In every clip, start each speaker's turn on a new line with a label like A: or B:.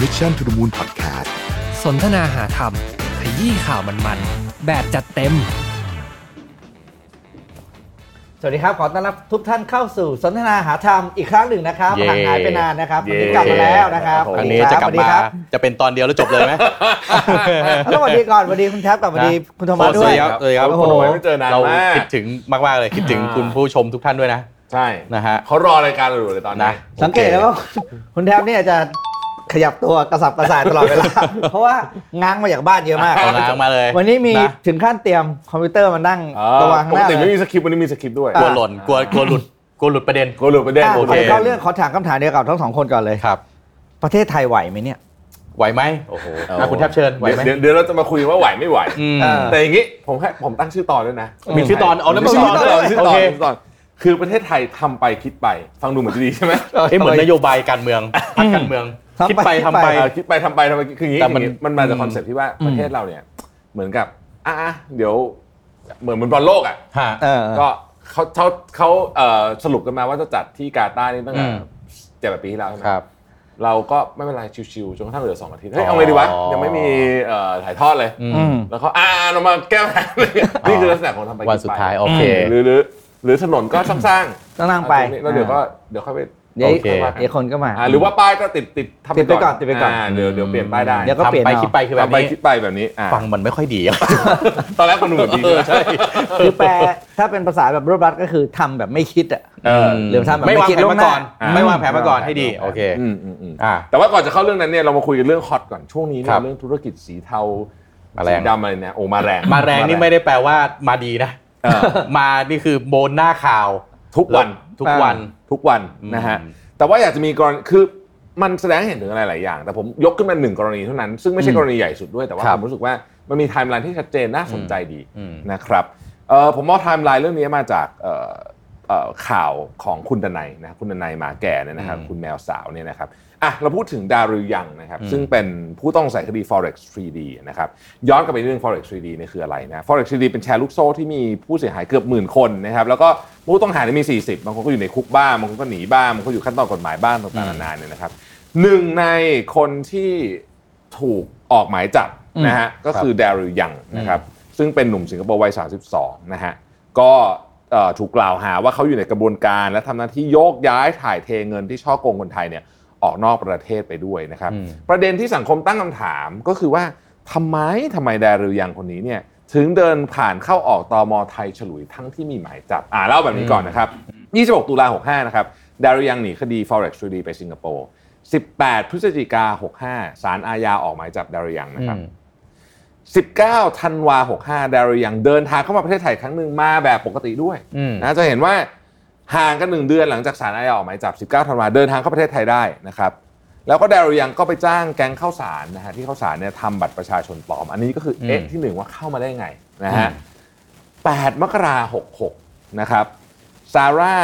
A: Mission to the Moon Podcast
B: สนทนาหาธรรม ขยี้ข่าวมันๆ แบบจัดเต็ม
C: สวัสดีครับ ขอต้อนรับทุกท่านเข้าสู่สนทนาหาธรรมอีกครั้งหนึ่งนะครับ
D: เย้
C: ห่างหายไปนานนะครับวัน
D: เย้
C: นี้กลับมาแล้วนะครับ
D: โอ้โห
C: สวัสดีค
D: ครั้งนี้จะ
C: รับ
D: ก
C: ส
D: ลับ
C: วัสดี
D: มา
C: ครับ
D: จะเป็นตอนเดียวแล้วจบเลยไหม
C: แล้วสวัสดีก่อนสวัสดีคุณแท็บกับสวัสดีคุณธรรมะ
D: โอ้
C: ด้ว
D: สวั
C: ย
D: สดีครับสวัสดีครับ
C: โอ้
E: คุ
C: โห
E: ณหน่วยไม่เจอนาน
D: เรา
E: มาก
D: คิดถึงมาก ๆ เลยคิดถึง
E: อ่า
D: คุณผู้ชมทุกท่านด้วยนะ
E: ใช่
D: นะฮะ
E: เขารอรายการเราอยู่เลยตอนนี้
D: นะ
C: สังเกตแล้วว่าคุณแท็บเนี่ยจะขยับตัวกระสับกระส่ายตลอดเวลา เพราะว่าง้างมาจากบ้านเยอะมาก
D: เอาล้างมาเลย
C: วันนี้มี
D: ะ
C: ถึงขั้นเตรียมคอมพิวเตอร์มานั่ง
E: อ่า
C: ระวัง
E: ป
C: ห
E: ก
C: น้า
E: ติ
C: เล
E: ไม่
C: ย
E: มีสคริปต์วันนี้มีสคริปต์ด้วย
C: อ่ะ
D: กลัวหล่นกลัวกลัวหลุดกลัวหลุดประเด็น
E: กูหลุดไปได้
C: อ่ะ
D: โอ
C: ข
D: เค
C: อเข้าเรื่องขอถามคำถามเดียวกับทั้งสองคนก่อนเลย
D: ครับ
C: ประเทศไทยไหวไหมเนี่ย
D: ไหวไหมโอ้โหอ่ะคุณแทบเชิญไหวไหม
E: เดี๋ยวเดี๋ยวเราจะมาคุยว่าไหวไม่ไหว
D: อืม
C: เออ
E: แต่อย่างนี้ผมให้ผมตั้งชื่อตอนด้วยนะ
D: มีชื่อตอนเอาแล้ว
E: มีชื่อตอนด้วย
D: มีชื่
E: ชื่
D: อ
E: อ
D: ตอ
E: ตอน นชื่อตอน คือประเทศไทยทำไปคิดไป ฟังดูเหมือนจะดีใช่ไหม
D: เอ้ยเหมือนนโยบายการเมืองพรรคการเมือง
C: ทำ
D: คิด
C: ไปคิ
D: ไป
C: ด
D: ทำ
C: ไป
D: ไป
E: เออคิดไปทำไปทำไปคืออย่างนี้
D: แต่มัน
E: อย่างงี้มันมาจากคอนเซ็ปต์ที่ว่าประเทศเราเนี่ยเหมือนกับอ่ะอ่ะเดี๋ยวเหมือนเหมือนบอลโลกอ่ะ
D: ฮะ
C: เออ
E: ก็เขาเขาเขาเอ่อสรุปกันมาว่าจะจัดที่กาตาร์นี่ตั้งแต่
D: อืม
E: เจ็ดแปดปีที่แล้วใช่ไหม
D: ครับ
E: เราก็ไม่เป็นไรชิวๆจนกระทั่งเหลือสองอาทิตย์เฮ้ย
D: อ๋อ
E: เอาไงดีวะ ยังไม่มีเอ่อถ่ายทอดเลย
C: อืม
E: แล้วเขาอ่าเรามาแก้ปัญหานี่คือลักษณะของทำไป
D: วันสุดท้าย
E: กิน
D: โอเค
E: ไปหรือหรือหรือถนนก็สร้าง
C: ต้องนั่งไป
E: แล้วเดี๋ยวก็เดี๋ยวค่อยไป
C: เดี๋ยว
D: โอเค
C: เดี๋ยวคนก็มา
E: อ่าหรือว่าป้ายก็ติดติดทำ
C: ติดไปก่อนติดไปก่อน
E: าเดี๋ยวเดี๋ยวเปลี่ยนป้ายได้
C: เดี๋ยวก็เปลี่ยน
D: ทำไป
C: เอา
D: คิดไปคือแบบ
E: ทำไป
D: นี้
E: คิดไปแบบนี้อ่า
D: ฟังมันไม่ค่อยดีอะ
E: ตอนแรกคนหนุ่มแบบดีใช่
C: คือแปลถ้าเป็นภาษาแบบรวบรัดก็คือทำแบบไม่คิดอ่ะ เดี๋ยวทำแบบ
D: ไม่วา
C: ไม่
D: ง
C: คิด
D: แผน
C: ล่วง
D: มา
C: หน้า
D: ก่อน
E: อ่า
D: ไม่วางแผนมาก่อนให้ดีโอเค
E: อืมอืมอืม
D: อ่า
E: แต่ว่าก่อนจะเข้าเรื่องนั้นเนี่ยเรามาคุยกันเรื่องฮอตก่อนช่วงนี้เนี่
D: ครั
E: ย
D: บ
E: เรื่องธุรกิจสีเทา
D: มาแรง
E: สีดำอะไรเนี่ยโอ้มาแรง
D: มาแรงนี่ไม่ได้แปลว่ามาดีนะ
E: เออ
D: มานี่คือโบนหน้าข่าว
E: ทุกวัน
D: ทุกวัน
E: ทุกวัน
D: อืม
E: นะฮะ แต่ว่าอยากจะมีกรณี คือมันแสดงให้เห็นถึงอะไรหลายอย่าง แต่ผมยกขึ้นมาหนึ่งกรณีเท่านั้น ซึ่งไม่ใช่กรณีใหญ่สุดด้วย แต่ว่า
D: ครับ
E: ผมรู้สึกว่ามันมีไทม์ไลน์ที่ชัดเจนน่าสนใจดี
D: อืม
E: นะครับเอ่อผมเอาไทม์ไลน์เรื่องนี้มาจากเอ่อเอ่อข่าวของคุณดนัยนะคุณดนัยหมาแก่เนี่ยนะครับ คุณแมวสาวเนี่ยนะครับอ่ะเราพูดถึงดาริวยังนะครับ ซึ่งเป็นผู้ต้องสงสัยคดี forex 3D นะครับ ย้อนกลับไปเรื่อง forex 3D เนี่ยคืออะไรนะ forex 3D เป็นแชร์ลูกโซ่ที่มีผู้เสียหายเกือบหมื่นคนนะครับ แล้วก็ผู้ต้องหาเนี่ยมี 40 บางคนก็อยู่ในคุกบ้าง บางคนก็หนีบ้างบางคนอยู่ขั้นตอนกฎหมายบ้างต่างๆนานาเนี่ยนะครับหนึ่งในคนที่ถูกออกหมายจับนะฮะก็คือแดริวยังนะครับซึ่งเป็นหนุ่มสิงคโปร์วัย 32 นะฮะก็เอ่อถูกกล่าวหาว่าเขาอยู่ในกระบวนการ และทำหน้าที่โยกย้ายถ่ายเทเงินที่ช่อโกงคนไทยเนี่ยออกนอกประเทศไปด้วยนะครับ
D: อืม
E: ประเด็นที่สังคมตั้งคำถามก็คือว่าทำไมทำไมแดริวยังคนนี้เนี่ยถึงเดินผ่านเข้าออกตอมอไทยฉลุยทั้งที่มีหมายจับ อ่าเล่าแบบนี้ก่อนนะครับ 26 ตุลา 65 นะครับแดริวยังหนีคดี forex 3D ไปสิงคโปร์ 18 พฤศจิกา 65 ศาลอาญาออกหมายจับแดริวยังนะครับ 19 ธันวา 65 แดริวยังเดินทางเข้ามาประเทศไทยครั้งหนึ่งมาแบบปกติด้วย
D: อืม
E: นะจะเห็นว่าห่างกันหนึ่งเดือนหลังจากศาลอาญาออกหมายจับ 19 ธันวาเดินทางเข้าประเทศไทยได้นะครับ แล้วก็แดริวยังก็ไปจ้างแก๊งข้าวสารนะฮะที่ข้าวสารเนี่ยทำบัตรประชาชนปลอม อันนี้ก็คือ
D: ม
E: อเอ๊ะที่หนึ่งว่าเข้ามาได้ไงนะฮะ 8 มกราคม66 นะครับ ซาร่า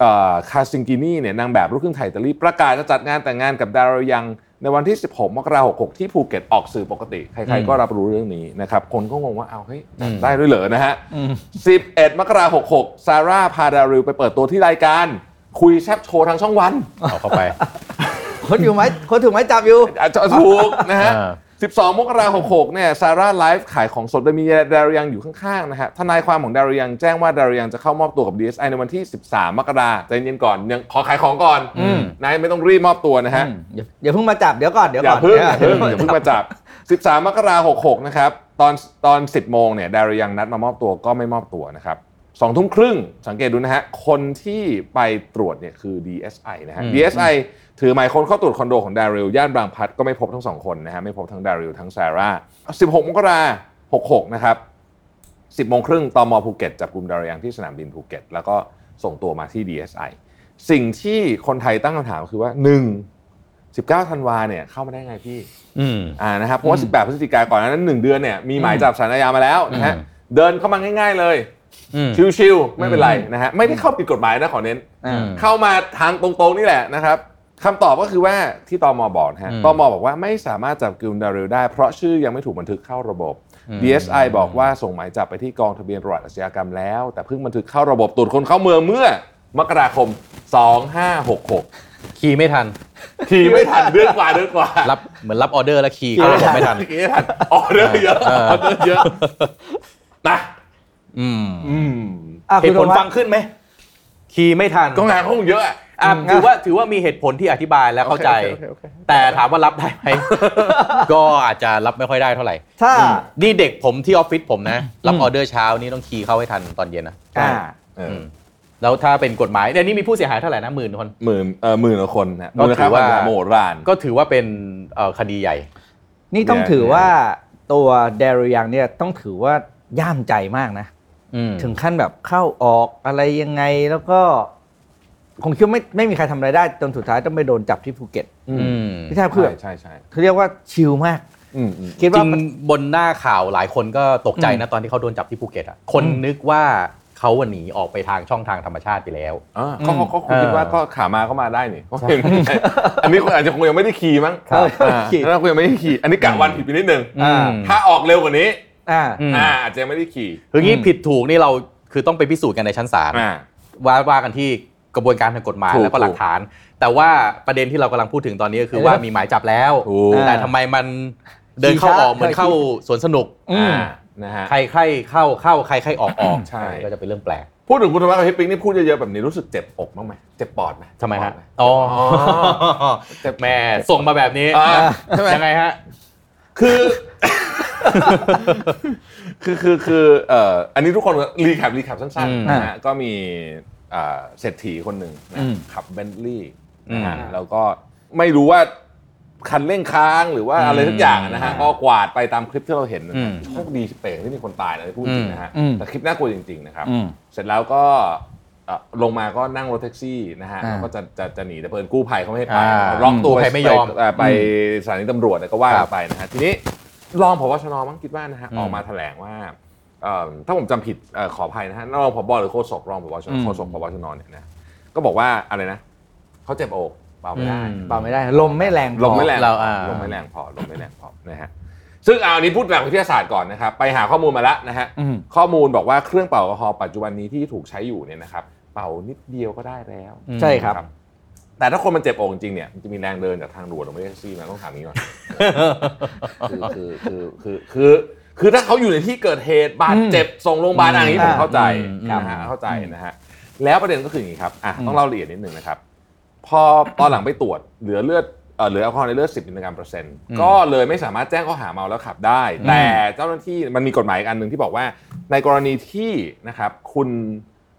E: เอ่อคาซิงกินีเนี่ยนางแบบลูกครึ่งไทยอิตาลีประกาศจะจัดงานแต่งงานกับดารายังในวันที่ 16 มกราคม66 ที่ภูเก็ตออกสื่อปกติ ใครๆก็รับรู้เรื่องนี้นะครับ คนก็งงว่าเอาเฮ้ยจัด
D: อืม
E: ได้ด้วยเหรอนะฮะ 11 มกราคม66 ซาร่าพาดาริวไปเปิดตัวที่รายการ คุยแซบโชว์ทางช่องวัน
D: เอาเข้าไป
C: คนอยู่ไหมคนถูกไหมจับอยู่
E: อาจจะถูกนะฮะ
D: อ่า
E: 12 มกราคม66 เนี่ย ซาร่าไลฟ์ขายของสดโดยมีดาริยังอยู่ข้างๆ นะฮะ ทนายความของดาริยังแจ้งว่าดาริยังจะเข้ามอบตัวกับ DSI ในวันที่ 13 มกราใจเย็นๆก่อน ยังขอขายของก่อน
D: อืม
E: นายไม่ต้องรีบมอบตัวนะฮะ
C: อย่าอย่าเพิ่งมาจับเดี๋ยวก่อนเดี๋ยว
E: อ
C: ก่
E: ย่า
C: อน
E: เพิ่งอย่า
C: เดี๋
E: เพิ่
C: ว
E: งอย่าเพิ่งมาจับ 13 มกราคม66 นะครับ ตอนตอน 10 โมงเนี่ย ดาริยังนัดมามอบตัวก็ไม่มอบตัวนะครับ2ทุ่มครึ่ง สังเกตดูนะฮะ คนที่ไปตรวจเนี่ยคือ DSI นะฮะ
D: อืม
E: DSI ถือหมายค้นเข้าตรวจคอนโดของดาริลย่านบางพลัดก็ไม่พบทั้งสองคนนะฮะ ไม่พบทั้งดาริลทั้งซาร่า 16 มกราคม66 นะครับ 10โมงครึ่งตมภูเก็ตจับกลุ่มดารายังที่สนามบินภูเก็ต แล้วก็ส่งตัวมาที่ DSI สิ่งที่คนไทยตั้งคำถามคือว่า 1 19ธันวาเนี่ยเข้ามาได้ไงพี่
D: อืม
E: อ่านะครับเพราะว่า 18พฤศจิกาก่อนหนานั้น 1 เดือนเนี่ยมีหมายจับสารอาญามาแล้วนะฮะ
D: อืม
E: เดินเข้ามาง่าย ๆเลย
D: อืม
E: ชิวๆไม่เป็นไรนะฮะไม่ได้เข้าผิดกฎหมายนะขอเน้น
C: อ่า
D: อืม
E: เข้ามาทางตรงๆนี่แหละนะครับคำตอบก็คือว่าที่ตมบอกนะฮะ
D: อืม
E: ตมบอกว่าไม่สามารถจับกลุ่มดาริลได้ เพราะชื่อยังไม่ถูกบันทึกเข้าระบบ
D: อืม
E: DSI บอกว่าส่งหมายจับไปที่กองทะเบียนประวัติอาชญากรรมแล้ว แต่เพิ่งบันทึกเข้าระบบตรวจคนเข้าเมืองเมื่อ มกราคม 2566
D: คีย์ไม่ทัน
E: ทีไม่ทันเดือนกว่าเดือนกว่า
D: รับเหมือนรับออเดอร์แล้วคีย์
E: เอ
D: เขา
E: อ
D: บอกไม่ทัน
E: ทีไม่ทันออเดอร์เยอะ
D: เอ
E: อ
D: อ
E: อเดอร์เยอะนะ
D: อืม
E: อืม
C: อ่ะ
D: เห
C: คุณ
D: ตุผล
C: โดนว่า
D: ฟังขึ้นไหม คีย์ไม่ทัน
E: ก็งานเขาคงเยอะอะ
D: อ่ะถือว่าถือว่ามีเหตุผลที่อธิบายและเข้าใจ
E: โอคโอเคโอเค
D: แต่ถามว่ารับได้ ไหม ก็อาจจะรับไม่ค่อยได้เท่าไหร่
C: ถ้า
D: อืมนี่เด็กผมที่ออฟฟิศผมนะ รับออเดอร์เช้านี่ต้องคีย์เข้าให้ทันตอนเย็นนะ
C: อ่า
E: เออ
D: มแล้วถ้าเป็นกฎหมายเนี่ยนี่มีผู้เสียหายเท่าไหร่นะหมื่นคน
E: หมื่นเอ่อหมื่นกว่าคนนะ
D: ก็
E: มูล
D: ถื
E: ค่า
D: อ
E: ควา
D: ว่า
E: มเสียหายมโหฬาร
D: ก็ถือว่าเป็นเอ่อคดีใหญ่
C: นี่ต้อง
E: แย่
C: ถือว่าตัวเดริยังเนี่ยต้องถือว่าย่ามใจมากนะ
D: อืม
C: ถึงขั้นแบบเข้าออกอะไรยังไงแล้วก็คงคิดว่าไม่ไม่มีใครทำอะไรได้ จนสุดท้ายต้องไปโดนจับที่ภูเก็ต
E: อื
D: อื
E: ม
D: ม
C: พี่แทบคือแบบ
E: ใช่ใช่
C: เขาเรียกว่าชิลมาก
E: อืมอืม
C: คิด
D: จ
C: ว่า
D: ริง
C: มัน
D: บนหน้าข่าวหลายคนก็ตกใจนะตอนที่เขาโดนจับที่ภูเก็ตอ่ะคน
C: อืม
D: นึกว่าเขาอะหนีออกไปทางช่องทางธรรมชาติไปแล้ว
E: อ่าเขาเขาเขาคงคิด
D: เออ
E: ว่าก็ขามาก็มาได้นี่เขาเห็นอันนี้คุณอาจจะคงยังไม่ได้ขี่มั้ง
C: ครับ
E: อ่า
C: ขี่
E: แล้วคุณยังไม่ได้ขี่อันนี้กะวันผิดไปนิดนึง
C: อ่า
D: ม
E: ถ้าออกเร็วกว่านี้
C: อ่า
D: อืม
E: อ่าอาจจะยังไม่ได้ขี่
D: คืองี้ผิดถูกนี่เราคือต้องไปพิสูจน์กันในชั้นศาล
E: อ่า
D: ว่าว่ากันที่กระบวนการทางกฎหมาย
E: ถูก
D: แล้วก็หลักฐาน แต่ว่าประเด็นที่เรากำลังพูดถึงตอนนี้ก็คือว่ามีหมายจับแล้ว
E: ถูก
D: แต่ทำไมมันเดินเข้าออกเหมือนเข้าสวนสนุก
C: อืม
E: อ่านะฮะ
D: ใครใครเข้าเข้าใครใครออกออก
E: ใช่
D: ก็จะเป็นเรื่องแปลก
E: พูดถึงคุณธรรมะกับพี่ปิ๊งนี่พูดเยอะๆแบบนี้รู้สึกเจ็บอกบ้างไหมเจ็บปอดไหม
D: ทำไมฮะ
E: ปอดห
D: อ๋อ
E: เจ็บ
D: แม่ส่งมาแบบนี้
E: อ่าใช่ไหม
D: ยังไงฮะ
E: คือ คือคือคือเอ่ออันนี้ทุกคนรีแคปรีแคปสั้น
D: อืม
E: ๆนะฮะก็มีอ่าเศรษฐีคนหนึ่งนะ
D: อืม
E: ขับเบนท์ลี่นะฮะ
D: อืม
E: แล้วก็ไม่รู้ว่าคันเร่งค้างหรือว่าอะไร
D: อืม
E: สักอย่างนะฮะก็กวาดไปตามคลิปที่เราเห็นนะ
D: อื
E: ฮะ
D: ม
E: โชคดีเป่งที่มีคนตายนะพูดจริงๆนะฮะ
C: อืม
E: แต่คลิปน่ากลัวจริงๆนะครับ
D: อืม
E: เสร็จแล้วก็เอ่อลงมาก็นั่งรถแท็กซี่นะฮะ
C: อ่า
E: แล้วก็จะจะจะหนีแต่เพิ่นกู้ภัยเขาไม่ให้ไป
D: อ่า
E: ล็อกตัว
D: กู้ภัยไม่ยอม
E: ป ไปสถานีตำรวจเนี่ยก็ว่ากันไปนะฮะทีนี้รองผบชนมั้งคิดว่านะฮะ
D: อืม
E: ออกมาแถลงว่าเอ่อถ้าผมจำผิดเอ่อขออภัยนะฮะรองผบหรือโฆษกรองผบชน
D: อืม
E: โฆษกผบชนเนี่ยนะก็บอกว่าอะไรนะเขาเจ็บอกเบาไม่ได้
C: เปล่าไม่ได้ ลมไม่แรงพอ
E: ลมไม่แรง
D: เราอ่า
E: ลมไม่แรงพอลมไม่แรงพอนะฮะซึ่งเอาอันนี้พูดแบบวิทยาศาสตร์ก่อนนะครับไปหาข้อมูลมาแล้วนะฮะ
C: อืม
E: ข้อมูลบอกว่าเครื่องเป่าแอลกอฮอล์ปัจจุบันนี้ที่ถูกใช้อยู่เนี่ยนะครับเป่านิดเดียวก็ได้แล้ว
C: ใช่ครับ
E: แต่ถ้าคนมันเจ็บอกจริงๆเนี่ยมันจะมีแรงเดินจากทางด่วนลงไปที่แท็กซี่มาต้องถามอย่างนี้ก่อน คือคือคือคือคือคือถ้าเขาอยู่ในที่เกิดเหตุบาดเจ็บส่งโรงพยาบาลอะไรอย่างนี้ผมเข้าใจ
D: อืม
E: นะฮะเข้าใจนะฮะแล้วประเด็นก็คืออย่างนี้ครับอ่ะต้องเล่าละเอียดนิดนึงนะครับ พอตอนหลังไปตรวจเหลือเลือดเอ่อเหลือแอลกอฮอล์ในเลือด 10มิลลิกรัมเปอร์เซ็นต์
D: อืม
E: ก็เลยไม่สามารถแจ้งข้อหาเมาแล้วขับได้ แต่เจ้าหน้าที่มันมีกฎหมายอีกอันหนึ่งที่บอกว่า ในกรณีที่นะครับคุณ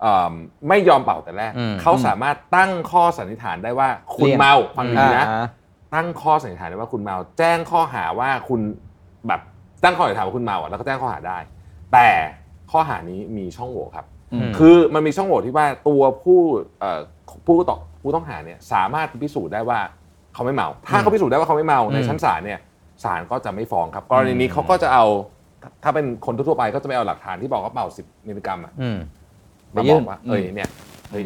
E: เอ่อไม่ยอมเป่าแต่แรก
D: อืม
E: เขาสามารถตั้งข้อสันนิษฐานได้ว่าคุณ
C: เลี่ยง
E: เมาฟังดีๆนะ
C: อ่า
E: ตั้งข้อสันนิษฐานได้ว่าคุณเมา แจ้งข้อหาว่าคุณแบบตั้งข้อสันนิษฐานว่าคุณเมาอ่ะแล้วก็แจ้งข้อหาได้ แต่ข้อหานี้มีช่องโหว่ครับ
D: อืม
E: คือมันมีช่องโหว่ที่ว่าตัวผู้เอ่อผู้ต่อผู้ต้องหาเนี่ยสามารถพิสูจน์ได้ว่าเขาไม่เมา ถ้าเขาพิสูจน์ได้ว่าเขาไม่เมาใน
D: อืม
E: ชั้นศาลเนี่ยศาลก็จะไม่ฟ้องครับกรณีนี้เขาก็จะเอาถ้าเป็นคนทั่วๆไปก็จะไปเอาหลักฐานที่บอกว่าเมา10มิลลิกรัมอะ
D: อืม
E: มา
C: ไปยื่
E: บอก
C: น
E: ว่าเอ้ย
C: อืม
E: เนี่ยเฮ้ย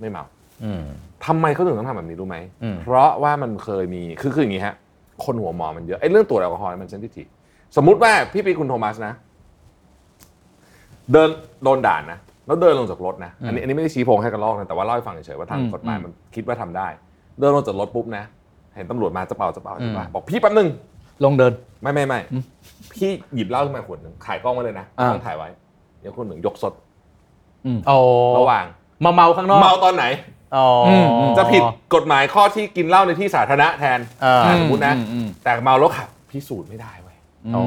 E: ไม่เมา
D: อืม
E: ทำไมเขาถึงต้องทำแบบนี้รู้ไหม
D: อืม
E: เพราะว่ามันเคยมี คือคืออย่างนี้ฮะ คนหัวหมอมันเยอะ ไอ้เรื่องตรวจแอลกอฮอล์เนี่ยมันเซนซิทีฟสมมุติว่าพี่ปีคุณโทมัสนะ เดินโดนด่านนะ แล้วเดินลงจากรถนะ อันนี้อันนี้ไม่ได้ชี้โพงให้กันลอกนะ แต่ว่าเล่าให้ฟังเฉยๆว่าทาง
C: อืม
E: กฎหมายมันคิดว่าทำได้ เดินลงจากรถปุ๊บนะ เห็นตำรวจมาจะเป่าจะเป่าจะเป่าบอกพี่แป๊บนึง
C: ลงเดิน
E: ไม่ไม่ไม่พี่หยิบเหล้าขึ้นมาขวดหนึ่งถ่ายกล้องไว้เลยนะ
C: อ่า
E: ต้องถ่ายไว้ เดี๋ยวคนหนึ่งยกสด
D: โอ้
E: ระหว่าง
D: มาเมาข้างนอก
E: เมาตอนไหน
D: อ๋ออ
C: มอืม
E: จะผิดกฎหมายข้อที่กินเหล้าในที่สาธารณะแทน
D: อ่า
E: อ่ะสมมตินะ
C: อืม
E: แต่เมาแล้วขับพิสูจน์ไม่ได้เว้ย
C: อืม
D: โอ้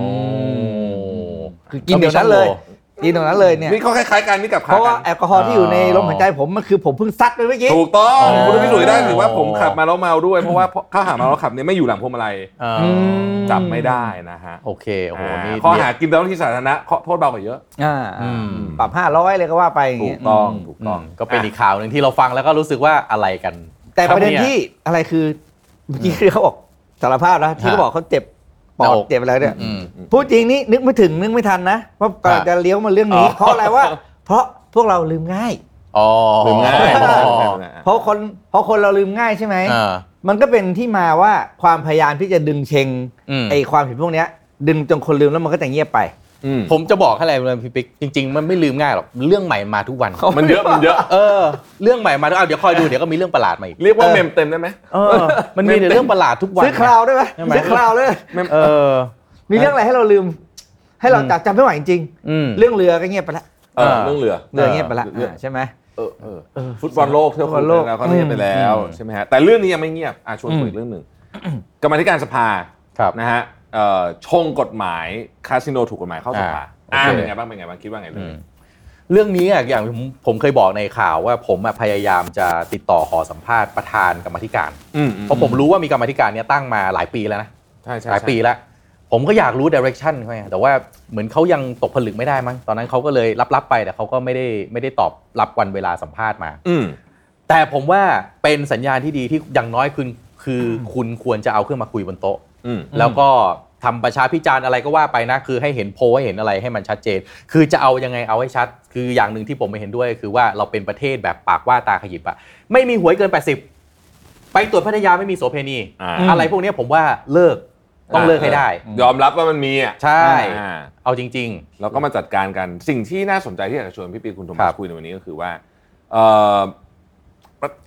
C: คือกินเดี๋ยวนั้นเลย กินเดี๋ยวนั้นเลยเนี่ย
E: นี่ก็คล้ายๆกันนี่กับข
C: เพราะว่าแอลกอฮอล์ที่อยู่ใน
D: อ่า
C: ลมหายใจผมมันคือผมเพิ่งซัดไปเมื่อกี้
E: ถูกต้อง
D: อ๋อ
E: คุณพิสูจน์ได้หรือว่าผมขับมาแล้วเมาด้วย เพราะว่าข้าหาเมาแล้วขับเนี่ยไม่อยู่หลังพวงมาลัย
D: อ่า
C: อืม
E: จับไม่ได้นะฮะ
D: โอเคโอ้โห
E: อ่า
D: นี่
E: ข้อหากินเหล้าในที่สาธารณะข้อโทษเบากว่าเยอะ
C: อ่า
D: อืม
C: ปรับห้าร้อยเลยก็ว่าไปอย่าง
E: ถู
C: เงี้
E: ก
C: ย
E: ต้อง
C: ม
E: ถูก
D: อื
E: ต้อง
D: มก็เป็นอีกข่าวหนึ่งที่เราฟังแล้วก็รู้สึกว่าอะไรกัน
C: แต่ประเด็น
D: คบ
C: ที่
D: ย
C: อะไรคือเมื่อกี้ที่เขาบอกสารภาพนะที่เขาบอกเขาเจ็บปอด
D: หน้าอก
C: เจ็บอะไรเนี่ย
D: อืม
C: พูดจริงนี่นึกไม่ถึงนึกไม่ทันนะเพราะกำลังจะเลี้ยวมาเรื่องนี้
D: อ๋อ
C: เพราะอะไรว่า เพราะพวกเราลืมง่าย
D: อ๋อ
E: หรือง่าย
D: อ๋อ
C: เพราะคนเพราะคนเราลืมง่ายใช่ไหม
D: อ่า
C: มันก็เป็นที่มาว่าความพยายามที่จะดึงเชง
D: อืม
C: ไอความผิดพวกเนี้ย ดึงจนคนลืมแล้วมันก็จะเงียบไป
E: อืม
D: ผมจะบอกให้อะไรเลยพี่ปิ๊กจริง ๆ มันไม่ลืมง่ายหรอกเรื่องใหม่มาทุกวัน
E: มันเยอะมันเยอะ
D: เออ เรื่องใหม่มาทุกเอาเดี๋ยวคอยดูเดี๋ยวก็มีเรื่องประหลาดมาอีก
E: เรียกว่าเมมเต็มได้ไหม
D: เออมันมีแต่เรื่องประหลาดทุกวัน
C: ซื้อคราวได้ไหม
D: ใช่ไหม
C: ซื้อคราวเลย
D: เออ
C: มีเรื่องอะไรให้เราลืม ให้เรา
D: อืม
C: จับจำไม่ไหวจริง
D: อืม
C: ๆเรื่องเรือก็เงียบไปละ
E: เออ
D: เออ
E: เรื่องเรือ
C: เรือเงียบไปละ
E: เออ
C: อ่าใช่ไหม
E: เออเออฟุตบอลโลกเที่ยว
C: ฟุตบอลโลก
E: แล้วก็เงียบไปแล้วใช่ไหมฮะแต่เรื่องนี้ยังไม่เงียบอ่ะชวนคุยอีกเรื่องหนึ่งกรรมาธิการสภา
D: ครับ
E: นะฮะเอ่อชงกฎหมายคาสิโนถูกกฎหมายเข้าสภา
D: อ่า
E: อ่า
D: โอเค
E: เป็นไงบ้างเป็นไงบ้างคิดว่าไงเรื่องนี้
D: เรื่องนี้อ่ะอย่างผมผมเคยบอกในข่าวว่าผมอ่ะพยายามจะติดต่อขอสัมภาษณ์ประธานกรรมาธิการ
E: อื
D: เพราะผมรู้ว่ามีกรรมาธิการเนี้ยตั้งมาหลายปีแล้วนะ
E: ใช่ใช่
D: หลายปีแล้ว ผมก็อยากรู้ดิเรกชันเขาไงแต่ว่าเหมือนเขายังตกผลึกไม่ได้มั้งตอนนั้นเขาก็เลยรับๆไปแต่เขาก็ไม่ได้ไม่ได้ตอบรับวันเวลาสัมภาษณ์มา
E: อืม
D: แต่ผมว่าเป็นสัญญาณที่ดีที่อย่างน้อยคุณคือคุณควรจะเอาขึ้นมาคุยบนโต๊ะ
E: อืม
D: แล้วก็ทำประชาพิจารณ์อะไรก็ว่าไปนะ คือให้เห็นโพลให้เห็นอะไรให้มันชัดเจน คือจะเอายังไงเอาให้ชัด คืออย่างหนึ่งที่ผมไม่เห็นด้วย คือว่าเราเป็นประเทศแบบปากว่าตาขยิบอะไม่มีหวยเกิน 80 ไปตรวจพัทยาไม่มีโสเพณี
E: อ่า
D: อะไรพวกเนี้ยผมว่าเลิกต้องเลิกให้ได้
E: ยอมรับว่ามันมีอ่ะ
D: ใช่
E: อ่า
D: เอาจริง
E: แล้วก็มาจัดการกันสิ่งที่น่าสนใจที่อยากจะชวนพี่ปีคุณโท
D: ค
E: มั
D: รั
E: ส
D: บ
E: คุยในวันนี้ก็คือว่าเอ่อ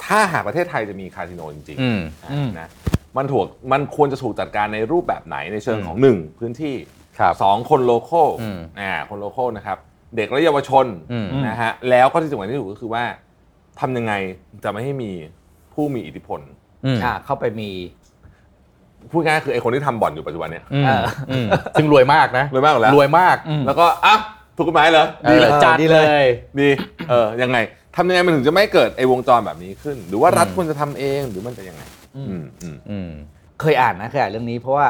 E: ถ้าหากประเทศไทยจะมีคาสิโนจริง
D: ๆ อืม
E: ๆอ่ะนะมันถูกมันควรจะถูกจัดการในรูปแบบไหนในเชิงของหนึ่งพื้นที่
D: ครับ
E: สองคนโลโก้
D: อืม
E: อ่าคนโลโก้นะครับเด็กและเยาวชน
D: อืม
E: นะฮะแล้วก็ที่สำคัญที่สุดก็คือว่าทำยังไงจะไม่ให้มีผู้มีอิทธิพล
D: อืม
C: อ่าเข้าไปมี
E: พูดง่ายๆคือไอ้คนที่ทำบ่อนอยู่ปัจจุบันเนี่ย
D: อืม
C: เอออื
D: มซึ่งรวยมากนะ
E: รวยมากอยู่แล้ว
D: รวยมาก
E: แล้วก็อ่ะถูกกฎหมายเหรอ
D: ดีเลย
E: ออ
D: จัด
C: ดี
D: เล
C: เลย
D: ย
E: ดีเออยังไงทำยังไงมันถึงจะไม่เกิดไอ้วงจรแบบนี้ขึ้น หรือว่ารัฐ
D: อืม
E: ควรจะทำเองหรือมันจะยังไง อืมอืม
D: อืม
C: เคยอ่านนะเคยอ่านเรื่องนี้ เพราะว่า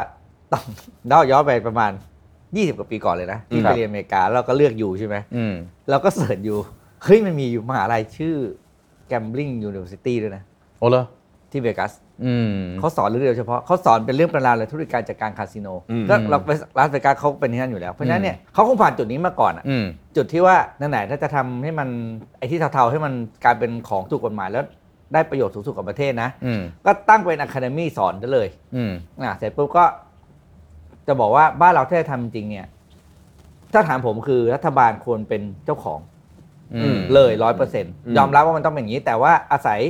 C: ตอนเล่าย้อนไปประมาณ 20 กว่าปีก่อนเลยนะ ที่
D: ครั
C: ไป
D: บ
C: เรียนอเมริกาแล้วเราก็เลือกอยู่ใช่ไหม
D: อืม
C: เราก็เสิร์ชอยู่เฮ้ยมันมีอยู่มหาลัยชื่อ Gambling University ด้วยนะ
D: โอ้เหรอ
C: ที่เวกัส
D: อืม
C: เขาสอนเรื่องเดียวเฉพาะเขาสอนเป็นเรื่องประราวเลยธุรการจัดการคาสิโนก็เราไปลาสเวกัสเขาเป็นที่นั่นอยู่แล้ว เพราะฉะนั้นเนี่ยเขาคงผ่านจุดนี้มาก่อนอะ
D: อืม
C: จุดที่ว่านั่นไหนถ้าจะทำให้มันไอ้ที่เทาๆให้มันกลายเป็นของถูกกฎหมายแล้วได้ประโยชน์สูงสุดกับประเทศนะ
D: อืม
C: ก็ตั้งเป็นอะคาเดมี่สอนได้เลย
D: อืม
C: นะเสร็จปุ๊บก็ จะบอกว่าบ้านเราถ้าจะทำจริงเนี่ย ถ้าถามผมคือรัฐบาลควรเป็นเจ้าของ
D: อืม
C: เลยร้อยเปอร์เซ็นต์ยอมรับว่ามันต้องเป็นอย่างนี้ แต่ว่าอาศัย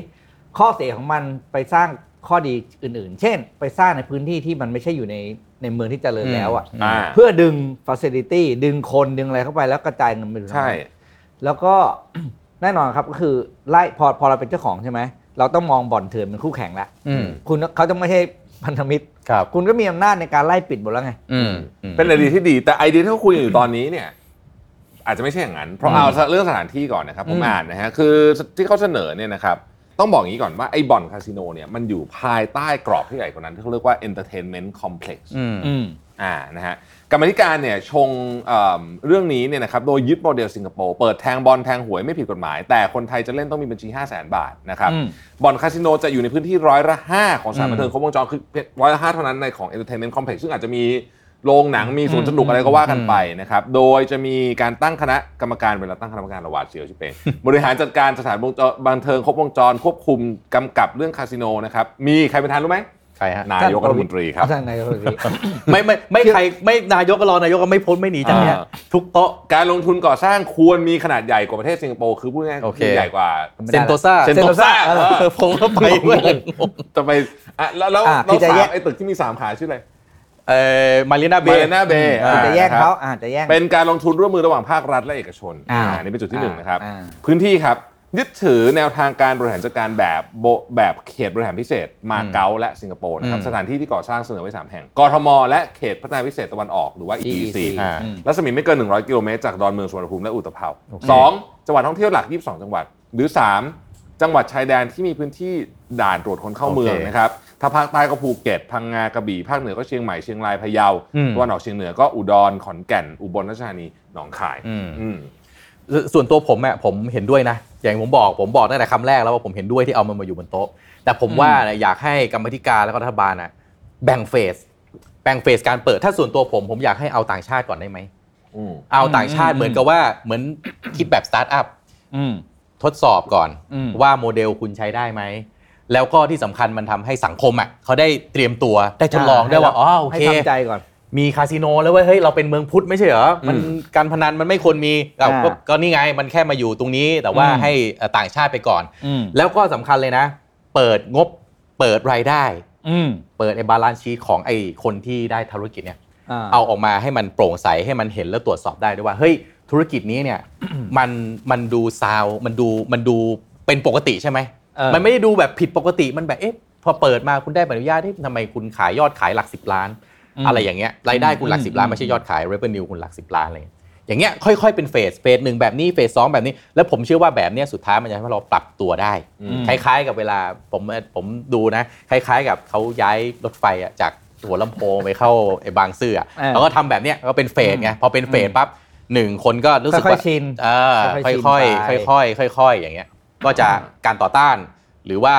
C: ข้อเสียของมันไปสร้างข้อดีอื่น ๆ เช่น ไปสร้างในพื้นที่ที่มันไม่ใช่อยู่ในในเมืองที่เจริญแล้วอ่ะ
E: อ่า
C: เพื่อดึงฟ a ซิลิตี้ดึงคนดึงอะไรเข้าไปแล้วกระจายเงินไปดูทั้งหม
E: ใช่
C: ด แล้วก็ แน่นอนครับก็คือไล่พอพอเราเป็นเจ้าของใช่ไหมเราต้องมองบ่อนเถื่อนเป็นคู่แข่งละ
D: อืม
C: คุณเขาจะไม่ใช่พันธมิตร
D: ครับ
C: คุณก็มีอำนาจในการไล่ปิดหมดแล้วไง
D: อืม
E: เป็นไอเดียที่ดี แต่ไอเดียที่เขาคุยกันอยู่ตอนนี้เนี่ย อาจจะไม่ใช่อย่างนั้น เพราะเอาเรื่องสถานที่ก่อนนะครับ ผม
D: อืม
E: อ่านนะฮะคือที่เขาเสนอเนี่ยนะครับ ต้องบอกอย่างนี้ก่อนว่าไอ้บ่อนคาสิโนเนี่ยมันอยู่ภายใต้กรอบที่ใหญ่กว่านั้นที่เขาเรียกว่า entertainment complex
D: อืม
C: อืม
E: อ่านะฮะกรรมาธิการเนี่ยชงเอ่อเรื่องนี้เนี่ยนะครับโดยยึดโมเดลสิงคโปร์เปิดแทงบอลแทงหวยไม่ผิดกฎหมาย แต่คนไทยจะเล่นต้องมีบัญชี 5 0 0 0 0 0 บาทนะครับ
C: อืม
E: บ่อนคาสิโนจะอยู่ในพื้นที่ร้อยละ5ของสถานบันเทิง
D: อืม
E: ครบวงจรคือร้อยละ5เท่านั้นในของ Entertainment Complex ซึ่งอาจจะมีโรงหนังมีสวนสนุกอะไรก็ว่ากันไปนะครับโดยจะมีการตั้งคณะกรรมการเวลาตั้งคณะกรรมการระหวาดเสียวชิบเปง บริหารจัดการสถานบันเทิงครบวงจรควบคุมกำกับเรื่องคาสิโนนะครับมีใครเป็นทานรู้ไหม
D: ใครฮะ
E: นายกรัฐมนตรีครับ
C: เอาทางไหนเอาทางนี้
D: ไม่ไม่ไม่ใครไม่นายกก็รอนายกก็ไม่พ้นไม่หนีจากเนี้ย
E: อ่า
D: ทุกโต๊ะ
E: การลงทุนก่อสร้างควรมีขนาดใหญ่กว่าประเทศสิงคโปร์คือพูดง่ายๆ
D: โอเค
E: คือใหญ่กว่า
D: เซนโตซา
E: เซนโตซา
D: เออผมก็ไปเว้ย
E: จะไปอ่ะแล้วแล้ว
C: อ่ะ
E: แล้ว
C: ที่จะ
E: สา
C: แย
E: ม
C: ก
E: ไอ้ตึกที่มี 3 ขาชื่ออะไร
D: เออมารีนาเบ
E: มา
D: ย์
E: เลนาเบย์
C: คุณจะแย่งเขาอ่าจะแย่ง
E: เป็นการลงทุนร่วมมือระหว่างภาครัฐและเอกชน
C: อ่า
E: อ่านี่เป็นจุดที่หนึ่งนะครับ
C: อ่า
E: พื้นที่ครับ ยึดถือแนวทางการบริหารจัดการแบบโบแบบเขตบริหารพิเศษมาเก๊าและสิงคโปร์นะครับ
D: อืม
E: สถานที่ที่ก่อสร้างเสนอไว้สามแห่งกทมและเขตพัฒนาพิเศษตะวันออกหรือว่า EEC
D: อ่า
E: รัศมีไม่เกิน 100 กิโลเมตรจากดอนเมืองสุวรรณภูมิและอุตภเปาสองจังหวัดท่องเที่ยวหลัก 22 จังหวัด หรือ 3 จังหวัดชายแดนที่มีพื้นที่ด่านตรวจคนเข้าเมือง
D: โอเค
E: นะครับ ถ้าภาคใต้ก็ภูเก็ต พังงากระบี่ ภาคเหนือก็เชียงใหม่ เชียงราย พะเยา
D: อืม
E: ตะวันออกเฉียงเหนือก็อุดร ขอนแก่น อุบลราชธานี หนองคาย
D: อืม
E: อืม
D: ส่วนตัวผมอะผมเห็นด้วยนะ อย่างผมบอกผมบอกตั้งแต่คำแรกแล้วว่าผมเห็นด้วยที่เอามันมาอยู่บนโต๊ะ แต่ผมว่านะอยากให้กรรมธิการแล้วก็รัฐบาลนะแบ่งเฟส แบ่งเฟสการเปิดถ้าส่วนตัวผมผมอยากให้เอาต่างชาติก่อนได้ไหม
E: อืม
D: เอาต่างชาติเหมือนกับว่าเหมือนคิดแบบสตาร์ทอัพ
C: อืม
D: ทดสอบก่อน
C: อืม
D: ว่าโมเดลคุณใช้ได้ไหม แล้วก็ที่สำคัญมันทำให้สังคมอ่ะเขาได้เตรียมตัวได้ทดลองได้ว่าอ๋อโอเค
C: ให้ทำใจก่อน
D: มีคาสิโนแล้วเว้ยเฮ้ยเราเป็นเมืองพุทธไม่ใช่เหรอมัน
E: อืม
D: การพนันมันไม่ควรมีเราก็
C: อ่า
D: ก็นี่ไงมันแค่มาอยู่ตรงนี้แต่ว่า
C: อืม
D: ให้เอ่อต่างชาติไปก่อน
C: อืม
D: แล้วก็สำคัญเลยนะ เปิดงบเปิดรายได้
C: อืม
D: เปิดไอ้บาลานซ์ชีของไอ้คนที่ได้ธุรกิจเนี่ย
C: อ่า
D: เอาออกมาให้มันโปร่งใสให้มันเห็นแล้วตรวจสอบได้ด้วยว่า เฮ้ย ธุรกิจนี้ เนี่ย มันมันดูซาวมันดูมันดูเป็นปกติใช่ไหม
C: เออ
D: มันไม่ได้ดูแบบผิดปกติมันแบบเอ๊ะพอเปิดมาคุณได้ใบอนุญาตเอ๊ะทำไมคุณขายยอดขายหลักสิบล้าน อะไรอย่างเงี้ยรายได้คุณหลักสิบล้านไม่ใช่ยอดขาย revenue คุณหลักสิบล้านอะไรอย่างเงี้ยอย่างเงี้ยค่อยๆเป็นเฟสเฟสหนึ่งแบบนี้เฟสสองแบบนี้ แล้วผมเชื่อว่าแบบเนี้ยสุดท้ายมันจะทำให้เราปรับตัวได้
E: อืม
D: คล้ายๆกับเวลาผมผมดูนะ คล้ายๆกับเขาย้ายรถไฟอะจากหัวลำโพงไปเข้าไอ้บางซื่ออะ
C: เออ
D: แล้วก็ทำแบบเนี้ยก็เป็นเฟสไงพอเป็นเฟสปั๊บหนึ่งคนก็รู้สึก
C: ค่
D: ว่า
C: อยๆชิน
D: เออ
C: ค่
D: ค่
C: อยๆชิน
D: อย
C: ไป
D: ๆค่อยๆค่อยๆอย่างเงี้ยก็จะการต่อต้าน หรือว่า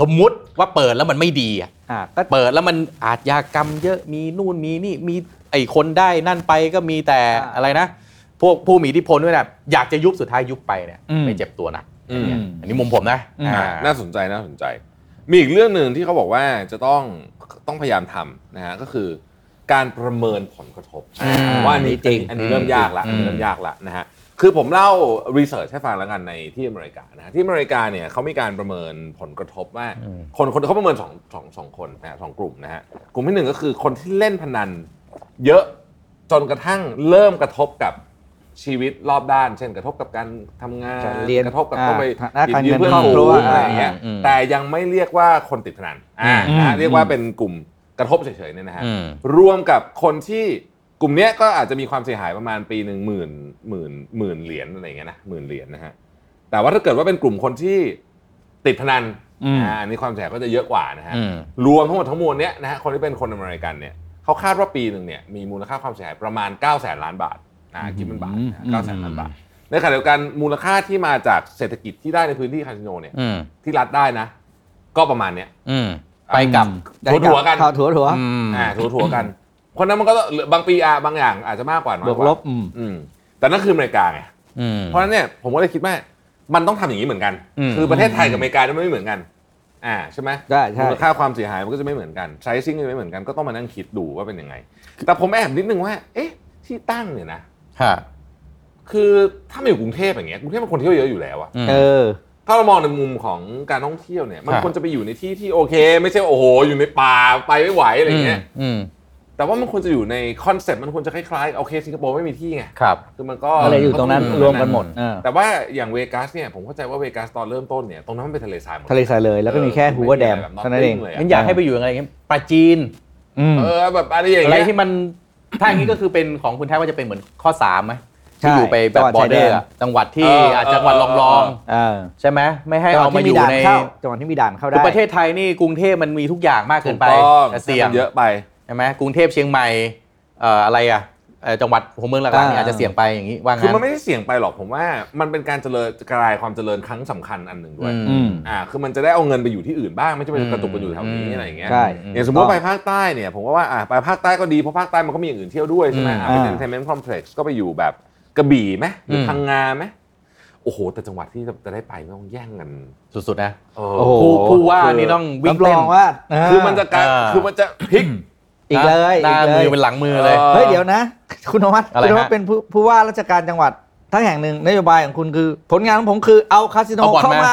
D: สมมุติว่าเปิดแล้วมันไม่ดีอะ
C: อ่าก็
D: เปิดแล้วมันอาชญากรรมเยอะมีนู่นมีนี่มีไอ้คนได้นั่นไปก็มีแต่
C: อ่า
D: อะไรนะ พวกผู้มีอิทธิพลด้วยนะอยากจะยุบสุดท้ายยุบไปเนี่ย
C: อืม
D: ไม่เจ็บตัวหนัก
E: อืม
D: เนี่ยอันนี้มุมผมนะ
C: อืม
D: อ่า
E: อ่ะน่าสนใจน่าสนใจ มีอีกเรื่องหนึ่งที่เขาบอกว่าจะต้องต้องพยายามทำนะฮะก็คือ การประเมินผลกระทบ
D: อืม
E: ว่าอันนี้
C: จ
E: จ
C: ริ
E: ริ
C: ง
E: งอันนี้เริ่มยากละ
D: อื
E: อัน
D: ม
E: นี้เริ่มยากละนะฮะคือผมเล่ารีเสิร์ชให้ฟังแล้วกันในที่อเมริกานะฮะที่อเมริกาเนี่ยเขามีการประเมินผลกระทบว่า คนคนเขาประเมินสองสองสองคนนะฮะสองกลุ่มนะฮะกลุ่มที่หนึ่งก็คือคนที่เล่นพนัน เยอะจนกระทั่งเริ่มกระทบกับชีวิตรอบด้าน เช่นกระทบกับการทำงาน
C: การเรียน
E: กระทบกับต้องไป
C: อ่าฐานะการเงิน
E: ยืมเพื่อน
C: ครอบครั
E: ฝู
C: ว
E: งอะไรอย่างเงี้ย
D: อืม
E: แต่ยังไม่เรียกว่าคนติดพนันอ่า
D: อืม
E: นะฮะเรียกว่าเป็นกลุ่มกระทบเฉยๆเนี่ยนะฮะ
D: อืม
E: รวมกับคนที่กลุ่มเนี้ยก็อาจจะมีความเสียหายประมาณปีหนึ่งหมื่นหมื่นหมื่นเหรียญอะไรอย่างเงี้ยนะหมื่นเหรียญนะฮะแต่ว่าถ้าเกิดว่าเป็นกลุ่มคนที่ติดพนัน
C: อืม
E: อันนี้ความเสียหายก็จะเยอะกว่านะฮะ
D: อืม
E: รวมทั้งหมดทั้งมวลเนี้ยนะฮะคนที่เป็นคนอเมริกันเนี่ยเขาคาดว่าปีหนึ่งเนี่ยมีมูลค่าความเสียหายประมาณ9ก้าแสนล้านบาทนะคิดเป็นบาทเก้าแสนล้านบาทในขณะเดียวกันมูลค่าที่มาจากเศรษฐกิจที่ได้ในพื้นที่คาสิโนเนี่ย
D: อืม
E: ที่รัฐได้นะ ก็ประมาณเนี้ย
D: อืมไปกับ
C: ได้บ
E: ถั่วๆกัน
C: ข้าถั่วถั่ว
D: อืม
E: อ่าถัวๆกัน คนนั้นมันก็ต้องบางปีอะบางอย่างอาจจะมากกว่าน้อย
C: บวก
E: ว่า
C: ลบอืม
E: อืมแต่นั่นคืออเมริกาไง
D: อืม
E: เพราะฉะนั้นเนี่ยผมก็เลยคิดว่ามันต้องทำอย่างนี้เหมือนกัน
D: อืม
E: คือประเทศไทยกับอเมริกาเนี่ยมันไม่เหมือนกัน อ่าใช่ไหม
C: ใช่ใช่
E: มูลค่าความเสียหายมันก็จะไม่เหมือนกันไซซิ่งก็จะไม่เหมือนกันก็ต้องมานั่งคิดดูว่าเป็นยังไง แต่ผมแอบนิดนึงว่า เอ๊ะ ที่ตั้งเนี่ยนะ
D: ฮะ
E: คือถ้ามาอยู่กรุงเทพอย่างเงี้ยกรุงเทพมันคนเที่ยวเยอะอยู่แล้วอะ
D: อืม
C: เออ
E: ถ้าเรามองในมุมของการท่องเที่ยวเนี่ยมัน
D: ครับ
E: ควรจะไปอยู่ในที่ที่โอเค ไม่ใช่โอ้โหอยู่ในป่าไปไม่ไหวอะไรอย่างเงี้ย
D: อืม
E: แต่ว่ามันควรจะอยู่ในคอนเซ็ปต์มันควรจะคล้ายๆโอเคสิงคโปร์ไม่มีที่ไง
D: ครับ
E: คือมันก็
C: อะไรอยู่ตรงนั้น
E: ก็
C: รวมกันหมดเออ
E: แต่ว่าอย่างเวกัสเนี่ยผมเข้าใจว่าเวกัสตอนเริ่มต้นเนี่ยตรงนั้นมันเป็นทะเลทรายหมด
C: ทะเลทรายเลย แล้วก็มีแค่ฮูเวอร์แดมเท่านั้นเอง
E: เลยะ
D: งั้นอยากให้ไปอยู่อะไรอย่างเงี้ยปลาจีน
C: อืม
E: เออแบบอะไรอย่าง
D: อะไร
E: เงี้ย
D: ที่มันถ้าอย่างนี้ก็คือเป็นของคุณแท้ว่าจะเป็นเหมือนข้อสามไหม
C: ใช่
D: ที่อยู่ไปแบบ
C: จังห
D: บ
C: วั
D: อ
C: ดชาย
D: ร์เด
C: แด
D: อน ร์จังหวัดที่อาจจังหวัดรองๆ
C: อ่า
D: ใช่ไหมไม่ให้
C: จังห
D: เอา
C: วัด
D: มา
C: ที่มี
D: อยู่
C: ด่าน
D: ใน
C: เข้าจังหวัดที่มีด่านเข้า
D: คือ
C: ได้
D: ประเทศไทยนี่กรุงเทพมันมีทุกอย่างมากเกินไป
E: ถูต้อง
D: จะเสี่ยง
E: เยอะไป
D: ใช่ไหมกรุงเทพเชียงใหม่เอ่ออะไรอ่ะเอ่อจังหวัดหัวเมืองหลักๆ
C: อ่า
D: นี่อาจจะเสี่ยงไปอย่างนี้ว่างั้น
E: คือมันไม่ได้เสี่ยงไปหรอกผมว่ามันเป็นการเจริญกลายความเจริญครั้งสำคัญอันหนึ่งด้วย
D: อืม
E: อ่าคือมันจะได้เอาเงินไปอยู่ที่อื่นบ้างไม่ใช่ไป
D: อืม
E: กระตุกกันอยู่แถวนี้อะไรอย่างเงี้ย
C: ใช่
E: อย่างสมมติว่าไปภาคใต้เนี่ยผมก็ว่าอ่าไปภาคใต้ก็ดีเพราะภาคใต้มันก็มีอย่างอื่นเที่ยวด้วยใช่ไหม
D: อืม
E: อ่าเป็น entertainment complex ก็ไปอยู่แบบกระบี่ไหมหรืออ
D: ม
E: พังงาไหมโอ้โห แต่จังหวัดที่จะได้ไปต้องแย่งกัน
D: สุดๆนะ
E: เออ
C: โอ้โห
D: ผู้ผู้ว่านี่ต้องวิ่
C: รั
D: ง
C: บร
D: เต้
C: อน งว่า
E: คือมันจะกลาย
D: อ่า
E: คือมันจะพลิก
C: อีกเลย
D: หน้า
C: อีกเล
D: มื
C: ย
D: อเป็นหลังมือเลย
E: เออ
C: เฮ้ยเดี๋ยวนะ คุณนวัด
D: อะไร
C: คุณน
D: ฮะ
C: วัดเป็นผู้ผู้ว่าราชการจังหวัดทั้งแห่งหนึ่งนโยบายของคุณคือ ผลงานของผมคือเอาคาสิโนเข้ามา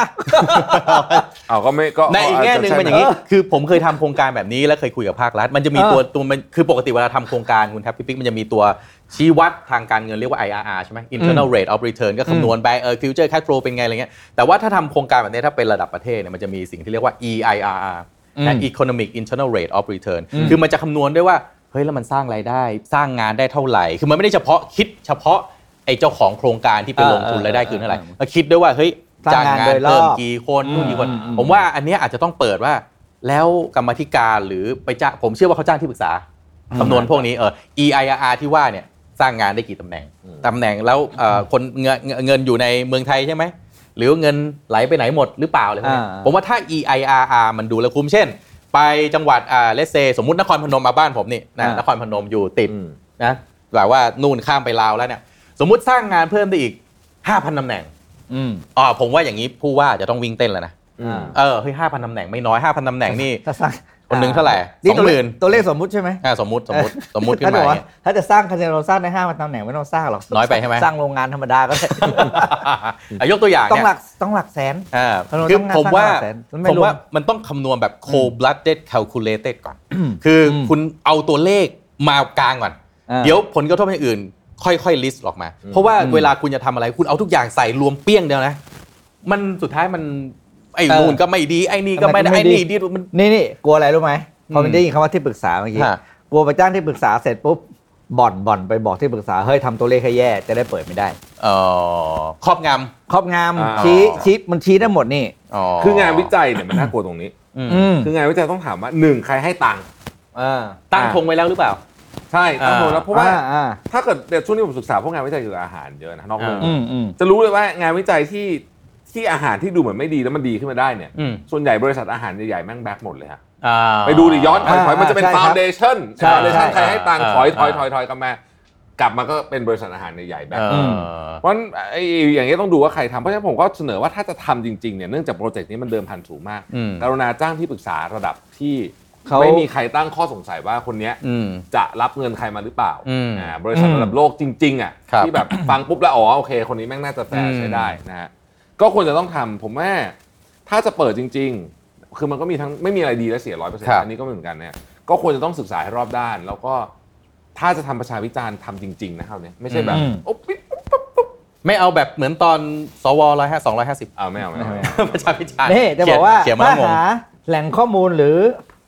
E: เอาก็ไม่ก็
D: ในอีกแง่หนึ่ง
E: จจะ
D: มันอย่างนี้
E: ใช่
D: คือผมเคยทำโครงการแบบนี้และเคยคุยกับภาครัฐ มันจะมี
C: เออ
D: ตัวตัวมันคือปกติเวลาทำโครงการคุณแทบพี่ปิ๊กมันจะมีตัวชี้วัดทางการเงินเรียกว่า IRR ใช่ไหม Internal Rate of Return ก็คำนวณไปเออ Future Cash Flow เป็นไงอะไรเงี้ย แต่ว่าถ้าทำโครงการแบบนี้ถ้าเป็นระดับประเทศเนี่ยมันจะมีสิ่งที่เรียกว่า EIRR นะ Economic Internal Rate of Return คือมันจะคำนวณด้วยว่าเฮ้ยแล้วมันสร้างรายได้สร้างงานได้เท่าไหร่ คือมันไม่ได้เฉพาะคิดเฉพาะไอ้เจ้าของโครงการที่ไปลงทุน
C: เออเออ
D: รายได้คืนเท่าไหร่
C: เออเออ
D: แล้วคิดด้วยว่าเฮ้ย
C: ส
D: จ้า
C: ร้าง งงาน
D: งาน
C: โดยรอบ
D: เพิ่มกี่ กี่คนนู่นกี่คน
C: อืมอืม
D: ผมว่าอันเนี้ยอาจจะต้องเปิดว่า แล้วกรรมาธิการหรือไปจ้างผมเชื่อว่าเขาจ้างที่ปรึกษาคำนวณพวกนี้เออ EIRR ที่ว่าเนี่ยสร้างงานได้กี่ตำแหน่ง
E: อืม
D: ตำแหน่งแล้วเอ่อคนเงินเงินเงินอยู่ในเมืองไทยใช่ไหม หรือว่าเงินไหลไปไหนหมดหรือเปล่าอะไรพวกนี้
C: อ่า
D: ผมว่าถ้า EIRR มันดูแล้วคุ้มเช่น ไปจังหวัดอ่าเลสเซสมมตินครพนมมาบ้านผมนี่นะนครพนมอยู่ติด
E: อืม
D: นะแบบว่านู่นข้ามไปลาวแล้วเนี่ย สมมุติสร้างงานเพิ่มได้อีก 5,000ตำแหน่ง
C: อืม
D: อ๋อผมว่าอย่างนี้ผู้ว่าจะต้องวิ่งเต้นแล้วนะ
E: อืม
D: เออเฮ้ยห้าพันตำแหน่งไม่น้อยห้าพันตำแหน่งนี่
C: ถ้าสร้าง
D: คนหนึ่งเท่าไหร่
C: นี่
D: สอง
C: ตัว
D: ห
C: เล
D: มื่
C: ข
D: น
C: ตัวเลขสมมุติใช่ไหม
D: อ่าสมมติสม มติสมมติขึ้
C: ถ้าน บ
D: มา
C: อก
D: อ
C: ว่า
D: ย่างเงี้ย
C: ถ้าจะสร้างคาสิโนสร้างในห้าพันตำแหน่งไม่ต้องสร้างหรอก
D: น้อยไปใช่ไหม
C: สร้างโรงงานธรรมดาก็ได้
D: อ่ะ ยกตัวอย่าง
C: ต้อง
D: เนี่ย
C: หลักต้องหลักแสน
D: อ่า
C: เรา
D: คือ
C: ทำงาน
D: ผมว่า
C: สร้างหลักแสนมันไม่
D: ผม
C: รวม
D: ว่ามันต้องคำนวณแบบ cold blooded calculated ก่อน คืออ
C: ม
D: คุณเอาตัวเลขมากลางก่อน
C: อ่า
D: เดี๋ยวผลกระทบอย่างอื่น ค่อยๆ list ออกมา เพราะว่าเวลาคุณจะทำอะไร คุณเอาทุกอย่างใส่รวมเปี้ยงเดียวนะ มันสุดท้ายมัน ไอ้
C: เออ
D: นู่นก็ไม่ดี ไอ้นี่ก็ไม่ได้
C: ทำไม
D: ไอ้
C: ถึงไม่ดี
D: นี่ดีมัน
C: นี่นี่กลัวอะไรรู้ไหมพอมั
D: อื
C: น
D: ม
C: ได้ยินคำว่าที่ปรึกษาเมื่อกี้
D: ฮะ
C: กลัวไปจ้างที่ปรึกษาเสร็จปุ๊บบ่อนบ่อนไปบอกที่ปรึกษาเฮ้ยทำตัวเลขให้แย่จะได้เปิดไม่ได้
D: เอ่อครอบง
C: ครอบง
E: อ่า
C: ำชี้ชี้มันชี้ได้หมดนี่
D: ำอ๋อ
E: คืองานวิจัยเนี่ยมันน่ากลัวตรงนี้
D: อืม
C: อืม
E: คืองานวิจัยต้องถามว่าหนึ่งใครให้ตังค์
C: อ่า
D: ตั้งธงไว้แล้วหรือเปล่า
E: ใช่ตั้งโดนแล้วเพราะว่า
C: อ่า
E: ถ้าเกิดเดี๋ยวช่วงนี้ผมศึกษาพวกงานวิจัยเกี่ยวกับอาหารเยอะนะนอกเรื่อง
D: อ่า
C: อืมอืม
E: จะรู้เลยว่างานวิจัยที่ที่อาหารที่ดูเหมือนไม่ดีแล้วมันดีขึ้นมาได้เนี่ย
D: อืม
E: ส่วนใหญ่บริษัทอาหารใหญ่ๆแม่งแบ็กหมดเลยฮะ
D: อ่า
E: ไปดูดิย้อนถอยถอยมันจะเป็น
C: ใช่ครับ
E: ฟาวเดชั่น
C: ใช่
E: ฟาวเดชั่น
C: ใช่
E: ใครให้ตังค์
D: อ่า
E: ถอยถอยถอยถอยกลับมากลับมาก็เป็นบริษัทอาหารใหญ่ๆแบ็
D: เอ
E: ค
D: ออ
E: เพราะฉะนั้นไอ้อย่างนี้ยต้องดูว่าใครทำเพราะฉะนั้นผมก็เสนอว่าถ้าจะทำจริงๆเนี่ยเนื่องจากโปรเจกต์นี้มันเดิมพันสูงมาก
D: อืม
E: กรุณาจ้างที่ปรึกษาระดับที่
C: เขา
E: ไม่มีใครตั้งข้อสงสัยว่าคนเนี้ย
D: อืม
E: จะรับเงินใครมาหรือเปล่า
D: อืม
E: อ่าบริษัทระดับโลกจริงๆอ่ะ
D: ครับ
E: ที่แบบ ฟังปุ๊บแล้วอ๋อโอเค คนนี้แม่งน่าจะแฟ
D: อื
E: ร์
D: ม
E: ใช้ได้นะฮะก็ควรจะต้องทำผมว่าถ้าจะเปิดจริง ๆ คือมันก็มีทั้งไม่มีอะไรดีและเสียร้อยเปอร์เซ็นต์อันนี้ก็เหมือนกันเนี่ยก็ควรจะต้องศึกษาให้รอบด้าน แล้วก็ถ้าจะทำประชาวิจารณ์ทำจริง ๆ นะครับเนี่ยไม่ใช่แบบ
C: อืม
E: โอ๊บปิ๊บปุ๊บ
D: ไม่เอาแบบเหมือนตอนสวร้อยห้าสองร้อยห้าสิบ
E: อ่าไม่เอาไม่เอาไม่เอา
D: ประชาพิจารณ์
C: นี่จะบอกว่า
D: เขียนมา
C: ถ้า
D: แล้วงง
C: หาแหล่งข้อมูลหรือ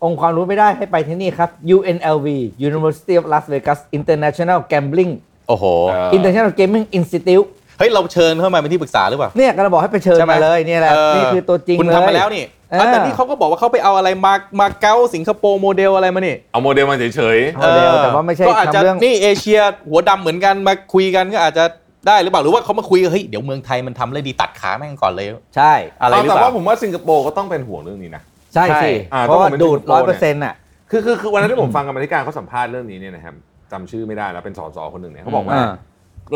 C: องค์ความรู้ไม่ได้ให้ไปที่นี่ครับ UNLV University of Las Vegas International Gambling
D: โอ้โห
E: เออ
C: International Gaming Institute
D: เฮ้ย เราเชิญเข้ามาเป็นที่ปรึกษาหรือเปล่า
C: เนี่ยก็เราบอกให้ไปเชิญ
D: ใช่ไห
C: มาเลยเนี่ยแหละ
D: ออ
C: นี่คือตัวจริงเลย
D: คุณทำมาแล้วนี่
C: เออ
D: แต่นี่เขาก็บอกว่าเขาไปเอาอะไรมามาเก๊าสิงคโปร์โมเดลอะไรมานี่
E: เอาโมเดลมาเฉย
C: โมเดลแต่ว่าไม่ใช่
D: ก็อาจจะ
C: ทำเรื่อง
D: นี่เอเชียหัวดำเหมือนกันมาคุยกันก็อาจจะได้หรือเปล่าหรือว่าเขามาคุยกันเฮ้ยเดี๋ยวเมืองไทยมันทำเลยดีตัดขาแม่งก่อนเลย
C: ใช่
E: ๆ
D: อะไรหรือ
E: แต่
D: เป
E: ว่า
D: ล่า
E: ผมว่าสิงคโปร์ก็ต้องเป็นห่วงเรื่องนี้นะ
C: ใช่สิ
E: อ่า
C: เพราะว่า
E: ต้องเป็น
C: ดูด
E: สิงคโป
C: ร้อ
E: ร์
C: ย
E: เนี่
C: เปอร์เซ็น
E: ย
C: ต์อ่ะ
E: คือคือคือวันนั้นที่ผมฟังกรรมาธิการเขาสัมภาษณ์เรื่องนี้เนี่ยนะครับจำชื่อไม่ได้แล้วเป็นสสคนหนึ่งเนี่ยเขาบอกว่า
C: อ่า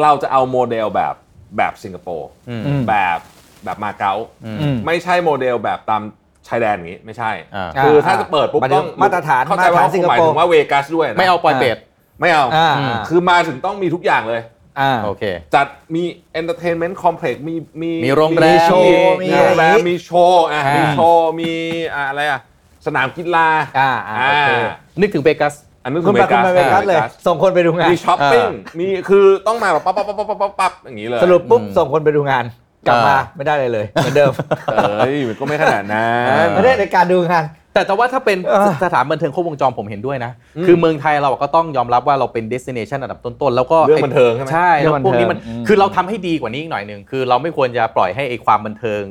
E: เราจะเอาโมเดลแบบแบบสิงคโปร์
D: อืม
C: อืม
E: แบบแบบมาเก๊า
C: อืม
E: ไม่ใช่โมเดลแบบตามชายแดนอย่างนี้ไม่ใช่
D: อ่า
E: คืออา ถ้าจะเปิดปุ๊บ
C: มาดู
E: ต้อง
C: มาตรฐาน
E: เข้าใจว่า
C: มาตรฐาน
E: เขาคงหมาย
C: สิงคโปร์
E: ถึงว่าเวกัสด้วยนะ
D: ไม่เอาปอยเป็ด
E: ไม่เอา
C: อ่า
D: อืม
E: คือมาถึงต้องมีทุกอย่างเลย
C: อ่า
D: โอเค
E: จัดมีเอนเตอร์เทนเมนต์คอมเพล็กซ์มีมี
D: มีโรงแรม
E: มีโชว์
C: มี
E: มีโรง
C: อะ
E: แรม
C: ไรอย่างงี้
E: มีโชว์อ่ะ
D: อ่ามี
E: มีโชว์มีอ่ะอะไรอ่ะสนามกีฬา
C: อ่าอ่าโอเค
D: นึกถึงเบกัส
E: อันนึง
C: คุ
E: คื
C: ณ
E: อ
C: ไปคุณไปเว
E: เว
C: กั
E: กั
C: ส
E: ส
C: เลย
E: อ่ะ
C: ส่งคนไปดูงาน
E: มีช้อปปิ้ง
D: อ่ามี
E: มีคือต้องมาแบบปั๊บปั๊บปั๊บปั๊บปั๊บปั๊บอย่างนี้เลย
C: สรุปปุ๊บ
D: อืม
C: ส่งคนไปดูงาน กลับมา
D: อ่า
C: ไม่ได้เลยเลยเหมือนเดิม
E: เอ้ยมันก็ไม่ขนาดนั้
D: เออ
E: น
C: ไม่ได้ในการดูงาน
D: แต่แต่ว่าถ้าเป็น
C: เออ
D: สถานบันเทิงครบวงจรผมเห็นด้วยนะ
E: อืม
D: คือเมืองไทยเราก็ต้องยอมรับว่าเราเป็นเดส i เนชันอันดับต้น ๆ แล้วก็
E: เรื่องบันเทิงใช่ไหม
D: ใช่
C: เรื่
D: แล้
C: อ
D: ว
C: งบัน
D: พ
C: เทิ
D: ว
C: ง
D: กนี้มัน
C: อืม
D: คือเราทำให้ดีกว่านี้อีกหน่อยหนึ่งคือเราไม่ควรจะปล่อยให้ไอ้ความบันเทิง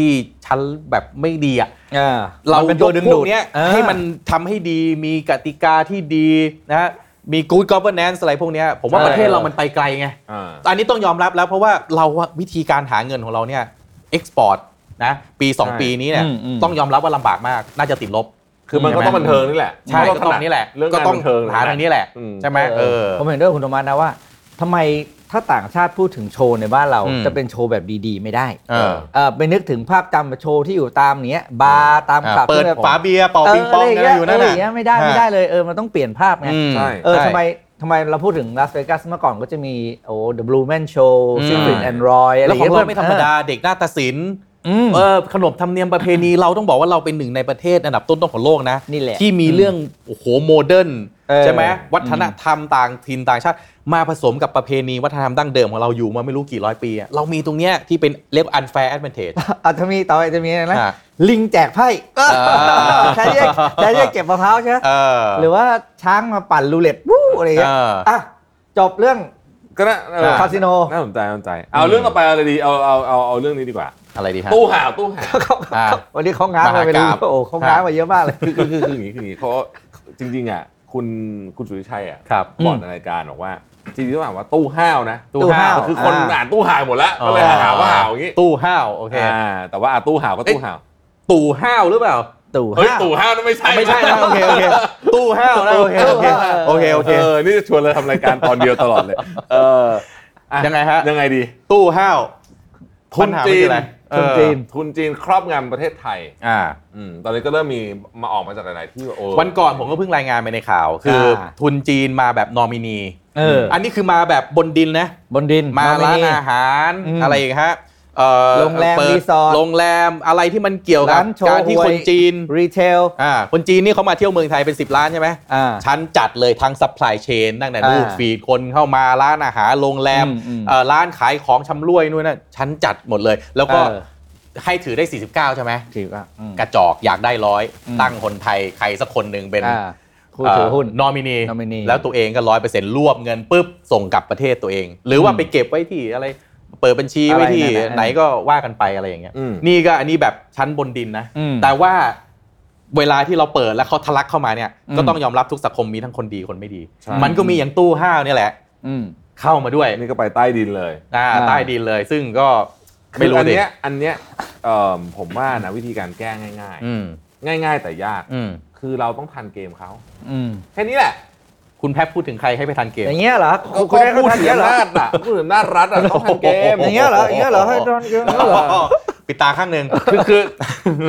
D: ที่ชั้นแบบไม่ดีอะ
C: อ่า
D: เรา
C: เป็นตัวดึง
D: ยกพ
C: ดู
D: ว
C: ด
D: กเนี้ย
C: เออ
D: ให้มันทำให้ดีมีกติกาที่ดีนะฮะมี good governance อะไรพวกเนี้ยผมว่า
E: ใช่
D: ประเทศเรามันไปไกลไง
E: อ่า
D: อันนี้ต้องยอมรับแล้วเพราะว่าเราอะวิธีการหาเงินของเราเนี่ยเอ็กซ์พอร์ตนะปี
E: ใช่
D: 2 ปีนี้เนี่ย
C: อืมอืม
D: ต้องยอมรับว่าลำบากมากน่าจะติดลบ
E: คือมันก็ต้องบันเทิงนี่แหละ
D: ใช่
E: มัน
D: ก็ต้องนี่แหละ
E: เรื่อง
D: ก็
E: งาน
D: ต้อง
E: บันเทิง
D: หาทางนี้แหละ
E: อืม
D: ใช่ไหมเออ
C: ผมเห็นด้วยกับคุณธรรมะนะว่าทำไมถ้าต่างชาติพูดถึงโชว์ในบ้านเรา
D: อืม
C: จะเป็นโชว์แบบดีๆ ไม่ได้
D: เออ
C: เออไปนึกถึงภาพจำโชว์ที่อยู่ตามเนี้ย บาร์ตาม
D: อ่า
C: คลับ
D: เปิด
C: ที่แบบ
D: ฝาเบียร์เป่าปิงปอง
C: เะ
D: อะไร
C: ไร
D: อยู่นั่น
C: เอออ
D: น่ะ
C: ย่างเงี้ยไม่ได้ไม่ได้เลยเออมันต้องเปลี่ยนภาพไง
D: อืม
E: ใช่
C: เออทำไมทำไมเราพูดถึงลาสเวกัสเมื่อก่อนก็จะมีโอ้ The Blue Man Show
D: อืม
C: Secret and Roy อะไร
D: แล้วของ
C: เงี้ย
D: เราไม่ธรรมดาเด็กหน้าตาศิลป์
C: อืม
D: เออขนบธรรมเนียมประเพณี เราต้องบอกว่าเราเป็นหนึ่งในประเทศอันดับต้นๆของโลกนะ
C: นี่แหละ
D: ที่มีเรื่องโอ้โหโมเดิร์น
C: เออ
D: ใช่ไหมวัฒนธรรมต่างถิ่นต่างชาติ มาผสมกับประเพณีวัฒนธรรมดั้งเดิมของเราอยู่มาไม่รู้กี่ร้อยปีอะเรามีตรงเนี้ยที่เป็นเรียก unfair advantage
C: อาจจะมีต่อไปจะมีอะไรนะ
D: อ่ะ
C: ลิงแจกไพ่ใช้เรียกใช้เรียกเก็บมะพร้าวใช่ไหม
D: เออ
C: หรือว่าช้างมาปั่นรูเล็ตวู้อะไร
D: เอ
C: เงี้ย
D: อ
C: อ่ะ จบเรื่อง
E: ก็น่าเออ
C: คาสิโน
E: น่าสนใจน่าสนใจ เอาเรื่องต่อไปอะไรดีเอาเอาเอาเอาเรื่องนี้ดีกว่า
D: อะไรดีฮะ
E: ตู้ห่าวตู้ห่าว
C: เขา
D: อ่า
C: วันนี้เขาง้างมาไปเลย
D: มหากราบ
C: โอ้โหเขาง้างมาเยอะมากเลย
E: คือคือคือคืออย่างนี้คืออย่างนี้เขาจริงๆอ่ะคุณคุณสุริชัยอ่ะ
D: ครับ
E: บอกในรายการบอกว่าจริงๆต้องอ่านว่าตู้ห้าวนะ
D: ตู้ห้าว
E: คือคนอ่านตู้ห่าวหมดแล้วก็เลยหาว่าห่าวอย่างนี้
D: ตู้ห้าวโอเค
E: อ่าแต่ว่าอ่ะตู้ห่าวก็ตู้ห่าว
D: ตู่ห้าวหรือเปล่า
C: ตู่
E: เฮ้ย
C: ห้า
E: ตู้ห้าวนั่นไม่ใช่
D: ไม่ใช่นะโอเคโอเคตู้ห้าวนะโอเคโอเคโอเคโอเค
E: เออ นี่จะชวนเราทำรายการตอนเดียวตลอดเลย เอออ่
D: ยังไงฮะ
E: ยังไงดี
D: ตู้ห้าว
E: คน
D: ปัญหามั
E: จี
D: คือ
E: น
D: อะไร เอ
C: ทุน
D: อ
C: จีน
E: ทุนจีนครอบงำประเทศไทย
D: อ่า
E: อืมตอนนี้ก็เริ่มมีมาออกมาจากหลายๆที่ว่าโอ้
D: วันก่อนผมก็เพิ่งรายงานไปในข่าว คืออา ทุนจีนมาแบบนอมินี
C: เอออ
D: อันนี้คือมาแบบบนดินนะ
C: บนดิน
D: มา
C: นอ
D: ร้าน
C: มินี
D: อาหาร
C: อืม
D: อะไรอีกฮะเอ่อ
C: โรงแรม
D: เปิด
C: รีสอร์ท
D: โรงแรมอะไรที่มันเกี่ยวกับ
C: ร้านโชว์
D: การที่คนจีน
C: รีเทล
D: อ่าคนจีนนี่เขามาเที่ยวเมืองไทยเป็น 10 ล้านใช่ไหม
C: อ่า
D: ชั้นจัดเลยทั้งซัพพลายเชนตั้งแต่
C: อ่า
D: รูปฟีดคนเข้ามาร้านอาหารโรงแรม
C: อืมอืม
D: เอ่อร้านขายของชำร่วยนู่นนั่นชั้นจัดหมดเลย แล้วก็
C: เออ
D: ให้ถือได้ 49 ใช่ไหม
C: ถือว่าอืม
D: กระจอกอยากได้ร้อย
C: อืม
D: ตั้งคนไทยใครสักคนหนึ่งเป็น
C: อ่าผู้ถือหุ้น
D: นอมินี
C: nominee
D: แล้วตัวเองก็ร้อยเปอร์เซ็นต์รวบเงินปุ๊บ ส่งกลับประเทศตัวเอง หรือว่าไปเก็บไว้ที่อะไร เปิดบัญชีไว้ที่
C: อะไรนั่นน่ะ
D: ไหนก็ว่ากันไปอะไรอย่างเงี้ย
E: อืม
D: นี่ก็อันนี้แบบชั้นบนดินนะ
C: อืม
D: แต่ว่าเวลาที่เราเปิดแล้วเขาทะลักเข้ามาเนี่ย
C: อืม
D: ก็ต้องยอมรับทุกสังคมมีทั้งคนดีคนไม่ดี
E: ใช่
D: มันก็มีอย่างตู้ห้าวเนี่ยแหละ
C: อืม
D: เข้ามาด้วย
E: นี่ก็ไปใต้ดินเลย
D: อ่า
C: อ่า
D: ใต้ดินเลย ซึ่งก็ไม่รู้
E: อัน
D: ดิ
E: เนี้ยอันเนี้ยเอิ่มผมว่านะวิธีการแก้ง่าย
D: อืม
E: ๆ ง่าย ๆ แต่ยาก
D: อืม
E: คือเราต้องทันเกมเขา
C: อืม
E: แค่นี้แหละ
D: คุณแพทพูดถึงใครให้ไปทันเกม
C: อย่างเงี้ยเหรอคุณคุณได้
E: พูด
C: คำทัน
E: ถึง
C: เยอะเหรอ
E: อำนาจอ่ะพูดถึงอำนาจรัฐอ่ะต้องทันเกม
C: อย่างเงี้ยเหรออย่างเงี้ยเหรอให้โดนเยอะเหรอ
D: ปิดตาข้างหนึ่ง
E: คือคือ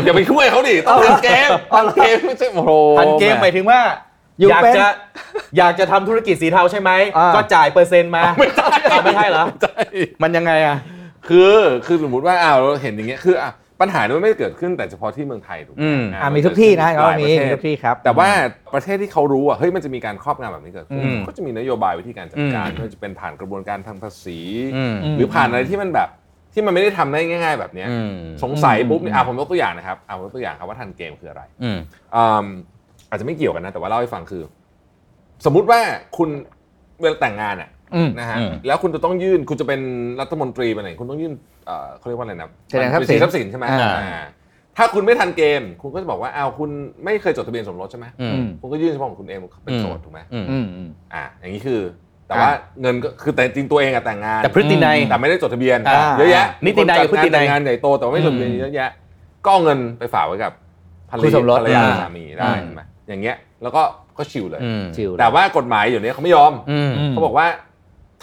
E: อย่าไปช่วยเขาดิต้องทันเกมทันเกมไม่ใช่โอ้โห
D: ทันเกมหมายถึงว่า
C: อยู่
D: อยาก
C: เป็น
D: จะอยากจะทำธุรกิจสีเทาใช่ไหม
C: อ่า
D: ก็จ่ายเปอร์เซ็นต์มา ไม่ใช่ไม่ใช่เหรอ
E: ใช่
D: มันยังไงอ่ะ
E: คือคือสมมติว่าอ้าวเราเห็นอย่างเงี้ยคืออ่ะปัญหานี้มันไม่ได้เกิดขึ้นแต่เฉพาะที่เมืองไทยถูกไห
D: อืม
E: ะ
C: อ่ามีทุกที่นะ
E: ห
C: เขา
E: ลายป
C: มี
E: ระเท
C: มี
E: ศ
C: ทุกที่ครับ
E: แต่ว่าประเทศที่เขารู้ว่าเฮ้ยมันจะมีการครอบงำแบบนี้เกิดขึ้น
D: อืม
E: ก็จะมีนโยบายวิธีการจัดการ
D: อืม
E: ไม่ว่าจะเป็นผ่านกระบวนการทางภาษี
D: อืม
C: ม
E: หรือผ่านอะไรที่มันแบบ ที่มันไม่ได้ทำได้ง่าย ๆ แบบเนี้ย
D: อืม
E: สงสัยปุ๊บ
C: อืม
E: เนี่ยอ่ะผมยกตัวอย่างนะครับอ่ะผมยกตัวอย่างครับว่าทันเกมคืออะไร
D: อืม
E: อืมอาจจะไม่เกี่ยวกันนะ แต่ว่าเล่าให้ฟังคือ สมมุติว่าคุณเวลาแต่งงานอ่ะ
C: อืม
E: นะฮะแล้วคุณจะต้องยื่นคุณจะเป็นรัฐมนตรีไปไหนคุณต้องยื่นเอ่อเขาเรียกว่าอะไรนะ
C: แสดงทรัพย์สิน
E: บัญชีทรัพย์สินใช่ไหม
C: อ่า
E: อ่าถ้าคุณไม่ทันเกม คุณก็จะบอกว่าอ้าวคุณไม่เคยจดทะเบียนสมรสใช่ไหม
D: อืม
C: อืม
E: คุณก็ยื่นเฉพาะของคุณเองเป็นโสด
D: ม
E: ถูกไหม
D: อืม
C: อืมอืม
E: อ่า อย่างนี้คือ แต่ว่าเงินก็คือแต่จริงตัวเองอะแต่งงาน
D: แต่พฤตินัย
E: แต่ไม่ได้จดทะเบียน
D: อ่า
E: เยอะแยะ
D: นิตินัยกับพฤตินัย
E: แต่งงานใหญ่โตแต่ว่าไม่จดทะเบียนเยอะแยะ ก็เอาเงินไปฝากไว้กับภรร
C: คู่
E: ยา
C: สมรส
E: ภรรยา
C: อ่า
E: หรือสามีได้
D: อ่า
E: ใช่ไหมอย่างเงี้ยแล้วก็ก็ชิวเลย
D: อืม
C: ชิล
E: แต่ว่ากฎหมายอยู่เนี้ยเขาไม่ยอม
D: อืม
E: เขาบอกว่า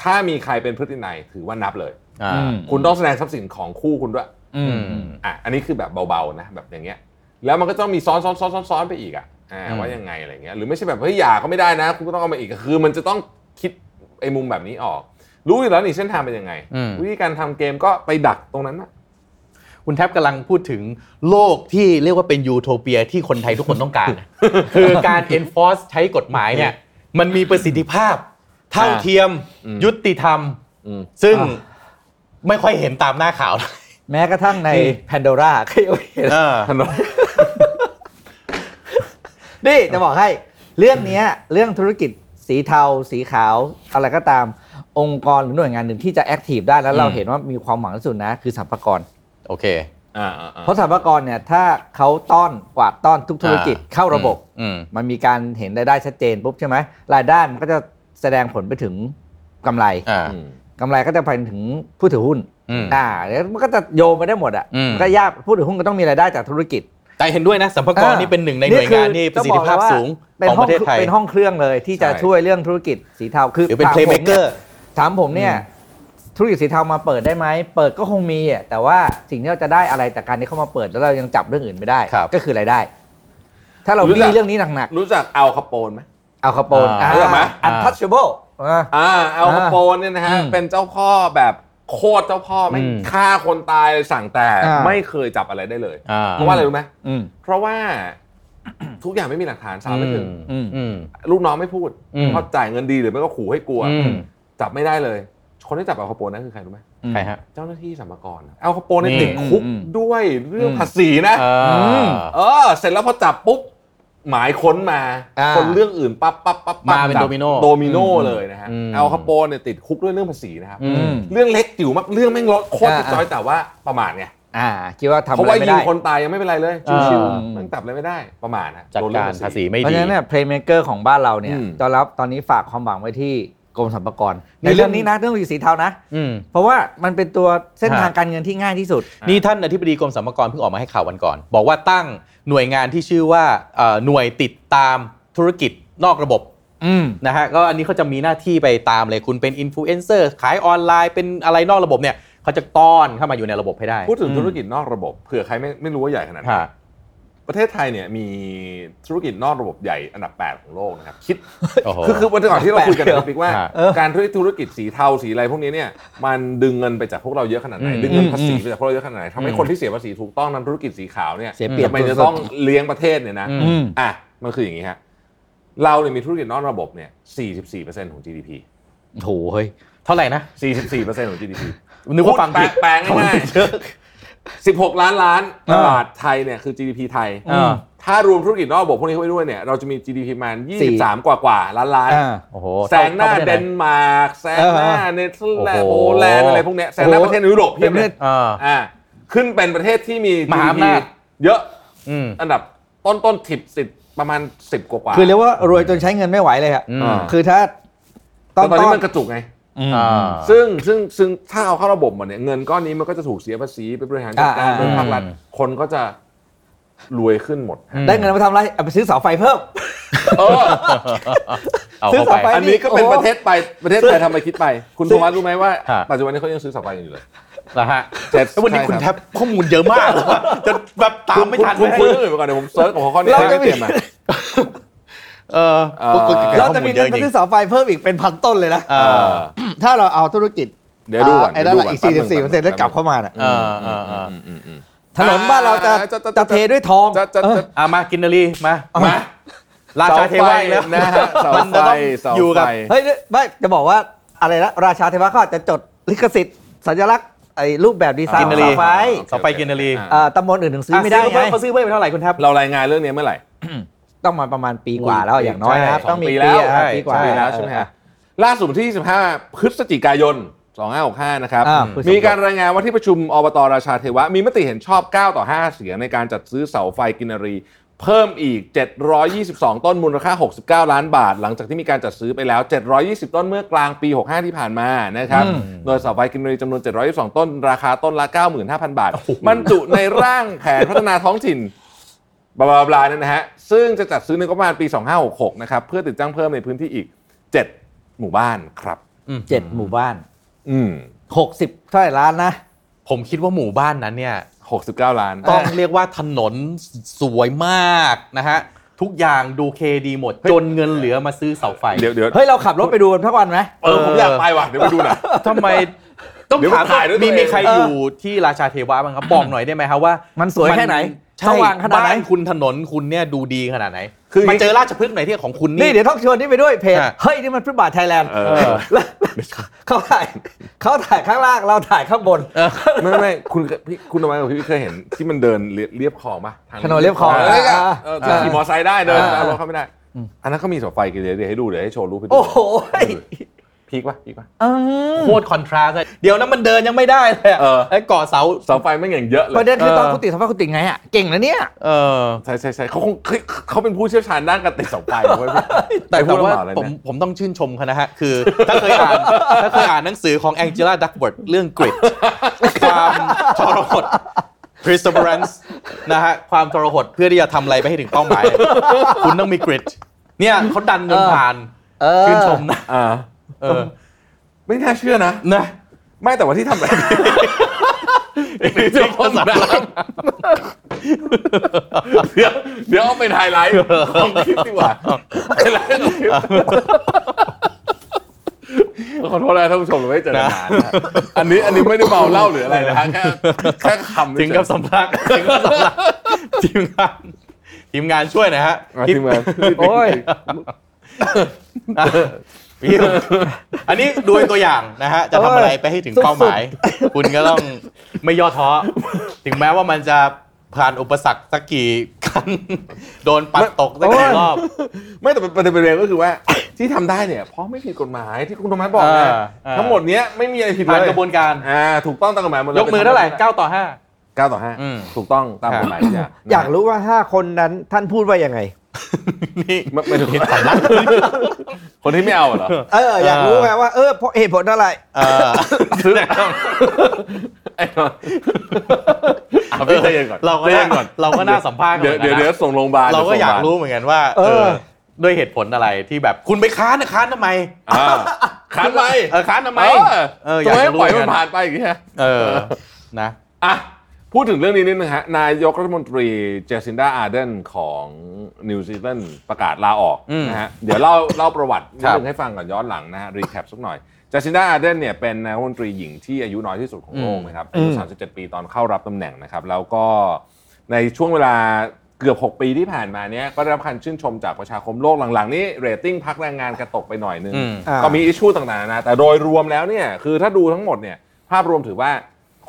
E: ถ้ามีใครเป็นพฤตินัยถือว่านับเลย
D: อ่า
E: คุณต้องแสดงทรัพย์สินของคู่คุณด้วย
C: อื
D: อื
C: ม
D: ม
E: อ่ะอันนี้คือแบบเบาๆนะแบบอย่างเงี้ย แล้วมันก็ต้องมีซ้อนซ้อนซ้อนซ้อนซ้อนไปอีกอ่ะอ่า
D: อืม
E: ว่ายังไงอะไรเงี้ยหรือไม่ใช่แบบเฮ้ยหย่าก็ไม่ได้นะ คุณก็ต้องเอามาอีกคือ มันจะต้องคิดไอ้มุมแบบนี้ออก รู้อยู่แล้วนี่เส้นทางเป็นยังไง
D: อืม
E: วิธีการทำเกมก็ไปดักตรงนั้นนะ
D: คุณแท็บกำลังพูดถึงโลกที่เรียกว่าเป็นยูโทเปียที่คนไทยทุกคนต้องการนะ คือการ enforce ใช้กฎหมายเนี่ย มันมีประสิทธิภาพ เท่าเทียม ยุติธรรม
E: อืม
D: ซึ่งไม่ค่อยเห็นตามหน้าข่าวนะ
C: แม้กระทั่งในแพนโดร่าเคยเห็น นี่จะบอกให้เรื่องเนี้ยเรื่องธุรกิจสีเทา สีขาว อะไรก็ตามองค์กรหรือหน่วยงานหนึ่งที่จะแอคทีฟได้แล้วเรา
D: อืม
C: เห็นว่ามีความหวังที่สุดนะคือสัมภากร
D: โอเค
E: อ่า
C: เพราะสัมภากรเนี่ยถ้าเขาต้อนกวาดต้อนทุกธุรกิจเข้าระบบ
D: อืม
C: มันมีการเห็นรายได้ชัดเจนปุ๊บใช่ไหมรายได้มันก็จะแสดงผลไปถึงกำไร
D: อ่า
E: อืม
C: กำไรก็จะไปถึงผู้ถือหุ้น
D: อืม
C: อ่าแล้วมันก็จะโยงไปได้หมดอ่ะ
D: อืม
C: มันก็ยากผู้ถือหุ้นก็ต้องมีรายได้จากธุรกิจ
D: แต่เห็นด้วยนะสัมภากรนี่เป็นหนึ่งในหน่วยงานที่ประสิทธิภาพสูง
C: เป็น
D: ขอ
C: ห้อง
D: งประเทศไทย
C: เป็นห้องเครื่องเลยที่จะ
E: ใช่
C: ช่วยเรื่องธุรกิจสีเทาคือ
D: หรือเป็น
C: ถามผม
D: playmaker
C: ถามผมเนี่ยธุรกิจสีเทามาเปิดได้ไหมเปิดก็คงมีอ่ะแต่ว่าสิ่งที่เราจะได้อะไรจากการที่เข้ามาเปิดแล้วเรายังจับเรื่องอื่นไม่ได้
D: ครับ
C: ก็คือรายได้ ถ้าเรา
E: รู้จัก
C: บี้เรื่องนี้หนัก
E: รู้จักเอาคาโปนไหม
C: ๆเอาคาโปน
D: อ่า
E: รู้จักไหม
C: อันทัชเชเบิล
E: อ่าเอาคาโปนเนี่ยนะฮะ
C: อืม
E: เป็นเจ้าพ่อแบบโคตรเจ้าพ่อไม่
D: อืม
E: ฆ่าคนตายเลยสั่งแต่
C: อ่า
E: ไม่เคยจับอะไรได้เลย
D: อ่า
E: เพราะว่าอะไรรู้ไหม
C: อืม
E: เพราะว่า ทุกอย่างไม่มีหลักฐานสาวไม่ถึง
D: อืมอืม
E: ลูกน้องไม่พูด
D: อืม
E: เพราะจ่ายเงินดีหรือไม่ก็ขู่ให้กลัว
D: อืม
E: จับไม่ได้เลย คนที่จับเอาคาโปนนั่นคือใครรู้ไหม
D: ใครฮะ
E: เจ้าหน้าที่สัมภากรเอาคาโปนในย
D: นี่
E: ติดคุก
C: อืม
E: ด้วยเรื่องภาษีนะ
D: อ่า
C: ม
E: เออ เสร็จแล้วพอจับปุ๊บ หมายค้นมา
C: อ่า
E: คนเรื่องอื่นปั๊บปั๊บปั๊บปั๊บ
D: มาเป็นโด
E: จับ
D: มิโน่
E: โดมิโนเลยนะฮะ
D: อืม
E: เอาคาโปนเนี่ยติดคุกด้วยเรื่องภาษีนะครับ
D: อืม
E: เรื่องเล็กจิ๋วมากเรื่องแม่งลดโคตร
C: อ่า
E: จิ๊บจ้อยแต่ว่าประมาทไง
C: อ่าคิดว่าทำ
E: เพ
C: อะ
E: ราะ
C: ไร
E: ว่า
C: ไม่
E: ยิง
C: ได้
E: คนตายยังไม่เป็นไรเลย
D: อ่า
E: ชิวๆแม่งจับอะไรไม่ได้ประมาทนะ
D: จัด
E: โนเอ
D: การ
E: ง
D: ภาษีไม่
C: เพราะ
D: ดี
C: ฉะนั้นเนี่ยเพลย์เมเกอร์ของบ้านเราเนี่ย
E: อืม
C: ตอนรับตอนนี้ฝากความหวังไว้ที่กรมสรรพากรใน
D: ในเรื่
C: เรื่
D: อ
C: อง งนี้นะเรื่องธุรกิจสีเทานะ
D: อืม
C: เพราะว่ามันเป็นตัวเส้น
D: ฮะ
C: ทางการเงินที่ง่ายที่สุด
D: นี่ท่านอธิบดีกรมสรรพากรเพิ่งออกมาให้ข่าววันก่อน บอกว่าตั้งหน่วยงานที่ชื่อว่าเอ่อหน่วยติดตามธุรกิจนอกระบบ
C: อืม
D: นะฮะก็อันนี้เขาจะมีหน้าที่ไปตามเลยคุณเป็นอินฟลูเอนเซอร์ขายออนไลน์เป็นอะไรนอกระบบเนี่ย เขาจะต้อนเข้ามาอยู่ในระบบให้ได้
E: พูดถึง
D: อืม
E: ธุรกิจนอกระบบเผื่อใครไม่ไม่รู้ว่าใหญ่ขนาดไหน
D: ฮะ
E: ประเทศไทยเนี่ยมีธุรกิจนอกระบบใหญ่อันดับ 8 ของโลกนะครับคิด
D: โอ้โห
E: คือคือวันก่อนที่เราคุยกันนะพี่ว่า
D: ฮะ
C: เออ
E: การธุรกิจสีเทาสีอะไรพวกนี้เนี่ยมันดึงเงินไปจากพวกเราเยอะขนาดไหน
D: อืม
E: ดึงเงินภาษี
C: อืม
E: ไปจากพวกเราเยอะขนาดไหนทำให้
D: อืม
E: คนที่เสียภาษีถูกต้องนำธุรกิจสีขาวเนี่ย
C: เสียเปรียบ
E: ทำไมจะต้องเลี้ยงประเทศเนี่ยนะ
D: อื
C: อืม
E: อ่ะมันคืออย่างนี้ฮะเราเนี่ยมีธุรกิจนอกระบบเนี่ย 44%ของ GDP
D: โอ้โหเฮ้ยเท่าไหร่นะ
E: 44%ของ GDP
D: นึกว่าฟังผิด
E: พูดแปลงๆง่าย
D: เยอะ
E: ๆ16 ล้านล้าน
D: อ่า
E: บาทไทยเนี่ยคือ GDP ไทย
D: อ่า
E: ถ้ารวมธุรกิจนอกระบบพวกนี้เข้าไปด้วยเนี่ยเราจะมี GDP ประมาณ
C: สี่
E: 23 กว่ากว่าๆล้านล้าน
C: อ่า
D: โอ้โห
E: แซงหน้า
D: ท่ประทศ
E: เด
D: ไย
E: นมาร์กแซงหน้า
C: เออ
E: เนเธอร์แลนด์
D: โอ้
E: โป
D: โห
E: แลนด์อะไรพวกเนี้ยแซงหน้าประเทศในยุโรปเพียบเลย
D: อ่า
E: อ่าขึ้นเป็นประเทศที่มี
D: มหา
E: GDP
D: อำนาจ
E: เยอะ
D: อืม
E: อันดับต้นต้นถิบสิบประมาณสิบกว่าๆ
C: คือเรียกว่ารวยจนใช้เงินไม่ไหวเลยอะ
D: อืม
E: อ่า
C: คือถ้า
E: แต่ตอนนี้มันกระจุกไง
C: อืม
D: อ่า
E: ซึ่งซึ่งซึ่งถ้าเอาเข้าระบบหมดเนี่ยเงินก้อนนี้มันก็จะถูกเสียภาษีไปบริหารจัดการ
C: อ่า
E: โดยภาครัฐ
D: อืม
E: คนก็จะรวยขึ้นหมด
C: ได้เงินมาทำอะไรเอาไปซื้อเสาไฟเพิ่ม
D: เอา
C: ซื้อ
D: เข้า
C: ต่อ
D: ไป
C: ไป
E: อันนี้ก็เป็น
C: โอ้
E: ประเทศไปประเทศไทยทำอะไรคิดไป คุณโทมัสรู้ไหมว่า
D: ฮะ
E: ปัจจุบันนี้เขายังซื้อเสาไฟอยู่เลย
D: นะฮะ
E: เจ็ด
D: วันนี้คุณแทบข้อมูลเยอะมาก เลยว่ะจะแบบตามไม่ทัน
E: คุณคุ
D: เล
E: ณ
D: ย
E: คุยไปก่อนเดี๋ยวผมเซิร์ชของข้อนี้
C: เรา
E: ให้
C: จะมี
E: เตรียมมา
D: เออ
E: เออ
D: พวกคุณแก
C: เรา
D: ข้
C: จะ
D: อ
C: มี
D: มูลเย
C: เงินไป
D: อะจริง
C: ซื้อเสาไฟเพิ่มอีกเป็นพันต้นเลยนะ
D: เออ
C: ถ้าเราเอาธุรกิจ
E: เดี๋ยวดูก่อนา
C: ไอ้นั่นแหละอี
E: เดี๋
C: ก
E: ยวดูก่อน
C: 44%แล้วกลับเข้ามาน่ะ
D: เออเออเออ
E: อืมอืมอืม
C: ถนนบ้านเราจะ
E: จะจะ
C: จะเทด้วยทอง
E: จะจะ
C: เออ
E: จะ
D: เอามากินนารีมา
E: มา
D: ราชาเทวะอีกแล้ว
E: นะฮะเสา
D: มัน
E: ไฟ
D: จะต้อง
E: เสา
D: อยู่กับ
E: ไฟ
C: เฮ้ยไม่จะบอกว่าอะไรนะราชาเทวะเขาอาจจะจดลิขสิทธิ์ สัญลักษณ์ไอ้รูปแบบดีไซน์
D: กิ
C: ข
D: น
C: อง
D: รี
C: เสาไฟ
E: โอเค
D: เสาไฟกินนารี
E: อ่ะ
C: เอ่อตำบลอื่นถึงซื้อไม่ได้ไง
D: ะเขาซื้อเพิ่มไปเท่าไหร่คุณแทบ
E: เรารายงานเรื่องนี้เมื่อไหร่
C: ต้องมาประมาณปีกว่าแล้วอย่างน้อยนะครับ
D: ใช่
C: ต้องมี
E: ปี
C: ปี
E: แล้ว
C: อะ
D: ใช่
C: ปีกว่า
E: ปีแล้วใช่ไหมฮะล่าสุดวันที่ 25 พฤศจิกายน 2565 นะครับ
C: อ่า
D: อืม
E: มีการรายงานว่าที่ประชุมอบตราชาเทวะ มีมติเห็นชอบ 9 ต่อ 5 เสียงในการจัดซื้อเสาไฟกินรี เพิ่มอีก 722 ต้นมูลค่า 69 ล้านบาท หลังจากที่มีการจัดซื้อไปแล้ว 720 ต้นเมื่อกลางปี 65 ที่ผ่านมานะครับโดยเสาไฟกินรีจำนวน 722 ต้น ราคาต้นละ 95,000 บาทบรรจุในร่างแผนพัฒนาท้องถิ่น บลาบลาบลาเนี่ยนะฮะ ซึ่งจะจัดซื้อในงบประมาณปี 2566 นะครับ เพื่อติดตั้งเพิ่มในพื้นที่อีก 7 หมู่บ้านครับ
C: เจ็ดหมู่บ้าน
E: อืม
C: หกสิบเท่าไหร่ล้านนะ
D: ผมคิดว่าหมู่บ้านนั้นเนี่ย
E: 69 ล้าน
D: ต้องเรียกว่าถนนสวยมากนะฮะ ทุกอย่างดูเคดีหมด จนเงินเหลือมาซื้อเสาไฟ
E: เดี๋ยวเดี๋ยว
C: เฮ้ย เราขับรถไปดูกันทั้งวันไหม
E: เออ ผมอยากไปว่ะ เดี๋ยวไปดูหน่อย
D: ทำไมต้อง
E: เดี๋ยว
D: ถาม
E: ถ่ายด้วย
D: มี
E: ตัวเอง
D: มีใครอยู่ที่ราชาเทวะบ้างครับ บอกหน่อยได้ไหมครับว่า มัน
C: สวยแค่ไหน
D: ใช่
C: สว่างขนาดไหน
D: บ้คุณถนนคุณเนี่ยดูดีขนาดไหน
E: คือ
D: มาเจอราชพฤกษ์ไหนที่ของคุณนี่
C: นี่เดี๋ยวต้องชวนนี่ไปด้วยเพจ
D: ฮะ
C: เฮ้ย นี่มันฟุตบาทไทยแลนด์
E: เออ
C: แล้วเขาถ่ายเขาถ่ายข้างล่างเราถ่ายข้างบน
E: ไม่ไม่ไม่คุณพี่คุณทำไมกับพี่เคยเห็นที่มันเดินเรียเรียบคลองปะทาง
C: ถนนเรียบคลอง
E: เเ
C: อ่า
E: เออที่ขี่มอไซค์ได้เดิน
C: อ่า
E: เอารถเข้าไม่ได้ อันนั้นก็มีเสาไฟกินเลยเดี๋ยวให้ดูเดี๋ยวให้โชว์รูปให้ดู
C: โอ้โห
E: พีกปะพีกปะ
C: อืม
D: โคตรคอนทราสต์เลยเดี๋ยวนั้นมันเดินยังไม่ได้เลยอะ
E: เออ
D: ไอ้ก่อเสา
E: เสาไฟไม่งอย่างเยอะเล
C: ประ
E: ย
C: เด็นคือ
D: เออ
C: ตอนคุณติดสภาพคุณติดไงอ่ะ เก่งนะเนี่ย
D: เออ
E: ใช่ใช่ใช่เขาคงเขาเขาเป็นผู้เชี่ยวชาญด้านการติดเสาไฟเว้ยพี่
D: แต่
E: ไปพู
D: แต่
E: ด
D: ว่า
E: ลำบกเลยนะ
D: ผมผมต้องชื่นชมเขานะฮะ คือ ถ้าเคยอ่านถ้าเคยอ่านหนังสือของแองเจล่าดักเวิร์ดเรื่องกริดความทรหด perseverance นะฮะความทรหดเพื่อที่จะทำอะไรไปให้ถึงเป้าหมาย คุณต้องมีกริดเนี่ยเขาดันจนผ่าน
C: เออ
D: ชื่นชมนะ
E: อ่า
D: เออ
E: ไม่น่าเชื่อนะ
D: นะ
E: ไม่แต่ว่าที่ทำแบบนี้
D: เจ้าพ่อสารลัก
E: เดี๋ยวเดี๋ยวเอาไปถ่ายไลฟ์ของคลิปดีกว่าไฮไลฟ์ของคลิปขอโทษนะท่านผู้ชมเราไม่ได้เจอกันนานนะฮะอันนี้อันนี้ไม่ได้เมาเหล้าหรืออะไรนะฮะแค่แค่คำเฉย
D: ถึงกับสำลักถึงกับสำลักทีมงานทีมงานช่วยหนะฮะ
E: อ่ะทีมงาน
D: โอ้ยอ่ะพี่อันนี้ดูเป็นตัวอย่างนะฮะ จะทำอะไรไปให้ถึงเป้าหมาย คุณก็ต้องไม่ย่อท้อ ถึงแม้ว่ามันจะผ่านอุปสรรคสักกี่ครั้ง โดนปัดตกสักกี่รอบ
E: ไม่แต่ประเด็นประเด็นก็คือว่า ที่ทำได้เนี่ยเพราะไม่ผิดกฎหมายที่คุณธรรมะบอกนะ
D: อ่าอ่า
E: ทั้งหมดเนี้ยไม่มีอะไรผิดเล
D: ผ่าน
E: ย
D: กระบวนการ
E: อ่าถูกต้องตามกฎหมายหมดเลย
D: ยกมือเท่าไหร่9ต่อ
E: เก้าต่อห้า
D: อืม
E: ถูกต้องตามกฎหมายทุกอย่าง
C: อยากรู้ว่า 5 คนนั้นท่านพูดว่ายังไง
D: 5 นี่
E: ไม่ไม่ถูก คนที่ไม่เอา เหรอ
C: เออ อยากรู้ไงว่า เออเพราะเหตุผลอะไร
D: เออซื้อต้อง
E: ไอ้นอนเอาพี่ใจเย็นก่อน
D: เราก็
E: ใจ
D: น่า
E: เย็นก่อน
D: เราก็น่าสัมภาษณ์
E: เดี๋ยว
D: หมื
E: เดี๋ย
D: อ
E: วน
D: กันนะ
E: เดี๋ยวส่งโรงพยาบาล
D: เราก็อ
E: ดี๋วส่
D: ยาง ก
E: โงพบล
D: รู้เหมือนกันว่า
C: เอ
D: เอ
C: อ
D: อ ด้วยเหตุผลอะไรที่แบบคุณไปค้านนะค้านทำไม
E: อ่า ขานไป
D: เออค้านทำไม
E: เออ
D: เอออ
E: จะ
D: ยากจะ
E: ไม่ให้
D: รู้
E: ปล่อย
D: เห
E: มั
D: มือน นกัน
E: ผ่านไปอย่างเงี้ย
D: เออนะ
E: อ่ะ พูดถึงเรื่องนี้นิดนึงฮะ นายกรัฐมนตรีเจสินดาอาร์เดนของนิวซีแลนด์ประกาศลาออก
D: อืม
E: นะฮะ เดี๋ยวเล่าเล่าประวัตินิ
D: ครั
E: ด
D: บ
E: นึงให้ฟังก่อนย้อนหลังนะฮะ รีแคปสักหน่อยเจสินดาอาร์เดนเนี่ยเป็นนายกรัฐมนตรีหญิงที่อายุน้อยที่สุดของโลกนะครับอายุ37 ปีตอนเข้ารับตำแหน่งนะครับ แล้วก็ในช่วงเวลาเกือบ 6 ปีที่ผ่านมาเนี้ยก็ได้รับการชื่นชมจากประชาคมโลกหลังๆนี้เรตติ้งพักแรงงานกระตกไปหน่อยนึง
D: อืม
C: อ่า
E: ก็มีอิชชูต่างๆนานาแต่โดยรวมแล้วเนี่ยคือถ้าดูทั้งหมดเนี่ยภาพรวมถือว่า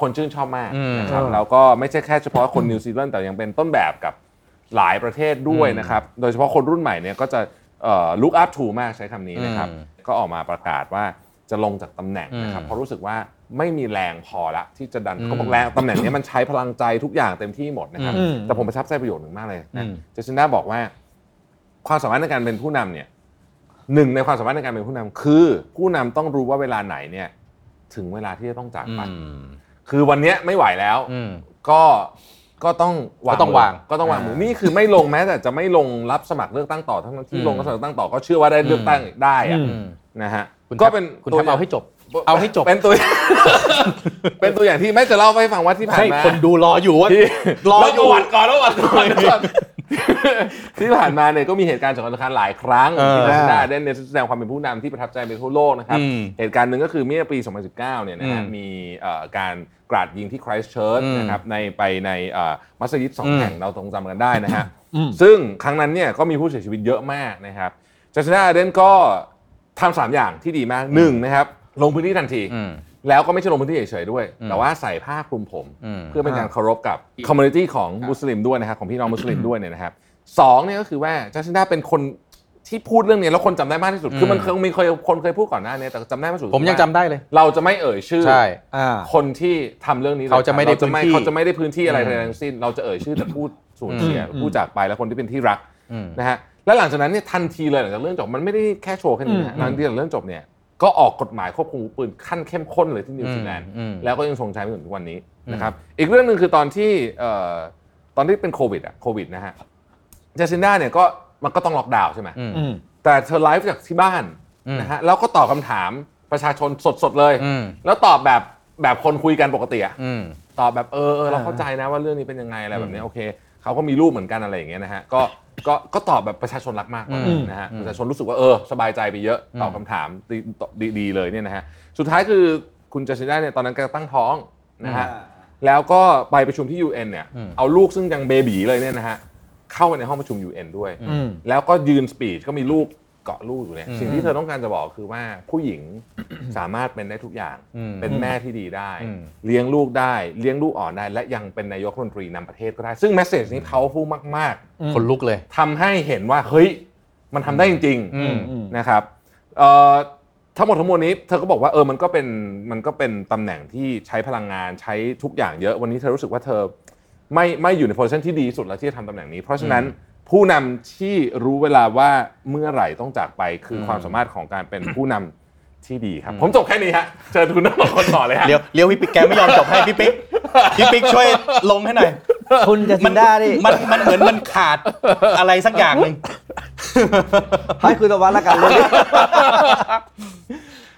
E: คนชื่นชอบมาก
D: อืม
E: นะครับ
C: อ่า
E: แล้วก็ไม่ใช่แค่เฉพาะคนนิวซีแลนด์แต่ยังเป็นต้นแบบกับหลายประเทศด้วย
D: อืม
E: นะครับ โดยเฉพาะคนรุ่นใหม่เนี่ยก็จะลุกอัพทูมากใช้คำนี้นะครับ
D: อืม
E: ก็ออกมาประกาศว่าจะลงจากตำแหน่งนะครับ
D: อืม
E: เพราะรู้สึกว่าไม่มีแรงพอละที่จะดัน
D: อืม
E: เขาบอกแรงตำแหน่งเนี้ยมันใช้พลังใจทุกอย่างเต็มที่หมดนะครับ
D: อืม
E: แต่ผมประทับใจประโยชน์หนึ่งมากเลยนะ
D: อืม
E: เจสินดาบอกว่า ความสามารถในการเป็นผู้นำเนี่ย หนึ่งในความสามารถในการเป็นผู้นำคือผู้นำต้องรู้ว่าเวลาไหนเนี่ย ถึงเวลาที่จะต้องจากไป
D: อืม
E: คือวันเนี้ยไม่ไหวแล้ว
D: อืม
E: ก็ก็ต้องวาง
D: ก็ต้องวาง
E: มืก็ต้องวางมือ
D: อ่า
E: นี่คือไม่ลงแม้แต่จะไม่ลงรับสมัครเลือกตั้งต่อทั้งที่
D: อืม
E: ลงรับสมัครเลือกตั้งต่อก็เชื่อว่าได้เลือกตั้งได้อะ
C: อื
D: อืม
E: นะฮะ
D: คุณ
E: ก็
D: แทบ
E: เป็น
D: คุณ
E: ตัว
D: แทบเอาให้จบ
E: ตัว
D: เอาให้จบ
E: เป็นตัว เป็นตัวอย่างที่ไม่จะเล่าให้ฟังว่าที่ผ่าน
D: ให้
E: มา
D: คนดูรออยู่ว่า รออยู่
E: เล่าประวัติก่อนแล้วประวัติก่อนแล้วประวัติที่ผ่านมาเนี่ยก็มีเหตุการณ์สำคัญๆหลายครั้ง
D: เออ
E: ที่รัชดาได้เน้นแสดงความเป็นผู้นำที่ประทับใจไปทั่วโลกนะครับ
D: อืม
E: เหตุการณ์หนึ่งก็คือเมื่อปี 2019เนี่ยนะฮะ
D: อืม
E: มีเอ่อการกราดยิงที่คริสต์เชิร์ช
D: อืม
E: นะครับในไปในเอ่อมัสยิดสอ
D: อื
E: ง
D: ม
E: แห่งเราทรงจำกันได้นะฮะ
C: อืม
E: ซึ่งครั้งนั้นเนี่ยก็มีผู้เสียชีวิตเยอะมากนะครับจัสตินอาเดนก็ทำสามอย่างที่ดีมากหนึ่งนะครับลงพื้นที่ทันที
D: อืม
E: แล้วก็ไม่ใช่ลงพื้นที่เฉยๆด้วย
D: อืม
E: แต่ว่าใส่ผ้าคลุมผม
D: อืม
E: เพื่อเป็นการเคารพกับคอมมูนิตี้ของมุสลิมด้วยนะครับของพี่น้องมุสลิมด้วยเนี่ยนะครับสองเนี่ยก็คือว่าจัสตินดาเป็นคนที่พูดเรื่องนี้แล้วคนจำได้มากที่สุด
D: อืม
E: คือมันเคยมีเคยคนเคยพูดก่อนหน้านี้แต่จำได้มากที่สุด
D: ผมยังจำได้เลย
E: เราจะไม่เอ่ยชื่อ
D: ใช่
C: อ่า
E: คนที่ทำเรื่องนี้ลย
D: เขาจะไม่ได้
E: ร
D: พื้นที่
E: เขาจะไม่ได้พื้นที่อะไร
D: อืม
E: ทั้งสิ้น เราจะเอ่ยชื่อแต่พูดสูญเสีย
C: อืม
E: ผู้จากไปและคนที่เป็นที่รัก
D: อืม
E: นะฮะและหลังจากนั้นเนี่ยทันทีเลยหลังจากเรื่องจบมันไม่ได้แค่โชว์แค่นี้นะฮะหลังจากเรื่องจบเนี่ยก็ออกกฎหมายควบคุมอาวุธปืนขั้นเข้มข้นเลยที่นิวซีแลนด์
D: อืม
E: แล้วก็ยังทรงใช้ไปจนถึงวันนี้
D: อืม
E: นะครับ อีกเรื่องหนึ่งคือตอนที่เอ่อตอนที่เป็นโควิดอะโควิดนะฮะเจสินดาเนี่ยก็มันก็ต้องล็อกดาวน์ใช่ไหม
D: อืม
C: อืม
E: แต่เธอไลฟ์จากที่บ้าน
D: อืม
E: นะฮะแล้วก็ตอบคำถามประชาชนสดๆเลย
D: อืม
E: แล้วตอบแบบแบบคนคุยกันปกติอะ
D: อืม
E: ตอบแบบเออเออเรา
C: อ่า
E: เข้าใจนะว่าเรื่องนี้เป็นยังไงอะไรแบบเนี้
D: อืม
E: ยโอเคเขาก็มีรูปเหมือนกันอะไรอย่างเงี้ยนะฮะก็ก็ก็ตอบแบบประชาชนรักมากกว่า
D: อืม
E: นะฮะ
D: อืม
E: ประชาชนรู้สึกว่าเออสบายใจไปเยอะตอบ
D: อืม
E: คำถามดีดีดีเลยเนี่ยนะฮะสุดท้ายคือคุณจัสตินดาเนี่ยตอนนั้นแกตั้งท้องนะฮะ แล้วก็ไปประชุมที่ UN เนี่ย
D: อืม
E: เอาลูกซึ่งยังเบบีเลยเนี่ยนะฮะเข้าไปในห้องประชุม UN ด้วย
C: อืม
E: แล้วก็ยืนสปีชก็มีลูกเกาะลูกอยู่เนี่ย
D: อืม
E: สิ่งที่เธอต้องการจะบอกคือว่าผู้หญิง สามารถเป็นได้ทุกอย่าง
D: อืม
E: เป็นแม่ที่ดีได้
D: อืม
E: เลี้ยงลูกได้เลี้ยงลูกอ่อนได้ และยังเป็นนายกรัฐมนตรีนำประเทศก็ได้ ซึ่งแมสเซจนี้เขาพูดมาก
C: อืม
D: คนลุกเลย
E: ๆทำให้เห็นว่าเฮ้ยมันทำได้จริง ๆ
D: อืม
C: อืม
E: นะครับเอ่อทั้งหมดทั้งมวลนี้เธอก็บอกว่าเออมันก็เป็นมันก็เป็นตำแหน่งที่ใช้พลังงานใช้ทุกอย่างเยอะวันนี้เธอรู้สึกว่าเธอไม่ไม่อยู่ในโพสชันที่ดีที่สุดแล้วที่จะทำตำแหน่งนี้ เพราะฉะนั้นผู้นำที่รู้เวลาว่าเมื่อไหร่ต้องจากไปคืออ
D: ม
E: ความสามารถของการเป็นผู้นำที่ดีครับ ผมจบแค่นี้ฮะเชิญคุณน้องคนต่อเลยฮะ
D: เลี้ยวเลี้ยวพี่ปิ๊กแกไม่ยอมจบให้พี่ปิ๊กพี่ปิ๊กช่วยลงให้หน่อย
C: คุณจะซินด้าดิ
D: มันมันเหมือนมันขาดอะไรสักอย่างหนึ่ง
C: ให้คุณตะวันละกันเลย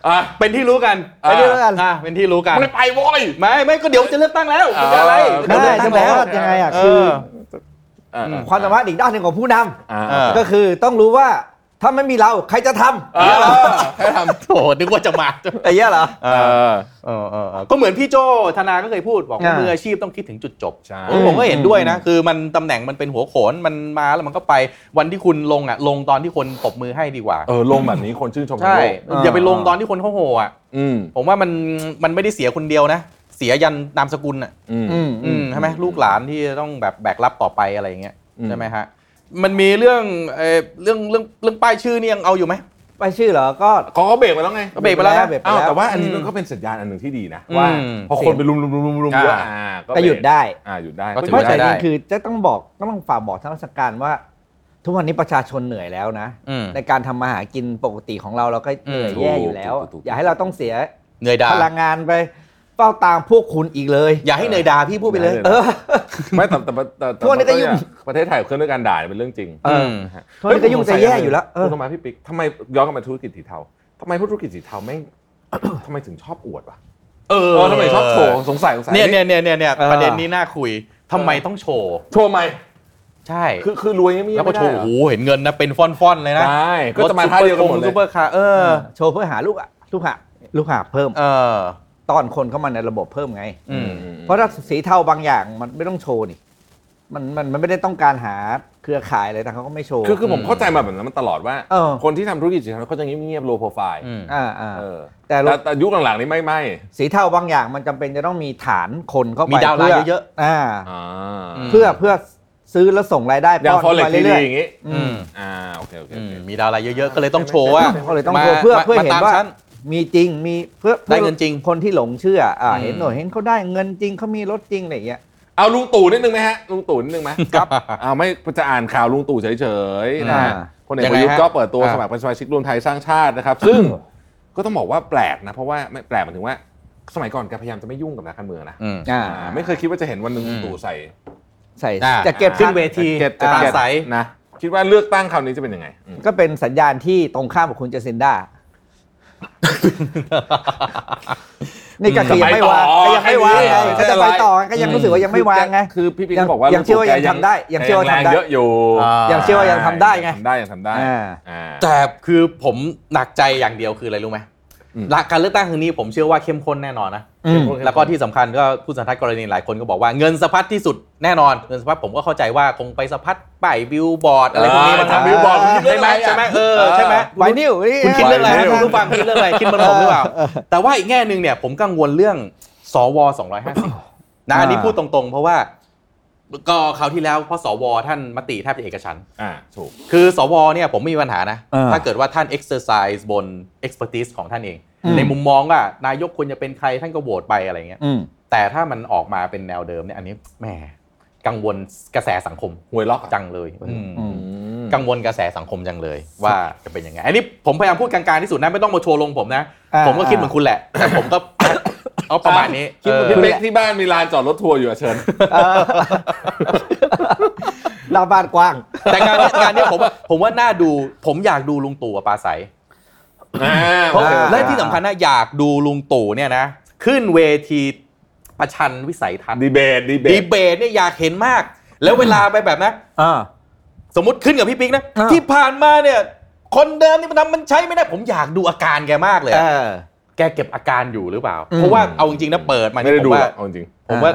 E: อ่ะ
D: เป็นที่รู้กัน
E: เป็นที่รู้กัน
D: อ่ะเป็นที่รู้กัน
E: ไม่ไปโว้ย
D: ไม่ไม่ก็เดี๋ยวจะเลือกตั้งแล้วคุณจะอะไร
E: เออ
D: เดี๋ยว
C: ได้จะบ
D: เลือกตั้ง
C: อก
D: แล้ว
C: ว่ายังไงอ่ะ
D: เออ
C: คือ
E: อ่ะอ่ะ
C: ความสามารถอีกด้านหนึ่งของผู้นำ
E: อ่ะ
D: เออ
C: ก็คือต้องรู้ว่าถ้าไม่มีเราใครจะท
E: เออให้ท
D: โถนึกว่าจะมา
C: ำไอ้เหี้ยเหรอ
E: ำเออ
D: เออเออเออก็เหมือนพี่โจธนาก็เคยพูดบอกว่า
C: อ่า
D: มืออาชีพต้องคิดถึงจุดจบ
E: ใช่
D: ผมผมก็เห็น
C: อืม
D: ด้วยนะ คือมันตำแหน่งมันเป็นหัวโขนมันมาแล้วมันก็ไปวันที่คุณลงอ่ะลงตอนที่คนปรบมือให้ดีกว่า
E: เออลงแบบนี้คนชื่นชมทั้ง
D: ใช่
E: โลก
C: อ่า
D: อย่าไปลงตอนที่คนเขาโห่อ่ะ
E: อืม
D: ผมว่ามันมันไม่ได้เสียคนเดียวนะ เสียยันนามสกุลอ่ะ
E: อืม
C: อืม
D: อืมใช่ไหมลูกหลานที่จะต้องแบบแบกรับต่อไปอะไรอย่างเงี้ย
E: อืม
D: ใช่ไหมฮะมันมีเรื่องเออเรื่องเรื่องเรื่องป้ายชื่อนี่ยังเอาอยู่ไหม
C: ไปชื่อเหรอก็
E: เขาก็เบรกไปแล้วไง
D: ก็เบรกไปแล้วนะ
C: เบรกไป
E: อ้าว
C: แล้ว
E: แต่ว่าอันนี้มัน
D: อืม
E: ก็เป็นสัญญาณอันหนึ่งที่ดีนะ
D: อืม
E: ว่าพอคนไปรุมๆๆๆๆเยอะ
D: อ่า
E: อ่า
C: ก็หยุดได้
E: อ่าหยุดได้
D: ก็ถื
E: หยุ
C: เพราะ
E: ด
D: ใช้
C: แต่
E: ได้
C: จ
D: ได้
C: ริงๆคือจะต้องบอกต้องฝากบอกทางราชการว่า ทุกวันนี้ประชาชนเหนื่อยแล้วนะ
D: อืม
C: ในการทำมาหากินปกติของเราเราก็เหนื่อย
D: อืม
C: แย่อยู่แล้ว อย่าให้เราต้องเสีย
D: เนยดา
C: พลังงานไปเฝ้าตามพวกคุณอีกเลย
D: อย่าให้เนยดาพี่พูดไปเลย
C: เออ
E: ไม่แต่แต่แต่แต่แต่
C: พวกนี้ก็ยุ่ง
E: ประเทศไทยเครื่องด้วยการด่าเนี่ยเป็นเรื่องจริง
C: เออ
E: นะฮะ
C: พวกนี้ก็ยุ่งจะแย่อยู่แล้วเออ
E: คุณทำไมพี่ปิ๊กทำไมย้อนกลับมาธุรกิจสีเทา ทำไมธุรกิจสีเทาไม่ง ทำไมถึงชอบอวดวะ
D: เออ
E: เออทำไมชอบโชว์สงสัยสงสัย
D: เนี่ยเนี่ยเนี่ยเนี่ยเนี่ย
C: เออ
D: ประเด็นนี้น่าคุยทำไมต้องโชว์
E: โชว์ไหม
D: ใช่
E: คือคือรวยยังไม่
D: แล้วก็โชว์
E: ไม่
D: โอ้
E: ได้
D: โห
E: เหรอ
D: เห็นเงินนะเป็นฟ่อนๆเลยนะ
E: ใช่ก็จะมาท่าเดียวกันหมดเล
D: รถซู
E: ย
D: เปอร์คาร์เออ
C: โชว์เพื่อหาลูกอะลูกหาลูกหาเพิ่ม
D: เออ
C: ตอนคนเข้ามาในระบบเพิ่มไง
D: อืม
C: เพราะถ้าสีเทาบางอย่างมันไม่ต้องโชว์นี่มันมันมันไม่ได้ต้องการหาเครือข่ายอะไรแต่เขาก็ไม่โชว์
E: คือคือผมเข้าใจมาแบบนั้นมาตลอดว่า
C: เออ
E: คนที่ทำธุรกิจสีเทาเขาจะเงียบๆ low profile
D: อืม
C: อ่าอ่า
E: เออ
C: แต่
E: แต่แต่ยุคหลังๆ นี้ไม่ไม่
C: สีเทาบางอย่างมันจำเป็นจะต้องมีฐานคนเข้าไป
D: มีดาวน์ไลน์
C: พื่
D: เยอะ
C: อ่า
E: อ่า
D: อืม
C: เพื่อเพื่อซื้อแล้วส่งรายได้
E: อย่าง
C: ป้อน
E: ฟอเร็ก
C: ไป
E: ทีดี
C: เรื่อย
E: อย่างงี้
C: ๆ
D: อื
C: อืม
D: ม
E: อ่าโอเคโอเค
D: อื
E: โอ
D: ม
E: เค
D: มีดาวอะไรเยอะๆ ก็เลยต้องโชว์ว่า
C: เขาเลยต้อง
D: มา
C: โชว์เพื่อเพื่อ
D: มา
C: เห็น
D: ตาม
C: ว่า
D: ฉัน
C: มีจริงมีเพื่อ
D: ได้เงินจริง
C: คนที่หลงเชื่ออ่า
D: อืม
C: เห็นหน่อยเห็นเขาได้เงินจริงเขามีรถจริงอะไรอย่างเงี้ย
E: เอาลุงตู่นิดนึงไหมฮะลุงตู่นิดนึงไหม
D: ครับ
E: เอาไม่จะอ่านข่าวลุงตู่เฉยๆนะฮะ
C: อ่า
E: พลเอกประยุ
D: ยังไง
E: ทธ์
D: ฮะ
E: ก็เปิดตัว
D: อ่า
E: สมัครเป็นสมาชิกรวมไทยสร้างชาตินะครับ ซึ่งก็ต้องบอกว่าแปลกนะ เพราะว่าไม่แปลกหมายถึงว่า สมัยก่อนแกพยายามจะไม่ยุ่งกับนักการเมืองนะ
D: อืม
C: อ่า
E: อ่าไม่เคยคิดว่าจะเห็นวันหนึ่งลุงตู่ใส่
C: ใส่
D: อ่า
C: แจะเก็บ
D: ขึ้นเวที
E: แจ็คเก็ต
D: ตา
E: แจ็คเก็ต
D: ใส
E: นะคิดว่าเลือกตั้งคราวนี้จะเป็นยังไงอืม
C: ก็เป็นสัญญาณที่ตรงข้ามกับคุณเจสินด้านี่ก็คือยังไม่วางก็ยังไม่วางไง
E: จะ
C: ก็จะ
E: ไปต่อ
C: ไปต่อไงก็ยังรู้สึกว่ายังไม่วางไง
E: คือพี่ปิ๊ก
C: ยัง
E: ก็บอกว่า
C: ยังเชื่อว่ายังทำได้ยังเชื่อว่า
E: แรง
C: ทำได้
E: เยอะอยู่
D: อ่า
C: ยังเชื่อว่ายังทำได้ไง
E: ทำได้ยังทำได้
C: อ่า
E: อ่า
D: แต่คือผมหนักใจอย่างเดียวคืออะไรรู้ไหม
E: อืม
D: หลักการเลือกตั้งครั้งนี้ผมเชื่อว่าเข้มข้นแน่นอนนะ
C: อืม
D: แล้วก็ที่สำคัญก็ผู้สัมภาษณ์กรณีหลายคนก็บอกว่าเงินสะพัดที่สุดแน่นอนเงินสะพัดผมก็เข้าใจว่าคงไปสะพัดป้ายบิลบอร์ดอะไรพวกนี้มัน
E: ทำ
D: ทำ
E: บิ
D: บิ
E: ว
D: ล
E: บบ อ
D: อ
E: ร์
D: ร์
E: ด
D: ด
E: คุณคิ
D: ใช่
E: ดเรื่อง
D: ไหม
E: อะไรอ่ะ
D: ใช่ไหมเออใช่ไหม
C: ไวนิวนี่
D: คุณคิดเรื่องอะไร
E: ไวนิล
D: คุณรู้ฟังคิดเรื่องอะไรคิดเหมันผมหรือเปล่า แต่ว่าอีกแง่หนึ่งเนี่ยผมกังวลเรื่องสว250นะอันนี้พูดตรงๆ เพราะว่าก็คราวที่แล้วเพราะสวท่านมติแทบจะเอกฉันท์
E: อ่าถูก
D: คือสวเนี่ยผมไม่มีปัญหานะ
C: เออ
D: ถ้าเกิดว่าท่าน exercise บน expertise ของท่านเอง
C: อืม
D: ในมุมมองว่านายกควรจะเป็นใครท่านก็โหวตไปอะไรเงี้ย
C: อืม
D: แต่ถ้ามันออกมาเป็นแนวเดิมเนี่ยอันนี้แหมกังวลกระแสสังคม
E: หวยล็อกอะ
D: จังเลยอืม
C: อืม
D: กังวลกระแสสังคมจังเลย ว่าจะเป็นยังไงอันนี้ผมพยายามพูดกลางๆที่สุดนะไม่ต้องมาโชว์ลงผมนะ
C: อ่า
D: ผมก็คิดเหมือนคุณแหละ แต่ผมก็ เอาประมาณนี้
E: คิดว่า
D: เออ
E: พี่เป๊กที่บ้านมีลานจอดรถทัวร์อยู่อะเชิญ
C: เออลาบานกว้าง
D: แต่งานเนี้ยงานเนี้ยผมว่าผมว่าน่าดูผมอยากดูลุงตู่กับปลาใส
E: อ่า
D: เพราะ
C: อ่า
D: และที่สำคัญนะอยากดูลุงตู่เนี่ยนะ ขึ้นเวทีประชันวิสัยทัศน์
E: ดีเบตดีเบ
D: ดี
E: ต
D: เบตเนี่ยอยากเห็นมาก แล้วเวลาไปแบบนะ
C: อ่า
D: สมมติขึ้นกับพี่ปิ๊กนะ
C: อ่า
D: ที่ผ่านมาเนี่ย คนเดิมนี่มันทำมันใช้ไม่ได้ ผมอยากดูอาการแกมากเลย
C: เอ
D: อะ
C: อ
D: แกเก็บอาการอยู่หรือเปล่า
C: อืม
D: เพราะว่าเอาจริงๆนะเปิดมา
E: ไม่
D: เนี่ย
E: ได้
D: ผ
E: ดู
D: ม
E: หร
D: ว่า
E: อกเอาจริง
D: ผมว่า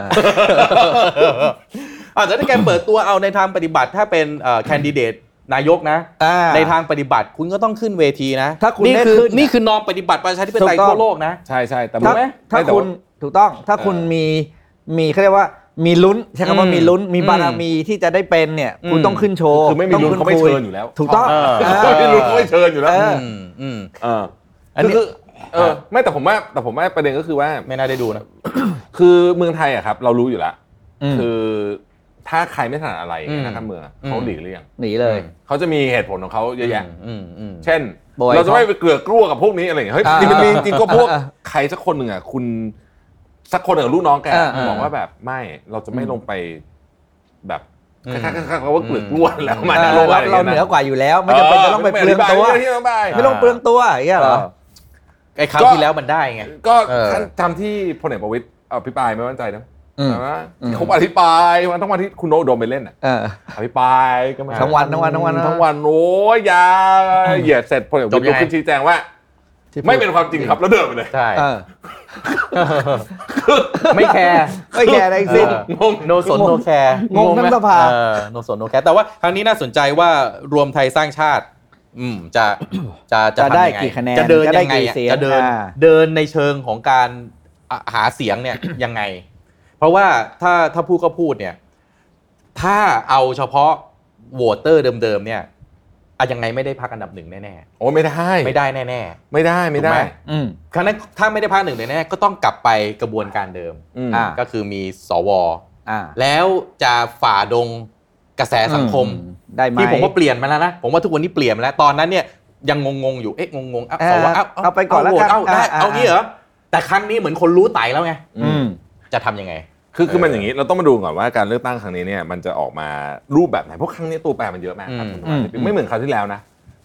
D: อาจ จะแต่ถ้าแกเปิดตัวเอาในทางปฏิบัติถ้าเป็นแคนดิเดตนายกนะ
C: อ่า
D: ในทางปฏิบัติคุณก็ต้องขึ้นเวทีนะ
C: ถ้าคุณ
D: นี่
C: ได้
D: คื
C: ขึ้น
D: นี่คือนอมปฏิบัติประชาธิปไต
C: ถู
D: ย
C: กต้อง
D: ทั่วโลกนะ
E: ใช่ใช่แต่
C: ถ้า
E: รู้ไหม
C: ถ้า
E: ไม่แต่
C: คุณ
E: ว่
C: ถูกต้องถ้าคุณ
E: เออ
C: มีมีเขาเรียกว่ามีลุ้นใช้คำว่า
D: อืม
C: มีลุ้นมี
D: อืม
C: บารมีที่จะได้เป็นเนี่ย คุณ
D: อืม
C: ต้องขึ้นโชว์
E: คือไม่มี
C: ต้ง
E: ลุ้น
C: ขึ้
E: เขาไม่
C: คุ
E: เชิญอยู่แล้ว
C: ถูกต้อง
E: เ
D: เออ
E: ไม่ลุ้นเขาไม่เชิญอยู่แล้ว
C: เอ
D: มอืม
E: เออ
D: อันนี้
E: คือเออไม่แต่ผมว่าแต่ผมว่าประเด็นก็คือว่า
D: ไม่น่าได้ดูนะ
E: คือเมืองไทยอะครับ เรารู้อยู่แล้ว
C: อืม
E: คือถ้าใครไม่ถนัดอะไร
D: อืม
E: นะการเมืองอะ
D: อืม
E: เขาหลีกเลี่ยง
C: หนีเลย
E: เขาจะมีเหตุผลของเขาเยอะแยะ
D: อืมอืม
E: เช่น
C: บอย
E: เราจะไม่ไปเกลือกกลัวกับพวกนี้อะไรอย่างเงี้ยเฮ้ย
C: อ่า
E: จริงๆมันมีจริงๆก็พวก
C: อ่า
E: ใครสักคนหนึ่งอ่ะคุณสักคนหนึ่งกับลูกน้องแก
C: อ่าอ่า
E: บอกว่าแบบไม่เราจะไม่ลงไปแบบ
D: อืม
E: คล้ายๆเขาว่าเกลือกกลัวแล้วมา
C: เออ
E: นะ
C: เรา
E: ลงอะไรอย่ง
C: เรา
E: งี้ยะ
C: เหนือกว่าอยู่แล้ว ไม่จำเป็นจะต้องไปเปลือง
E: ไม่
C: ตัว
E: ไม่ที่ต้องไป
C: ไม่ต้องเปลืองตัวอย่างเงี้ยเหรอ
D: ไอ้คราวที่แล้วมันได้ไง
E: ก็
D: เออ
E: ท่านทำที่พลเอกประวิตยอภิปรายไม่มั่นใจนะ
C: อืม
E: แต่ว่าเขาอธิบายมันต้องมาที่คุณโนตอุดมไปเล่นอ่ะ
C: เออ
E: อภิปรายก็ไม่
C: ทั้งวันทั้งวันทั้งวัน
E: ทั้งวันโอ้ยยาวเหยียดเสร็จพลเอกประวิตยลุกขึ้นชี้แจงว่า
C: ที่พูด
E: ไม่เป็นความจริงครับแล้วเดินไปเลย
D: ใช่
C: เออ
D: ไม่แคร์
C: ไม่แคร์อะไรทั้งสิ้น
D: งงโนสนโนแคร์
C: งงทั้งสภา
D: เออโนสนโนแคร์แต่ว่าครั้งนี้น่าสนใจว่ารวมไทยสร้างชาติ อืมจะ จะ
C: จะ
D: ทำยังง
C: ได้กี่คะแนน
D: จะเดิน
C: จะได้
D: ยังไง
C: กี่
D: อะ
C: เสียง
D: จะเดิน
C: อ่า
D: เดินในเชิงของการอ่ะหาเสียงเนี่ย ยังไง เพราะว่าถ้าถ้าพูดก็พูดเนี่ย ถ้าเอาเฉพาะโหวตเตอร์เดิมๆเนี่ยอะยังไงไม่ได้พักอันดับหนึ่งแน่
E: โอ้ไม่ได้
D: ๆไม่ได้แน่ๆ
E: ไม่ได้ไม่ได้
D: ถูกไหม
C: อืม
D: ครั้งนั้นถ้าไม่ได้พักหนึ่งแน่ๆก็ต้องกลับไปกระบวนการเดิม
E: อืม
C: อ่า
D: ก็คือมีสว
C: อ่า
D: แล้วจะฝ่าดงกระแสสังคม
C: อืได้ไหม
D: ที่ผมว่าเปลี่ยนมาแล้วนะ ผมว่าทุกวันนี้เปลี่ยนมาแล้วตอนนั้นเนี่ยยังงงๆอยู่เอ๊ะงงๆเอ้า
C: เอ
D: ส
C: อ
D: วเอ้า
C: เอาไปก่อนแล้วกัน
D: เอ้าได้
C: ะะ
D: เอางี้เหรอแต่ครั้งนี้เหมือนคนรู้ไต่แล้วไง
C: อืม
D: จะทำยังไง
E: คือคือมันอย่างนี้เราต้องมาดูก่อนว่าการเลือกตั้งครั้งนี้เนี่ยมันจะออกมารูปแบบไหนเพราะครั้งนี้ตัวแปรมันเยอะมากครับ
D: อืม
E: คุณธนาทิพย์
C: อืม
E: ไม่เหมือนคราวที่แล้วนะ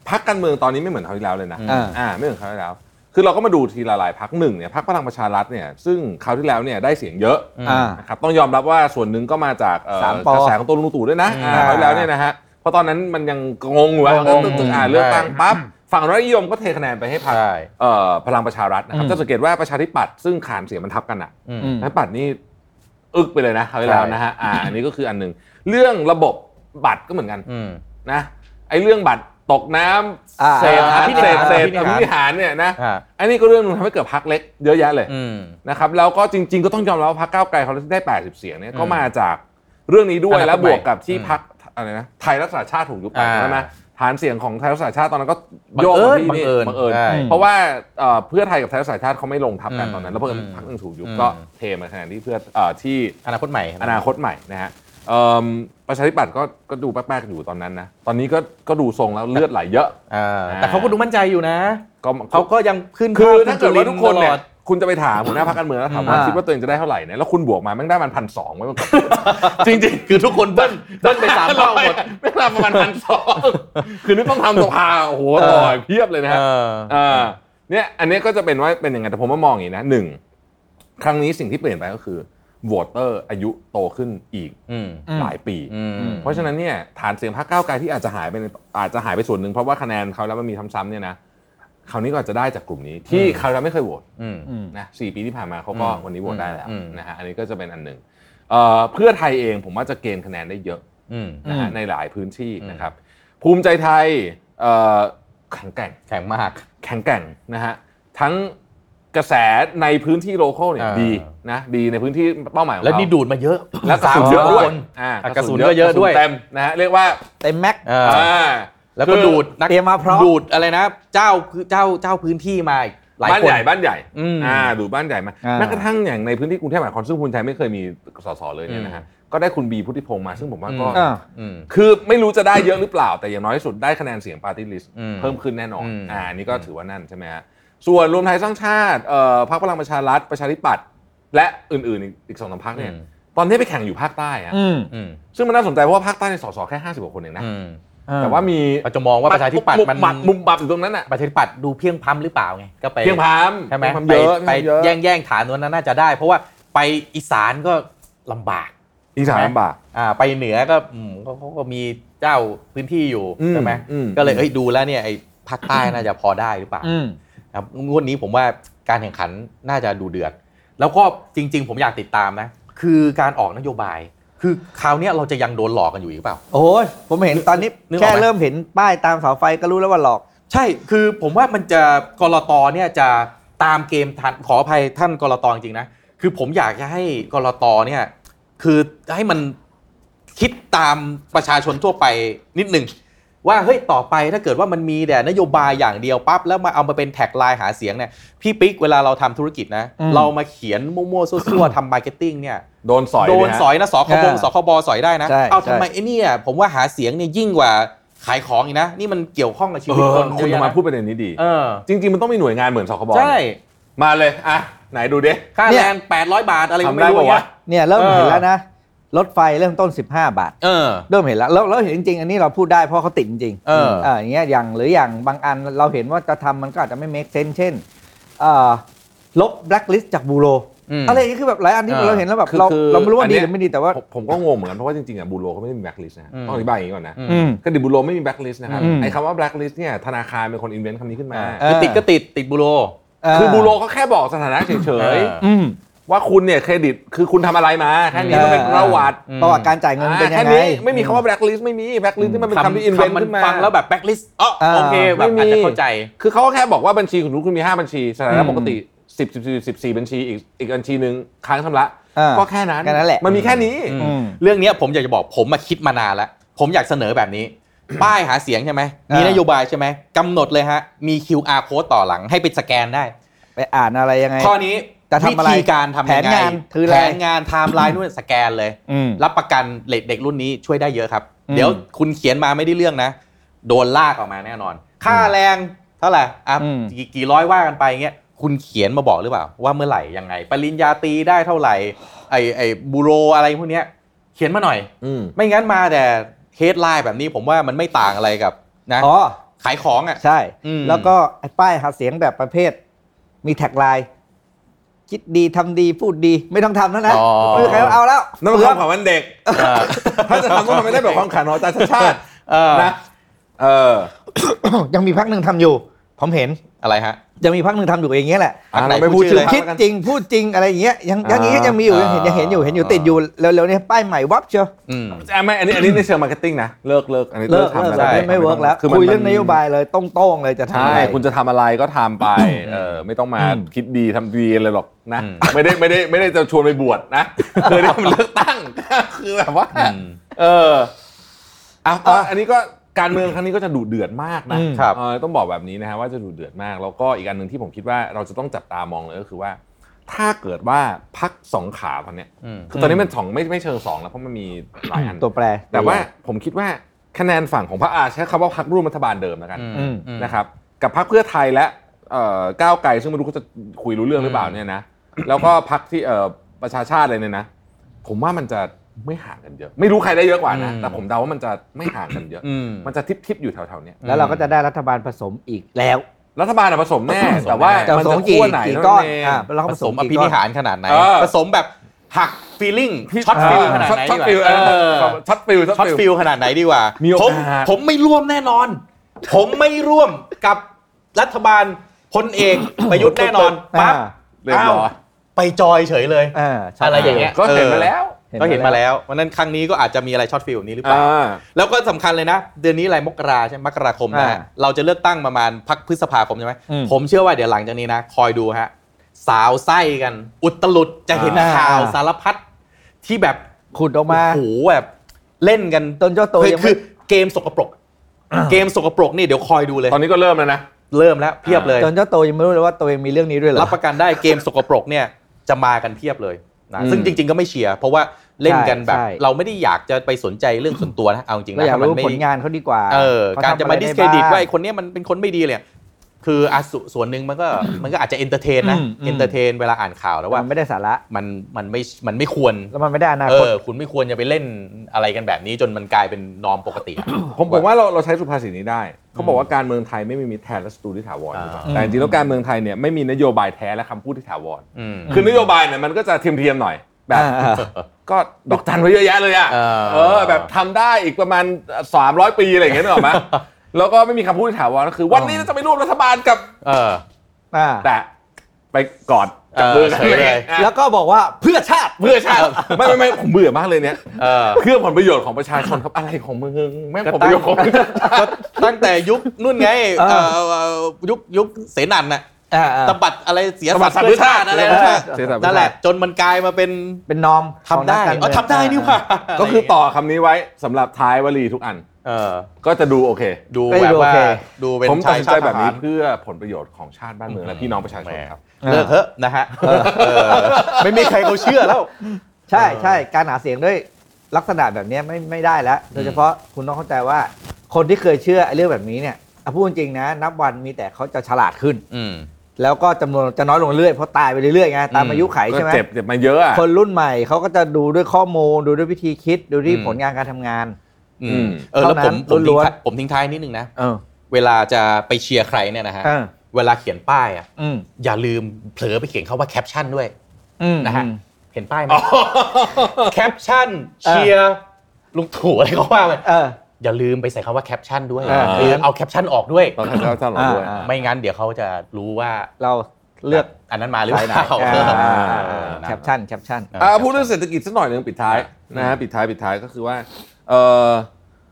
E: พักการเมืองตอนนี้ไม่เหมือนคราวที่แล้วเลยนะ
C: อ่า
E: อ่าไม่เหมือนคราวที่แล้ว คือเราก็มาดูทีละหลายพักหนึ่งเนี่ยพักพลังประชารัฐเนี่ยซึ่งคราวที่แล้วเนี่ยได้เสียงเยอะ
D: อืม
C: อ่า
E: นะครับต้องยอมรับว่าส่วนหนึ่งก็มาจากเอ่อ
C: สามปอก
E: ระแสของตัวลุงตู่ด้วยนะ
D: อืม
E: อ่าคราวที่แล้วเนี่ยนะฮะเพราะตอนนั้นมันยังงงอยู่ว่า
C: อืม
E: ตึกๆอ่าเลือกตั้งปั๊บฝั่งรัฐนิยมก็เทคะแนนไปให้พรรค
D: ใช่
E: เอ่อพลังประชารัฐนะครับ
D: อืม
E: จะสังเกตว่าประชาธิปัตย์ซึ่งขานเสียงมันทับกันอะ
D: อืม
C: อืม
E: นักปัดนี่อึกไปเลยนะคราวที่แล้วนะฮะอ่าอันนี้ก็คืออันหนึ่งเรื่องระบบบัตรก็เหมือนกัน
D: อืม
E: นะไอ้เรื่องบัตรตกน้ำ
C: อ่า
E: เศษ
D: อ่า
E: เศษเศษ
D: พินิหาร
E: พินิหารเนี่ยนะ
D: อ่า
E: อันนี้ก็เรื่องหนึงทำให้เกิดพักเล็กเยอะแยะเลย
D: อืม
E: นะครับแล้วก็จริง ๆ ก็ต้องยอมรับว่าพักก้าวไกลเขาได้ 80 เสียงเนี่ย
D: อืม
E: ก็มาจากเรื่องนี้ด้วย
D: อนาคต
E: แล้วบวกกับ
D: ใหม่
E: ที่
D: อืม
E: พักอะไรนะไทยรักษาชาติถูกยุบไป
D: อ่า
E: ใช่ไหมฐานเสียงของไทยรักษาชาติตอนนั้นก็
D: บัง
E: โยก
D: เอิญ
E: มาที่นี่
D: บั
E: บั
D: ง
E: ง
D: เอิ
E: เอิ
D: ญ
E: ญ
D: ใช่
E: เพราะว่าเอ่อเพื่อไทยกับไทยรักษาชาติเขาไม่ลงทับกัน
D: อืม
E: ตอนนั้น แล้วเพื่อญ
D: อืม
E: พักหนึ่งถูกยุบ
D: อืม
E: ก็เทมาคะแนนที่เพื่อเอ่อที่
D: อนาคตใหม่
E: อนาคตใหม่นะฮะเอิ่มประชาธิปัตย์ก็ก็ดูแป๊กๆอยู่ตอนนั้นนะ ตอนนี้ก็ก็ดูทรงแล้วเลือดไหลเยอะ
D: อ่าแต่เขาก็ดูมั่นใจอยู่นะ
E: ก็
D: เขาก็ยังขึ้น
E: คือ
D: ภพ
E: ถ้าเกิดว่าทุกคนเนี่ย
D: ขึ้จุลิตลอด
E: คุณจะไปถามหัวหน้าพรรคการเมืองแล้วถามว่า
C: อ่า
E: คิดว่าตัวเองจะได้เท่าไหร่เนี่ยแล้วคุณบวกมาแม่งได้มันพันสองไว้มันก็
D: จริงๆ คือทุกคนเบิ้ลเบิ้ลไปสามเท่าหมด
E: แม่งได้ประมาณพันสองคือนึกต้องทำสภาโอ้โห
D: เออ
E: ต่อยเพียบเลยนะฮะ
D: เออ
E: เออเนี่ยอันเนี้ยก็จะเป็นว่าเป็นยังไงแต่ผมว่ามองอย่างนี้นะหนึ่งครั้งนี้สิ่งที่เปลี่ยนไปก็คือโหวตเตอร์อายุโตขึ้นอีก
D: อืม
E: หลายปี
D: อืม
E: เพราะฉะนั้นเนี่ยฐานเสียงพรรคก้าวไกลที่อาจจะหายไปในอาจจะหายไปส่วนหนึ่งเพราะว่าคะแนนเขาแล้วมันมีซ้ำๆเนี่ยนะคราวนี้ก็อาจจะได้จากกลุ่มนี้ที่
D: อืม
E: เขาแล้วไม่เคยโหวต
D: อืม
C: อืม
E: นะสี่ปีที่ผ่านมาเขาก็
D: อืม
E: วันนี้โหวตได้แล้ว
D: อืม
E: นะฮะอันนี้ก็จะเป็นอันหนึ่งเอ่อเพื่อไทยเองผมว่าจะเกณฑ์คะแนนได้เยอะ
D: อืม
E: นะฮะ
C: อืม
E: ในหลายพื้นที่
D: อืม
E: นะครับ ภูมิใจไทยเอ่อแข็งแกร่ง
D: แข็งมาก
E: แข็งแกร่งนะฮะทั้งกระแสในพื้นที่โลเคอลเนี่ย
D: อ่า
E: ดีนะดีในพื้นที่เป้าหมายของ
D: แล้ว
E: เรา
D: นี่ดูดมาเยอะ
E: และกระสุนเยอะ
D: 30
E: ด้วย
D: คน
E: อ่า
D: อ่ะกระสุนก็เยอะด้วย
E: กรสุนเต็มนะฮะเรียกว่า
C: เต็มแม็กซ์
D: เออ
E: อ่า
D: แล้วก็
E: คือ
D: ดูดนัก
C: เตรียมมาพร้อม
D: ดูดอะไรนะ เจ้าคือเจ้าเจ้าพื้นที่มาอีกหลาย
E: บ้าน
D: คน
E: ใหญ่บ้านใหญ่
D: อืม
E: อ่าดูดบ้านใหญ่มา
C: อ่า
E: แม้กระทั่งอย่างในพื้นที่กรุงเทพมหานครซึ่งภูมิใจไม่เคยมีสสเลยเนี่ยนะฮะก็ได้คุณบีพุทธิพงษ์มาซึ่งผมว่าก็
D: อ่
C: อ่า
D: อืม
E: คือไม่รู้จะได้เยอะหรือเปล่า แต่อย่างน้อยที่สุดได้คะแนนเสียงปาร์ตี้ลิสต์
D: อืม
E: เพิ่มขึ้นแน่นอน
D: อืม
E: อ่าอันนี่ก็ถือว่านั่นใช่ไหมฮะส่วนรวมไทยสร้างชาติเอ่อพรรคพลังประชารัฐประชาธิปัตย์และอื่นๆอีกอีกสองสามพรรคเนี่ย ตอนนี้ไปแข่งอยู่ภาคใต้อะ
C: อืม
D: อืม
E: ซึ่งมันน่าสนใจเพราะว่าภาคใต้ในสสแค่ 50กว่าคนเองนะ
D: อืม
E: แต่ว่ามี
D: เราจะมองว่าประชาธิปัตย์มัน
E: มุมมุมบับอยู่ตรงนั้นน่ะ
D: ประชาธิปัตย์ดูเพียงพล้ำหรือเปล่าไงก็ไป
E: เพียงพาม
D: ใช่ไหม
E: เพียงพาม
D: ไป
E: เยอะ
D: ไป
E: เพียงพามเยอะ
D: แย่งแย่งฐานนั้นน่าจะได้ เพราะว่าไปอีสานก็ลำบาก
E: อีสานลำบาก
D: อ่าไปเหนือก็อืมเขาเขาก็มีเจ้าพื้นที่อยู่
E: อืม
D: ใช่ไหม
E: อืม
D: ก็เลยเอ้ยดูแล้วเนี่ยไอ้ภาคใต้ น่าจะพอได้หรือเปล่า
C: อืม
D: ครับงวดนี้ผมว่าการแข่งขันน่าจะดูเดือด แล้วก็จริง ๆ ผมอยากติดตามนะ คือการออกนโยบาย คือคราวเนี้ยเราจะยังโดนหลอกกันอยู่อีกเปล่า
C: โอ้ยผมเห็นตอนนี้
D: นึกออกไหม
C: แค่เริ่มเห็นป้ายตามเสาไฟก็รู้แล้วว่าหลอก
D: ใช่ คือผมว่ามันจะกรตเนี่ยจะตามเกมทัน ขออภัยท่านกรตจริงๆนะ คือผมอยากจะให้กรตเนี่ย คือให้มันคิดตามประชาชนทั่วไปนิดหนึ่งว่าเฮ้ยต่อไปถ้าเกิดว่ามันมีแต่นโยบายอย่างเดียวปั๊บแล้วมาเอามาเป็นแท็กไลน์หาเสียงเนี่ยพี่ปิ๊กเวลาเราทำธุรกิจนะ
C: อืม
D: เรามาเขียนมั่วๆซั่วๆทำมาร์เก็ตติ้งเนี่ย
E: โดนสอย
D: โด
E: เล
D: น
E: ยะ
D: สอยนะสคบง
C: อ่า
D: สคบสอยได้นะ
C: ใช่
D: เอา
C: ใช่
D: ทำไมไอ้เนี่ยผมว่าหาเสียงเนี่ยยิ่งกว่าขายของอีกนะ นี่มันเกี่ยวข้องกับชีวิต
E: เออ
D: คน
E: คุณ
D: เย
E: จะ
D: อะ
E: มา
D: นะ
E: พูดประเด็นนี้ดี
D: เออ
E: จริง ๆ มันต้องมีหน่วยงานเหมือนสคบ
D: ใช่
E: มาเลยอ่ะไหนดูดิ
D: ค่า
C: เนี่
D: แร
C: ย
D: ง 800 บาทอะไรก็
E: ทำ
D: ไม่
E: ได้
D: รู้
E: ปะ
D: เนี่ย
E: วะ
C: เนี่ยเริ่มเห็นแล้วนะ รถไฟเริ่มต้น 15 บาท
D: เออ
C: เริ่มเห็นแล้วแล้วแล้วเห็นจริงๆ อันนี้เราพูดได้เพราะเขาติดจริง
D: เอออ่
C: าอย่างเงี้ยอย่างหรืออย่างบางอันเราเห็นว่าจะทำมันก็อาจจะไม่ make sense เช่นเอ่อลบ blacklist จากบูโร
D: อืม
C: อะไรอย่างเงี้ยคือแบบหลายอันที่
D: เออ
C: เราเห็นแล้วแบบ
E: คือ
C: เรา
E: คือ
C: เราไม่รู้
E: อั
C: ว่านดี
E: เนี้ย
C: หรือไม่ดีแต่ว่า
E: ผมผมก็งงเหมือนกันเพราะว่าจริงๆอ่ะบูโรเขาไม่ได้มีแบล็คลิสต์นะฮะ
D: อืม
E: ต้องอธิบายอย่างนี้ก่อนนะ
D: อื
C: อื
D: ม
C: ม
E: คดีบูโรไม่มีแบล็คลิสต์นะครับ
C: อืม
E: ไอ้คำว่าแบล็คลิสต์เนี่ยธนาคารเป็นคนอินเวนต์คำนี้ขึ้นมา
D: เออคือติดก็ติดติดบูโร
E: คือบูโรเขาแค่บอกสถานะเฉยๆ
C: อืม
E: ว่าคุณเนี่ยเครดิตคือคุณทำอะไรมาแค่นี้
C: อืม
E: มันเป็นประวัติ
D: อืม
C: ประวัติการจ่ายเงินเป็นยั
E: แค่
C: งไง
E: นี้ไม่มีคำว่าแบล็คลิสต์ไม่มีแบล็คลิสต์ที่มันเป็นคำที่อินเวนต์
D: มั
E: ขึ้นมา
D: ฟังแล้วแบบแบ็คลิสต์อ๋อ
C: เออ
D: โอเคแบบ
E: ไม่มี
D: อาจจะเข้าใจ
E: คือเขาก็แค่บอกว่าบัญชีของคุณมี 5 บัญชีสถา
D: อื
E: นะ
D: ม
E: ปกติ 10 10 14 บัญชีอีกอีกบัญชีหนึ่งค้างชำระ
C: อ่า
E: ก็แค่นั้น
C: แค่นั้นแหละ
E: มันมีแค่นี้
D: อืม
C: อืม
D: เรื่องเนี้ยผมอยากจะบอกผมมาคิดมานานแล้ว ผมอยากเสนอแบบนี้ ป้ายหาเสียงใช่ไหมมี
C: อ่าน น
D: โยบายใช่ไหมกำหนดเลยฮะ มี QR code ต่อหลังให้ไปสแกนได้
C: ไปอ่านอะไรยังไง
D: ข้อนี้
C: จะทำอะไร
D: วิธีการทำยังไง
C: แผนงานคืออะไร
D: แผนงานไทม์ไลน์นู่นสแกนเลย
C: อืม
D: รับประกันเหล็กเด็กรุ่นนี้ช่วยได้เยอะครับ
C: อืม
D: เดี๋ยวคุณเขียนมาไม่ได้เรื่องนะ โดนลากออกมาแน่นอน ค่าแรงเท่าไหร่อ่ะ
C: อืม
D: กี่กี่ร้อยว่ากันไปเงี้ยคุณเขียนมาบอกหรือเปล่า ว่าเมื่อไหร่ยังไง ปริญญาตรีได้เท่าไหร่ไอไอบูโรอะไรพวกเนี้ยเขียนมาหน่อย
E: อืม
D: ไม่งั้นมาแต่เฮดไลน์แบบนี้ผมว่ามันไม่ต่างอะไรกับนะ
C: อ๋อ
D: ขายของอ่ะ
C: ใช่
D: อืม
C: แล้วก็ไอ้ป้ายหาเสียงแบบประเภท มีแท็กไลน์คิดดีทำดีพูดดีไม่ต้องทำแล้วนะ
D: อ๋อ
C: ไม่มีใครเอาแล้ว
E: นั่นเป็นความขวัญวันเด็ก
D: เออ
E: ถ้าจะทำต้องทำไม่ได้แบบความขันของอาจารย์ชาติชาติ
D: เออ
E: นะเออ
C: ยังมีพักหนึ่งทำอยู่ ผมเห็น
D: อะไรฮะ
C: ยังมีพักหนึ่งทำอยู่อย่างเงี้ยแหละ
E: อ่ะ
D: อันไหน
E: เราไม่พู
D: พู
E: ด
D: ดชื่อ
E: ชื่อ
D: เลย
E: พร
C: คิ
E: ร
C: ด
E: คแล้วกัน
C: จริงพูดจริงอะไรอย่างเงี้ยยังยังอย่างนี้ก็ยังมีอยู่ยังเห็นยังเห็นอยู่เห็นอยู่ติดอยู่เร็วๆเนี่ยป้ายใหม่วับเชียว
D: อืม
E: อ่ะไม่อันนี้อันนี้ในเชิงมาร์เก็ตติ้งนะ เลิกเลิกอันนี้
C: เลิก
E: ทำ
C: เลิก
E: นะ
D: ใช่
C: แล้วไม่เวิร์กแล้ว
E: มัน
C: คุยเรื่อง
E: มัน
C: โยบายเลยต้องโต้งๆเลยจะทำ
E: ใช่
C: อะไร
E: คุณจะทำอะไรก็ทำไปเออไม่ต้องมา
C: อืม
E: คิดดีทำดีอะไรหรอกนะ
D: อืม
E: ไม่ได้ไม่ได้ไม่ได้จะชวนไปบวชนะคือได้มันเลือกตั้ง คือแบบว่า
D: อืม
E: เอออ่ะอ่ะอันนี้ก็การเมืองครั้งนี้ก็จะดุเดือดมากนะ
C: อืม
D: ครับ
E: เออต้องบอกแบบนี้นะฮะว่าจะดุเดือดมาก แล้วก็อีกอันหนึ่งที่ผมคิดว่าเราจะต้องจับตามองเลยก็คือว่า ถ้าเกิดว่าพักสองขาพันเนี้ย
D: อืม
E: คือตอนนี้มันสองไม่ไม่เชิงสองแล้วเพราะมันมีหลายอัน
C: ตัวแปร
E: แต่ว่าผมคิดว่าคะแนนฝั่งของพรรคอาใช้คำว่าพรรคร่วมรัฐบาลเดิมแล้วกัน
D: อืม
E: นะครับกับพรรคเพื่อไทยและเอ่อก้าวไกลซึ่งไม่รู้เขาจะคุยรู้เรื่องหรือเปล่าเนี่ยนะแล้วก็พรรคที่เอ่อประชาชาติเลยเนี่ยนะ ผมว่ามันจะไม่ห่างกันเยอะ ไม่รู้ใครได้เยอะกว่านะ
D: อืม
E: แต่ผมเดาว่ามันจะไม่ห่างกันเยอะ
D: อืม
E: มันจะทิปๆอยู่แถวๆเนี้ย
C: แล้วเราก็จะได้รัฐบาลผสมอีกแล้ว
E: รัฐบาลอะผสมแน่
D: ผสม
E: แต่ว่า
C: จะผ
E: มัน
C: สม
E: จะ
C: กี่
E: ขั้วไหน
C: กี่
E: เท่า
C: ก้อน
E: เอง
C: อ่ะแล้วก็
D: ผ
C: ผ
D: ส
C: ส
D: ม
C: ม
D: อภิ
C: กี่ก้
D: นิ
C: อน
D: หารขนาดไหน
E: เออ
D: ผสมแบบหักฟีลิ่งช็อตฟิลขนาดไหน
E: ช็อต
D: ดีกว่า
E: ฟิลเอ
D: เอ
E: อ
D: อ
E: ช็อตฟิลช็อต
D: ช็อต
E: ฟิล
D: ฟิลขนาดไหนดีกว่า
E: มีโอ
D: ผ
E: กาส
D: มผมไม่ร่วมแน่นอน ผมไม่ร่วมกับรัฐบาลพลเอกประยุทธ์แน่นอนปั๊บ
C: อ่า
E: เรียบร้อย
D: ไปจอยเฉยเลย
C: อ่าใช่
D: อะไรอย่างเงี้ย
E: ก็เห็นมาแล้ว
D: ก็เห็นมาแล้ววันนั้นครั้งนี้ก็อาจจะมีอะไรช็อตฟิลแบบนี้หรือเปล่า
E: อ่า
D: แล้วก็สำคัญเลยนะ เดือนนี้อะไรมกราใช่ไหมมกราคมนะ
C: อ่า
D: ฮะเราจะเลือกตั้งประมาณพักพฤษภาคมใช่ไหม
C: อืม
D: ผมเชื่อว่าเดี๋ยวหลังจากนี้นะ คอยดูฮะ สาวไส้กัน อุตลุดจะเห็น
C: อ่า
D: ข่าวสารพัดที่แบบ
C: ขุดออกมา
D: โอ้โหแบบเล่นกัน
C: จนเจ้าตัว
D: คือ
C: ยัง
D: คื
C: ไม่
D: อเกมสกปรก เกมสกปรกนี่เดี๋ยวคอยดูเลย
E: ตอนนี้ก็เริ่มแล้วนะ
D: เริ่มแล้วเพียบเลย
C: จนเจ้าตัวยังไม่รู้เลยว่าตัวเองมีเรื่องนี้ด้วยเหรอ
D: รับประกันได้เกมสกปรกเนี่ยจะมากันเพียบเลยนะ
E: อืม
D: ซึ่งจริง ๆ ก็ไม่เชียร์เพราะว่าเล่นกันแบบ
C: ใช่
D: เราไม่ได้อยากจะไปสนใจเรื่องส่วนตัวนะเอาจริงๆ
C: เรา
D: นะ
C: อยาก
D: ถ้ามั
C: รู้
D: นไม่
C: ผลงานเขาดีกว่า
D: เออ
C: ข
D: การ
C: ทำ
D: จะ
C: อ
D: มา
C: ไ
D: ดิสเครดิต
C: บ้ง
D: ว่าไอ้คนเนี้ยมันเป็นคนไม่ดีเลยอะคืออาสุส่วนหนึ่งมันก็มันก็อาจจะเอนเตอร์เทนนะ
C: อืมอืม
D: เอนเตอร์เทนเวลาอ่านข่าวแล้วว่า
C: มันไม่ได้สาระ
D: มันมันไม่มันไม่ควร
C: แล้วมันไม่ได้อนา
D: เอ
C: คต
D: อคุณไม่ควรจะไปเล่นอะไรกันแบบนี้จนมันกลายเป็นนอมปกติ อะ
E: ผมผมว่าเราเราใช้สุภาษิตนี้ได้ เขาบอกว่าการเมืองไทยไม่มีมิตรแท้และศัตรูที่ถาวร
D: อ่า
E: หรือเปล่าแต่จริงๆแล้วการเมืองไทยเนี่ยไม่มีนโยบายแท้และคำพูดที่ถาวร
D: อืม
E: คือนโยบายเนี่ยมันก็จะเทียมๆหน่อยแบบก็ดอกจันไว้เยอะแยะเลยอ่ะ
D: เออ
E: เออแบบทำได้อีกประมาณ 300 ปีอะไรอย่างเงี้ยนึกออก ไหม แล้วก็ไม่มีคำพูดที่ถาวรก็คือ วันนี้เราจะไปร่วมรัฐบาลกับ
D: เออ
C: อ่า
E: แต่ไปกอดจับมือกัน
D: เออเฉยเลย
E: อ่ะ
C: แล้วก็บอกว่าเพื่อชาติ
E: เพื่อชาติไม่ไม่ไม่ผมเบื่อมากเลยเนี่ย
D: เออ
E: เพื่อผลประโยชน์ของประชาชนครับอะไรของมึงแม่งผลประโยชน์ของมึง
D: ก็ตั้งแต่ยุคนู่นไง
C: เออ
D: เอ่อเอ่อยุคยุคเสนันน่ะ
C: อ่าอ่า
D: ตบัดอะไรเสีย
E: ตบัดสัตว์
D: เพื่อชาติ
E: เพื่
D: อะไร
E: อ
D: นั่นแห
E: ชา
D: ละ
E: ติเสียสัตว์เพื่อชาติ
D: นั่นแหละจนมันกลายมาเป็น
C: เป็นนอม
D: ทำได้
C: ของนักการ
D: อ๋อทำได้
C: เมืง
D: นี่หว่า
E: ก็คือต่อคำนี้ไว้สำหรับท้ายวลีทุกอัน
D: เออ
E: ก็จะดูโอเค
D: ดูแบบว่าดูเป็น
E: ผมตั
D: ชา
E: ด
D: ย
E: สิน
D: ชา
E: ใจ
D: ติ
E: แบ
D: แบบ บ
E: นี้
D: นี้
E: เพื่อผลประโยชน์ของชาติบ้านเมืองและพี่น้องประชาชนครับ
D: เลิกเถอะนะฮะเออไม่มีใครเขาเชื่อแล้ว
C: ใช่ใช่การหาเสียงด้วยลักษณะแบบเนี้ยไม่ไม่ได้แล้ว โดยเฉพาะคุณต้องเข้าใจว่า คนที่เคยเชื่อไอ้เรื่องแบบนี้เนี่ยอ่ะพูดจริงๆนะ นับวันมีแต่เขาจะฉลาดขึ้น
D: อืม
C: แล้วก็จำนวนจะน้อยลงเรื่อยเพราะตายไปเรื่อยๆไงตาม
D: อืม
C: อายุไข
E: ก็
C: ใช่ไหม
E: เจ็บเจ็บมาเยอะอ่ะ
C: คนรุ่นใหม่เขาก็จะดูด้วยข้อมูล ดูด้วยวิธีคิดดูที่
D: อืม
C: ผลงานการทำงาน
D: อื
E: อื
D: ม
E: ม
D: เออแล้วผมผ
C: เท่าม นั้น
D: ทิ้ง
C: ล้วน
D: ท้ายผมทิ้งท้ายนิดนึงนะ
C: เออ
D: เวลาจะไปเชียร์ใครเนี่ยนะฮะ
C: เออ
D: เวลาเขียนป้ายอ่ะ
C: อืม
D: อย่าลืมเผลอไปเขียนเขาว่าแคปชั่นด้วย
C: อืม
D: นะฮะ
C: อืม
D: เห็นป้ายไหมแคปชั่นเชียร์ลุงถูอะไรก็ว่าไป
C: เออ
D: อย่าลืมไปใส่คำว่าแคปชั่นด้วย
E: อ่า
D: คือเอาแคปชั่นออกด้วย
E: ตอนนั้นก็ท่านหลอด้วย
C: อ่า
D: ไม่งั้นเดี๋ยวเขาจะรู้ว่า
C: เราเลือก
D: อันนั้นมาหรือเปล่า
C: อ่า
D: เออ
C: แคปชั่นแคปชั่น
E: อ่าพูดเรื่องเศรษฐกิจสักหน่อยหนึ่งปิดท้ายนะฮะปิดท้ายปิดท้ายก็คือว่าเออ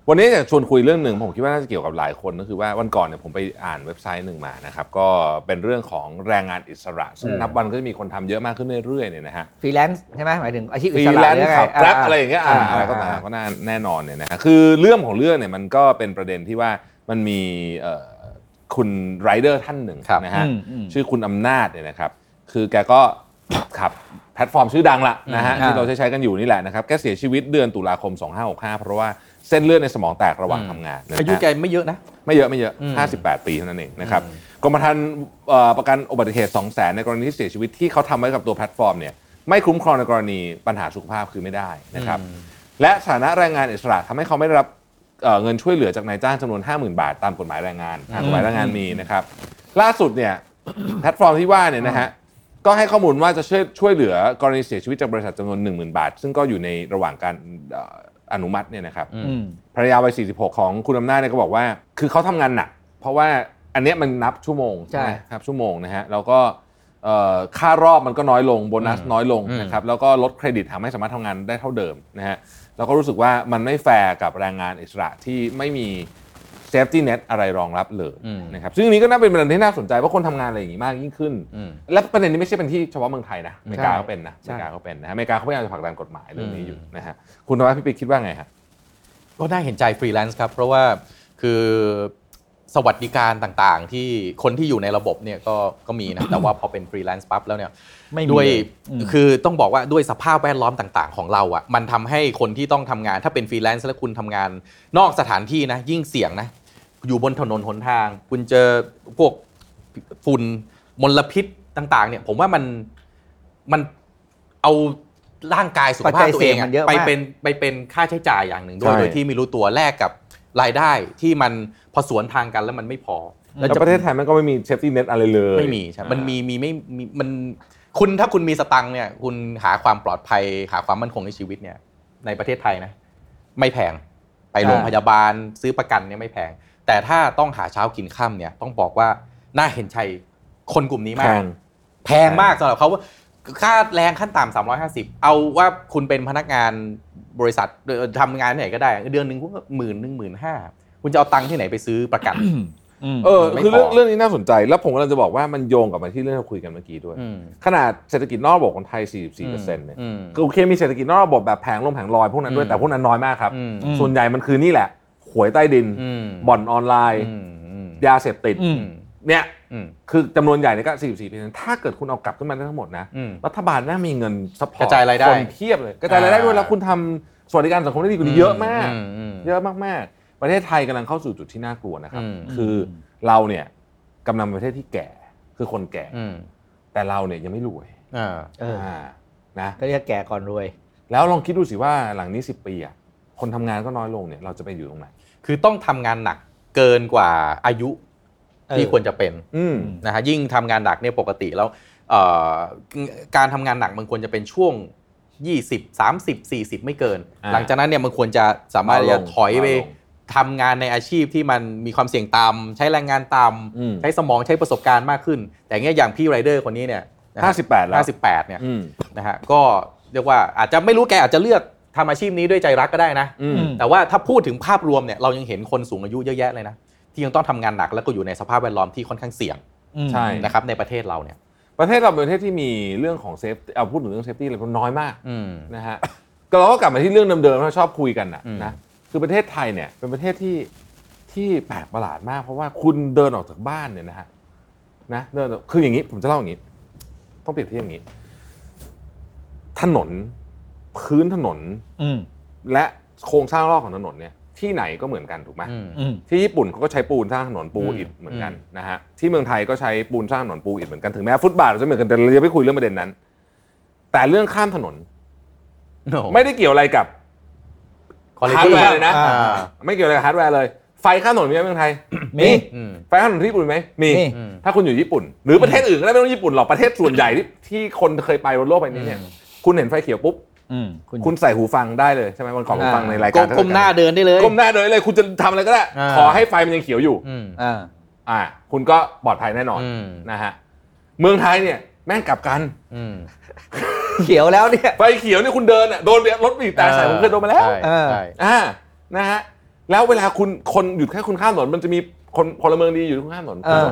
E: วันนี้อยากชวนคุยเรื่องหนึ่งผมคิดว่าน่าจะเกี่ยวกับหลายคนก็คือว่าวันก่อนเนี่ยผมไปอ่านเว็บไซต์หนึ่งมานะครับก็เป็นเรื่องของแรงงานอิสระ ซึ่งนับวันก็จะมีคนทำเยอะมากขึ้นเรื่อยๆเนี่ยนะฮะ
C: ฟรีแลนซ์ใช่ไหมหมายถึงอาชีพ
E: ฟ
C: อิ
E: รี
C: ส
E: แล
C: ระ
E: น
C: หรือ
E: ซ์
C: ไง
E: ขับแกร็บ
C: า
E: อะไรอย่างเงี้ยอ่าอะไรก็ตามก็น่าแน่นอนเนี่ยนะฮะคือเรื่องของเรื่องเนี่ยมันก็เป็นประเด็นที่ว่ามันมีเอ่อคุณไรเดอร์ท่านหนึ่ง
D: ครับ
E: นะฮะ
C: อืมอืม
E: ชื่อคุณอำนาจเนี่ยนะครับ คือแกก็ ขับแพลตฟอร์มชื่อดังละนะฮะ
C: อืม
E: ที่เราใช้ใช้กันอยู่นี่แหละนะครับแกเสียชีวิตเดือนตุลาคม 2565 เพราะว่าเส้นเลือดในสมองแตกระหว่าง
D: อืม
E: ทำงานนะฮะ
D: อายุแกไม่เยอะนะ
E: ไม่เยอะไม่เยอะ
D: อืม
E: 58 ปีเท่านั้นเองนะครับกรมธรรม์เอ่อประกันอุบัติเหตุ 2 0 0แสนในกรณีที่เสียชีวิตที่เขาทำไว้กับตัวแพลตฟอร์มเนี่ยไม่คุ้มครองในกรณีปัญหาสุขภาพคือไม่ได้นะครับ และสถานะแรงงานอิสระทำให้เขาไม่ได้รับ เอ่อเงินช่วยเหลือจากนายจ้างจำนวน 50,000 บาทตามกฎหมายแรงงานตามกฎหมายแรงงานมีนะครับ ล่าสุดเนี่ย แพลตฟอร์มที่ว่าเนี่ยนะฮะ ก็ให้ข้อมูลว่าจะช่วยช่วยเหลือกรณีเสียชีวิตจากบริษัทจำนวน 10,000 บาท ซึ่งก็อยู่ในระหว่างการเอ่ออนุมัติเนี่ยนะครับ
D: อื
C: อืม
E: ภรรยาวัย 46 ของคุณอำนาจเนี่ยก็บอกว่า คือเขาทำงานหนัก เพราะว่าอันเนี้ยมันนับชั่วโมง
C: ใช่
E: ไหมครับชั่วโมงนะฮะ แล้วก็เอ่อค่ารอบมันก็น้อยลง โบนัส
D: อืม
E: น้อยลง
D: อืม
E: นะครับ แล้วก็ลดเครดิตทำให้สามารถทำงานได้เท่าเดิมนะฮะ แล้วก็รู้สึกว่ามันไม่แฟร์กับแรงงานอิสระที่ไม่มีเซฟตี้เน็ตอะไรรองรับเลย
D: อืม
E: นะครับ ซึ่งอันนี้ก็น่าเป็นประเด็นที่น่าสนใจว่าคนทำงานอะไรอย่างนี้มากยิ่งขึ้น
D: อืม
E: และประเด็นนี้ไม่ใช่เป็นที่เฉพาะเมืองไทยนะอเมริกา
C: ใช่
E: ก็เป็นนะอ
C: ใช่
E: เมริกาก็เป็นนะฮะอเมริกาเขาพยายามจะผลักดันกฎหมายเรื่องนี้อยู่
D: อืม
E: นะฮะ คุณธวัชพี่ปิ๊กคิดว่าไงฮะ
D: ก็น่าเห็นใจฟรีแลนซ์ครับ เพราะว่าคือสวัสดิการต่างๆ ที่คนที่อยู่ในระบบเนี่ยก็ก็มี นะ แต่ว่าพอเป็นฟรีแลนซ์ปั๊บแล้วเนี่ย
C: ไม่มี
D: ด้วย
C: เลยอืม
D: คือต้องบอกว่าด้วยสภาพแวดล้อมต่างๆ ของเราอะ่ะมันทำให้คนที่ต้องทำงานถ้าเป็นฟรีแลนซ์และคุณทำงานนอกสถานที่นะ ยิ่งเสี่ยงนะ อยู่บนถนนหนทาง คุณเจอพวกฝุ่นมลพิษต่าง ๆ เนี่ย ผมว่ามันมันเอาร่างกายสุขภาพตัว
C: ปัจจัย
D: เอง
C: เสี่ยงมั
D: อะ
C: นเยอะมาก
D: ไปเป็นไปเป็นค่าใช้จ่ายอย่างหนึ่งด้วย
E: ใช่
D: โดยที่ไม่รู้ตัวแลกกับรายได้ที่มันพอสวนทางกันแล้วมันไม่พอแล้ว
E: แต่
D: จะ
E: ประเทศไทยมันก็ไม่มีเซฟตี้เน็ตอะไรเลย
D: ไม่มีใช่ มันมี
E: อ่
D: มีไม่มีมันคุณถ้าคุณมีสตังค์เนี่ย คุณหาความปลอดภัย หาความมั่นคงในชีวิตเนี่ย ในประเทศไทยนะ ไม่แพงไปโรงพยาบาลซื้อประกันเนี่ยไม่แพง แต่ถ้าต้องหาเช้ากินค่ำเนี่ยต้องบอกว่าน่าเห็นใจคนกลุ่มนี้
E: าแพ
D: มาก
E: ง
D: แพงมากสำหรับเขาว่าค่าแรงขั้นต่ำ350 เอาว่าคุณเป็นพนักงานบริษัทเอ่อทำงานที่ไหนก็ได้ เดือนหนึ่งคุณก็หมื่นหนึ่งหมื่นห้าคุณจะเอาตังค์ที่ไหนไปซื้อประกัน
C: อืม
E: เออ
D: ไม่
E: คือเรื่อง
D: พอ
E: เรื่องนี้น่าสนใจ แล้วผมกำลังจะบอกว่ามันโยงกลับมาที่เรื่องที่เราคุยกันเมื่อกี้ด้วย
D: อืม
E: ขนาดเศรษฐกิจนอกระบบของไทย 44เปอร์เซ็นต์เนี่ย
D: ม
E: คือโอเคมีเศรษฐกิจนอกระบบแบบแผงลงแผงลอยพวกนั้นด้วย
D: อืม
E: แต่พวกนั้นน้อยมากครับ
D: อืม
E: ส่วนใหญ่มันคือนี่แหละ หวยใต้ดิน
D: ม
E: บ่อนออนไลน์
D: อืมอืม
E: ยาเสพติด
C: อืม
E: เนี่ย
D: อืม
E: คือจำนวนใหญ่ในยก็44เปอร์เซ็นต์ถ้าเกิดคุณเอากลับขึ้นมาได้ทั้งหมดนะ
D: อืม
E: รัฐบาลน่ามีเงินซัพพอร์ต
D: กระจายรายได้
E: คนเพียบเลย กระจายรายได้ด้วย
D: อ่า
E: แล้วคุณทำสวัสดิการสังคมได้ดีกว่านี้เยอะมาก
D: มม
E: เยอะมาก ๆ ประเทศไทยกำลังเข้าสู่จุดที่น่ากลัวนะครับ
D: อืม
E: คือเราเนี่ยกำลังเป็นประเทศที่แก่ คือคนแก่
D: อืม
E: แต่เราเนี่ยยังไม่รวย
D: อ่า
C: เออ
E: านะ
C: ก็เรียกแก่ก่อนรวย
E: แล้วลองคิดดูสิว่าหลังนี้ 10 ปีอะคนทำงานก็น้อยลงเนี่ย เราจะไปอยู่ตรงไหน
D: คือต้องทำงานหนักเกินกว่าอายุที่
C: เออ
D: ควรจะเป็น
E: อืม
D: นะฮะยิ่งทำงานหนักเนี่ยปกติแล้วเอ่อการทำงานหนักมันควรจะเป็นช่วง 20 30 40 ไม่เกิน
E: อ่า
D: หลังจากนั้นเนี่ยมันควรจะสามารถ
E: เบาลง
D: จะถอยไป
E: เบาลง
D: ทำงานในอาชีพที่มันมีความเสี่ยงต่ำใช้แรงงานต่
E: อืม
D: ำใช้สมองใช้ประสบการณ์มากขึ้น แต่เงี้ยอย่างพี่ไรเดอร์คนนี้เนี่ยนะฮะ
E: 58 แล้ว
D: 58เนี่ย
E: อืม
D: นะฮะก็เรียกว่าอาจจะไม่รู้แกอาจจะเลือกทำอาชีพนี้ด้วยใจรักก็ได้นะ
E: อืม
C: อืม
D: แต่ว่าถ้าพูดถึงภาพรวมเนี่ยเรายังเห็นคนสูงอายุเยอะแยะเลยนะ ที่ยังต้องทำงานหนักแล้วก็อยู่ในสภาพแวดล้อมที่ค่อนข้างเสี่ยง
C: อืม
E: ใช่
D: นะครับในประเทศเราเนี่ย
E: ประเทศเราเป็นประเทศที่มีเรื่องของเซฟเอาพูดถึงเรื่องเซฟตี้อะไรก็น้อยมาก
D: อืม
E: นะฮะ ก็เราก็กลับมาที่เรื่องเดิมๆที่เราชอบคุยกันนะ
D: อืม
E: นะคือประเทศไทยเนี่ยเป็นประเทศที่ที่แปลกประหลาดมาก เพราะว่าคุณเดินออกจากบ้านเนี่ยนะฮะนะเดินออกคืออย่างนี้ผมจะเล่าอย่างนี้ ต้องเปรียบเทียบอย่างนี้ ถนนพื้นถนน
C: อืม
E: และโครงสร้างรอบของถนนเนี่ยที่ไหนก็เหมือนกันถูกไหม
D: อืม
C: อืม
E: ที่ญี่ปุ่นเขาก็ใช้ปูนสร้างถนนปู
D: อืม
E: อิฐเหมือนกันนะฮะที่เมืองไทยก็ใช้ปูนสร้างถนนปูอิฐเหมือนกันถึงแม้ฟุตบาทจะเหมือนกันแต่เราจะไม่คุยเรื่องประเด็นนั้น แต่เรื่องข้ามถนน ไม่ได้เกี่ยวอะไรกับ
D: quality
E: ฮาร์ดแวร์เลยนะ
C: อ่า
E: อ่าไม่เกี่ยวอะไรกับฮาร์ดแวร์เลย ไฟข้ามถนนมีไหมเมืองไทย
C: มี
D: อืม
E: ไฟข้ามถนนที่ญี่ปุ่นมีไหมมี
C: มี
D: อืม
E: ถ้าคุณอยู่ญี่ปุ่น หรือประเทศอื่นก็ได้ไม่ต้องญี่ปุ่นหรอก ประเทศส่วนใหญ่ที่ที่คนเคยไปบนโลกใบนี้เนี่ย
D: อืม
E: คุณเห็นไฟเขียวปุ๊บ
C: อืมคุณ
E: คุณใส่หูฟังได้เลยใช่ไหมวันก่อนผมฟังในรายการ
D: ก้มหน้าเดินได้เลย
E: ก้มหน้าเดินเลย คุณจะทำอะไรก็ได้
D: อ่า
E: ขอให้ไฟมันยังเขียวอยู่
D: อืม
C: อ่า
E: อ่า คุณก็ปลอดภัยแน่นอน
D: อืม
E: นะฮะ เมืองไทยเนี่ยแม่งกลับกัน
D: อืม
C: เขียวแล้วเนี่ย
E: ไฟเขียวเนี่ยคุณเดินอ่ะโดนรถบีบแต่ใส่ผมเคยโดนมาแล้ว
D: ใช่
C: เออ
D: ใช่
E: อ่า นะฮะ แล้วเวลาคุณคนหยุดแค่คุณข้ามถนนมันจะมีคนพลเมืองดีอยู่ที่คุณข้ามถนน
C: เออ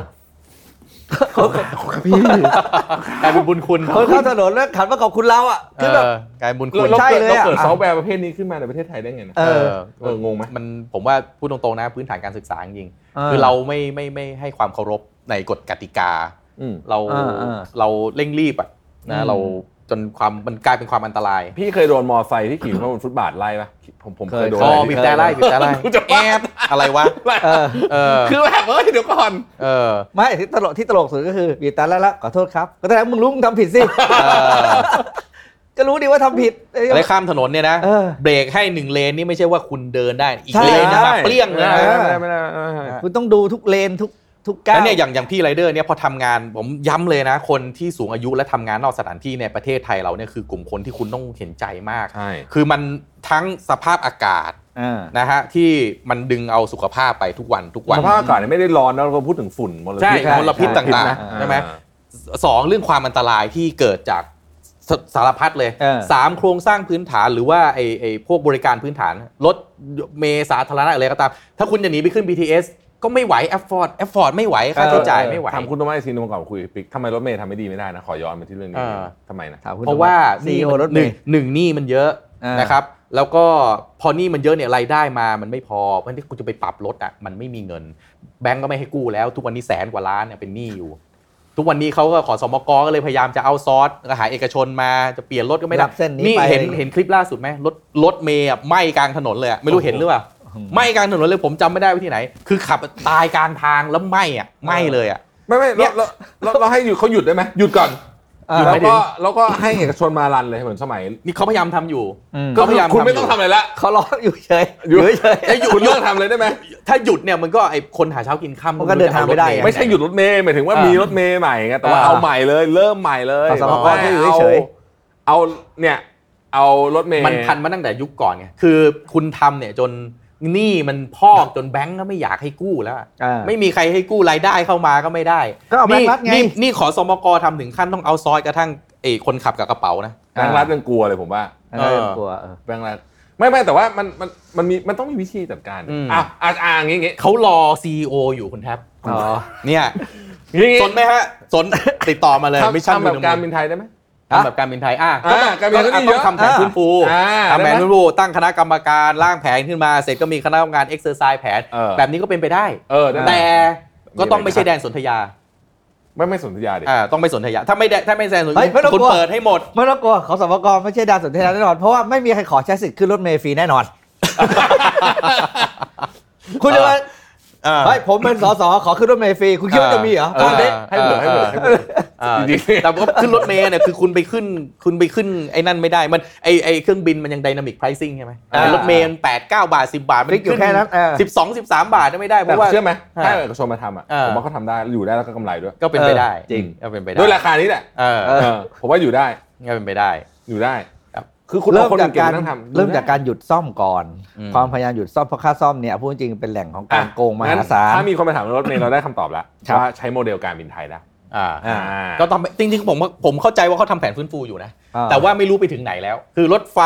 E: พี่
D: กลายเป็นบุญคุณ
C: คนเข้าถนนแล้วขันมาขอบคุณเราอ่ะ คือแบบ
D: เกลายเป็นบุญ
E: เรา
D: คุณ
E: เรา
C: ใช่
E: เกิด
C: เลย
E: เรา
C: อะ
E: เกิดซอฟต์แวร์ประเภทนี้ขึ้นมาในประเทศไทยได้ไงนะ
C: เออ
E: เอองงไหม
D: มันผมว่าพูดตรงๆนะพื้นฐานการศึกษาจริงๆ
C: เออ
D: คือเราไม่ไม่ไม่ให้ความเคารพในกฎกติกา
E: อืม
D: เรา
C: อ่าอ่า
D: เราเร่งรีบอ่ะ
C: อืม
D: นะเราจนความมันกลายเป็นความอันตราย
E: พี่เคยโดนมอไซค์ที่ขี่เข้าบนฟุตบาทไล่ปะผมผมเคยโดน
D: อ๋อ
E: เล
D: บี
E: ย
D: บแต่ไล่บีบแต่ไล่
E: กูจะ
D: แอ
E: บ้า
D: บอะไรวะ
C: เออ
D: เออ
E: คือแบบเฮ้ยเดี๋ยวก่อน
D: เออ
C: ไม่ที่ตลกที่ตลกสุดก็คือบีบแตาแล้วละขอโทษครับ ก็แสดงว่ามึงรู้มึงทำผิดสิ
D: เออ
C: ก็ ก็รู้ดีว่าทำผิด
D: อะไรข้ามถนนเนี่ยนะ
C: เออ
D: เบรกให้หนึ่งเลนนี่ไม่ใช่ว่าคุณเดินได้ อีก
C: ใช่
D: เลนนะมาเปรี้ยงเลย
E: ไม่
D: นะ
E: ได้ไม่ได้ไม่ได้ไม่ได้
C: คุณต้องดูทุกเลนทุกทุกก้า
D: แล้ว วเนี่ยอย่างอย่างพี่ไรเดอร์เนี่ยพอทำงานผมย้ำเลยนะ คนที่สูงอายุและทำงานนอกสถานที่ในประเทศไทยเราเนี่ยคือกลุ่มคนที่คุณต้องเห็นใจมาก
E: ใช่
D: คือมันทั้งสภาพอากาศนะฮะที่มันดึงเอาสุขภาพไปทุกวันทุกวัน
E: สภาพอากาศเนี่ยไม่ได้ร้อนนะเราพูดถึงฝุ่นมลพิษ
D: ใช่
E: นะ
D: มลพิษต่าง
E: นะ
D: ๆใช่ไหม สองเรื่องความอันตรายที่เกิดจากสสารพัดเลย
C: เออ
D: สามโครงสร้างพื้นฐานหรือว่าไอ้ไอ้พวกบริการพื้นฐานรถเมล์สาธารณะอะไรก็ตาม ถ้าคุณจะหนีไปขึ้น BTS ก็ไม่ไหว afford afford ไม่ไหวค่าใช้จ่ายไม่ไหว
E: ถามคุณต้นไม้ซีนมาก่อนคุยปิ๊กทำไมรถเมย์ทำไม่ดีไม่ได้นะ ขอย้อนไปที่เรื่องนี้
D: อ่า
E: ทำไมนะ
C: ถมคุณ
D: เพราะว่า
C: ซี
D: นี่
C: o
D: มัน
C: รถ
D: ห
C: เม
D: นึ่ง
C: ย์
D: หนึ่งหนี้มันเยอะ
C: อ่าน
D: นะครับ แล้วก็พอหนี้มันเยอะเนี่ยรายได้มามันไม่พอเพราะฉะนั้นที่คุณจะไปปรับรถอ่ะมันไม่มีเงิน แบงก์ก็ไม่ให้กู้แล้ว ทุกวันนี้แสนกว่าล้านเนี่ยเป็นหนี้อยู่ ทุกวันนี้เขาก็ขอสมกก็เลยพยายามจะเอาซอสหาเอกชนมาจะเปลี่ยนรถก็ไม่ได้
C: รับเส้นนี้ไป
D: เห็น
C: อะไรอย่างเงี้ย
D: เห็นคลิปล่าสุดไหมรถรถเมย์อะไหม้กลางถนนเลยอะไม่รู้
E: โอ้โห
D: เห็นหรือเปล่าไหม้กลางถนนเลยผมจำไม่ได้ว่าที่ไหน คือขับตายกลางทางแล้วไหม้อ่ะไหม้เลยอ่ะ
E: ไม่ไม่เราเราเราเราให้หยุดเขาหยุดได้ไหมหยุดก่อน
C: อ่า
E: แล้วก็แล้วก็ให้เอกชนมารันเลยเหมือนสมัย
D: นี่เขาพยายามทำอยู่
C: อืม
E: ก็
D: เขา
E: คือ
D: พา
E: ย
D: ยาม
E: คุณ
D: ทำอ
E: ไม่ต้อยู่ งทำอะไรละ
C: เขาร้องอยู่เฉย
E: หยุด
C: เฉย
E: ให้หยุดคุณเลิกทำเลยได้ไหม
D: ถ้าหยุดเนี่ยมันก็ไอคนหาเช้ากินค่ำ
C: มันก็เดินทางไม่ได้
D: รู้จะเอารถเล์
E: ไม่ใช่หยุดรถเมย์หมายถึงว่า
D: อ่ามี
E: มีรถเมย์ใหม่ไงแต่ว่า
C: อ่า
E: เอาใหม่เลย เริ่มใหม่เลย
C: ขอสมกให้อยู่เฉย
E: เอาเอาเนี่ยเอารถเมย์
D: มันพันมาตั้งแต่ยุคก่อนไงคือคุณทำเนี่ยจนหนี้มันพอกจนแบงก์ก็ไม่อยากให้กู้แล้วอะ
C: อ่า
D: ไม่มีใครให้กู้รายได้เข้ามาก็ไม่ได้
C: ก็เอาแบงค์รัฐไง
D: นี่นี่ขอสมกทำถึงขั้นต้องเอาซอยกระทั่งไอคนขับกับกระเป๋านะ
E: แบงค์รัฐยังกลัวเลยผมว่า
C: อันนั้น
D: เออ
C: กลัวเออ
E: แบงค์รัฐไม่ไม่แต่ว่ามันมันมันมีมันต้องมีวิธีจัดการ
D: อืม
E: อ่ะอ่ะอ่ะอย่างงี้อย่างงี้
D: เขารอซีออยู่คุณแท็บ
C: อ๋อ
D: เนี่ย
E: อย่างงี้
D: สนไหมฮะสน ติดต่อมาเลย
E: ทำ
D: ไม่ชั่น
E: ทำแบบการบินไทยได้ไหม
D: ทำแบบการบินไทยอ่ะ
E: อ่าการบินไทยก็มี
D: ต้อง
E: เยอะ
D: ทำแผนฟื้นฟู
E: อ่า
D: ทำแผน
E: ได้ไหม
D: ฟื้นฟูตั้งคณะกรรมการร่างแผนขึ้นมาเสร็จก็มีคณะกรรมการเอ็กซ์เซอร์ไซส์แผน
E: เออ
D: แบบนี้ก็เป็นไปได้
E: เออได้ไหม
D: แต่ก็ต้อง
E: มีอะไร
D: ไม่ใช่แดนสนธยา
E: ไม่ไม่สนธยาดิ
D: อ่าต้องไม่สนธยา ถ้าไม่แดนถ้าไม่แดนสนธ
C: เฮ้
D: ยาย
C: ไม่ต้อง
D: คุณ
C: กลัว
D: เปิดให้หมด
C: ไม่ต้องกลัวเขาสมกรไม่ใช่ดาวสนเทนาแน่นอน เพราะว่าไม่มีใครขอใช้สิทธิ์ขึ้นรถเมล์ฟรีแน่นอน คุณจะมาเฮ้ยผมเป็นสสขอขึ้นรถเมล์ฟรีคุณคิดว่าจะมีเหรอ
D: เออ
C: ตอนนี้
E: ให้เปิดให้เปิดให้เปิด
D: อ่า
E: จริงๆ
D: แต่ว่าขึ้นรถเมล์เนี่ยคือคุณไปขึ้นคุณไปขึ้นไอ้นั่นไม่ได้มันไอไอเครื่องบินมันยังไดนามิกไพรซิ่งใช่ไหม
E: อ่าร ร
D: ถเมล์มันแปดเก้าบาทสิบบาทมั
C: คลิกอยู่แค่นั้นเออ
D: สิบสองสิบสามบาทไม่ได้เพ
E: แต่
D: ราะว่า
E: เชื่อไหม
D: อ่า
E: ถ้าเอกชนมาทำอ่ะ
D: อ่า
E: ผมว่าเขาทำได้อยู่ได้แล้วก็กำไรด้วย
D: ก็เป็นไปได้
C: เออจริง
D: ก็เป็นไปได้
E: ด้วยราคานี้แหละ
D: เออ
E: เออผมว่าอยู่ได้
D: ก็เป็นไปได้
E: อยู่ได้
D: ครับ
E: คือคุณ
C: เริ่ม
E: อคน
C: จากการ
E: งๆนั่งทำ
C: เริ่มจากการหยุดซ่อมก่อน
D: อืม
C: ความพยายามหยุดซ่อมเพราะค่าซ่อมเนี่ยพูดจริงเป็นแหล่งของการโกงมหาศาล
E: ถ้ามีคนมาถามรถเมล์เรา ได้คำตอบแล้ว
C: ครับ
E: ว่าใช้โมเดลการบินไทยได้
D: อ่า
E: อ่า
D: ก็ต้องจริงๆผมว่าผมเข้าใจว่าเขาทำแผนฟื้นฟูอยู่นะ
C: อ่
D: แต่ว่าไม่รู้ไปถึงไหนแล้ว คือรถไฟ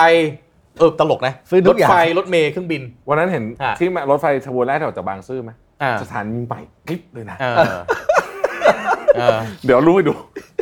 D: เออตลกนะ
C: ฟื้นทุ
D: ร
C: ก
D: ถ
C: อย่าง
D: ไฟรถเมล์เครื่องบิน
E: วันนั้นเห็น
D: อ่ะ
E: ที่รถไฟขบวนแรกแถวจากบางซื่อไหม
D: อ่า
E: สถานีใหม่กริ๊บเลยนะ
D: เออเออ
E: เดี๋ยวรู้ไปดู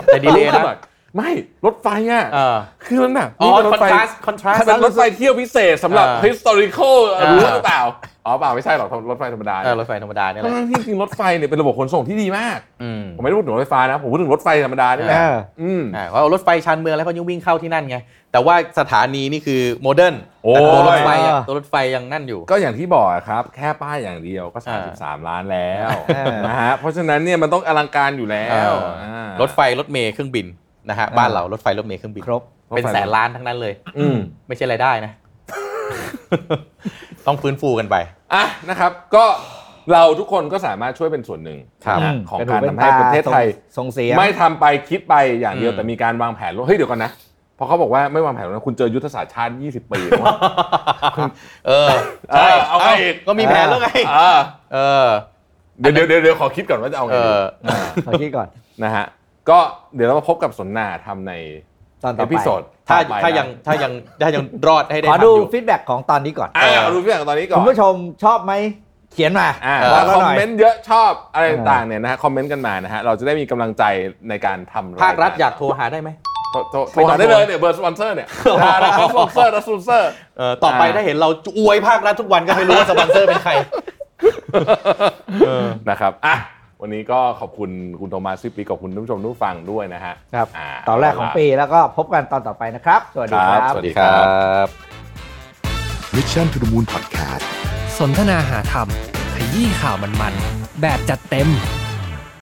D: แต่ดีเลย
E: รู้
D: นะ
E: แบบไม่รถไฟอ่ะ
D: เออ
E: คือมันแบบ
D: อ๋อ
E: นี่เป็นร
D: คอ
E: ถ
D: น
E: ไฟ
D: ทราสคอนทราส
E: เป็นรถไฟเที่ยวพิเศษสำหรับ
D: อ่า
E: historical
D: อ่า
E: รู้หรือเปล่าอ๋อเปล่าไม่ใช่หรอกรถไฟธรรมดา
D: เออรถไฟธรรมดาเนี่ยแหละ
E: ทั้งๆที่จริงรถไฟเนี่ยเป็นระบบขนส่งที่ดีมาก
D: อืม
E: ผมไม่ได้พูดถึงรถไฟฟ้านะผมพูดถึงรถไฟธรรมดานี่แห
C: เออ
E: ละอืม
D: อ่าเพราะรถไฟชานเมืองแล้วเขายังวิ่งเข้าที่นั่นไง แต่ว่าสถานีนี่คือโมเดิร์น
E: โอ้ย
D: แต่ตัวรถไฟอะ
C: เออ
D: ตัวรถไฟยังนั่นอยู่
E: ก็อย่างที่บอกอะครับ แค่ป้ายอย่างเดียวก็
D: อ่า
E: 33 ล้านแล้ว
C: อ่าน
E: นะฮะเพราะฉะนั้นเนี่ยมันต้องอลังการอยู่แล้ว
D: เออ
E: อ่าร
D: ถไฟรถเมล์เครื่องบินนะฮะบ้านเรารถไฟรถเมล์เครื่องบิน
C: ครบ
D: เป็นแสนล้านทั้งนั้นเลย
E: อืม
D: ไม่ใช่รายได้นะ ต้องฟื้นฟูกันไป
E: อ่ะนะครับก็เราทุกคนก็สามารถช่วยเป็นส่วนหนึ่ง
D: ครับ
E: นะ
C: ม
E: ของ
C: เป็น
E: การ
C: หู
E: ทำให้
C: ป็น
E: ประเทศไทย
C: ส่งส่งเสียง
E: ไม่ทำไปคิดไปอย่างเดียว
D: อืม
E: แต่มีการวางแผนว่าเฮ้ยเดี๋ยวก่อนนะเพอเขาบอกว่าไม่วางแผนนะคุณเจอยุทธศาสตร์ชาติ 20 ปี แล้ว
D: เออใช่
E: เออเอาไป
D: เอ้า
E: อีก
D: ก็มีแผนแล้วไง
E: อ่ะ
D: เออ
E: เดี๋ยวเดี๋ยวเดี๋ยวเดี๋ยวขอคิดก่อนว่าจะเอาไง
D: เอ
E: ดี
D: อ
C: ขอคิดก่อน
E: นะฮะก็เดี๋ยวเรามาพบกับสนนาทำใน
C: ตอนต่
E: เอ
C: อไป
E: พิโซด
D: ถ้า
E: ต่อไป
D: ถ้า
E: นะ
D: ยังถ้ายังถ้ายังรอดให้ได้
C: ขอ
D: ทำอ
C: ดู
D: ยู่
C: ฟีดแบ็กของตอนนี้ก่อน
E: อ่ะเอารู้เรื่องตอนนี้ก่อ
C: คุ
E: น
C: ณผู้ชมชอบไหม เขียนมา
E: อ่ะ
D: เอ
C: บ
D: อ
E: ถ้าก
C: รา
E: คอ
C: ห
E: ม
C: น่ย
E: เมนต์เยอะชอบอะไร
C: เออ
E: ต่างๆเนี่ยนะฮะคอมเมนต์กันมานะฮะเราจะได้มีกำลังใจในการทำยก
D: ภาครัฐอยากโทรหาได้ไหม
E: โทรโทรโทรหาได้เลยเนี่ยเบอร์สปอนเซอร์เนี่ยดาราสปอนเซอร์รัสปอนเซอร์
D: เออต่อไป
E: อ่า
D: ถ้าเห็นเราอวยภาครัฐทุกวันก็ให้รู้ว่าสปอนเซอร์เป็นใคร เออ
E: นะครับอ่ะวันนี้ก็ขอบคุณคุณโทมัสซิปปีขอบคุณท่านผู้ชมทุกฟังด้วยนะฮะ
C: ครับ
E: า
C: ตอนแรกของปีแล้วก็พบกันตอนต่อไปนะครับ สวัส
E: ค
C: ดี
E: รั
C: ครับ บ
E: สวัสดีครับ
A: Mission to the Moon Podcast
B: สนทนาหาธรรม ขยี้ข่าวมันๆ แบบจัดเต็ม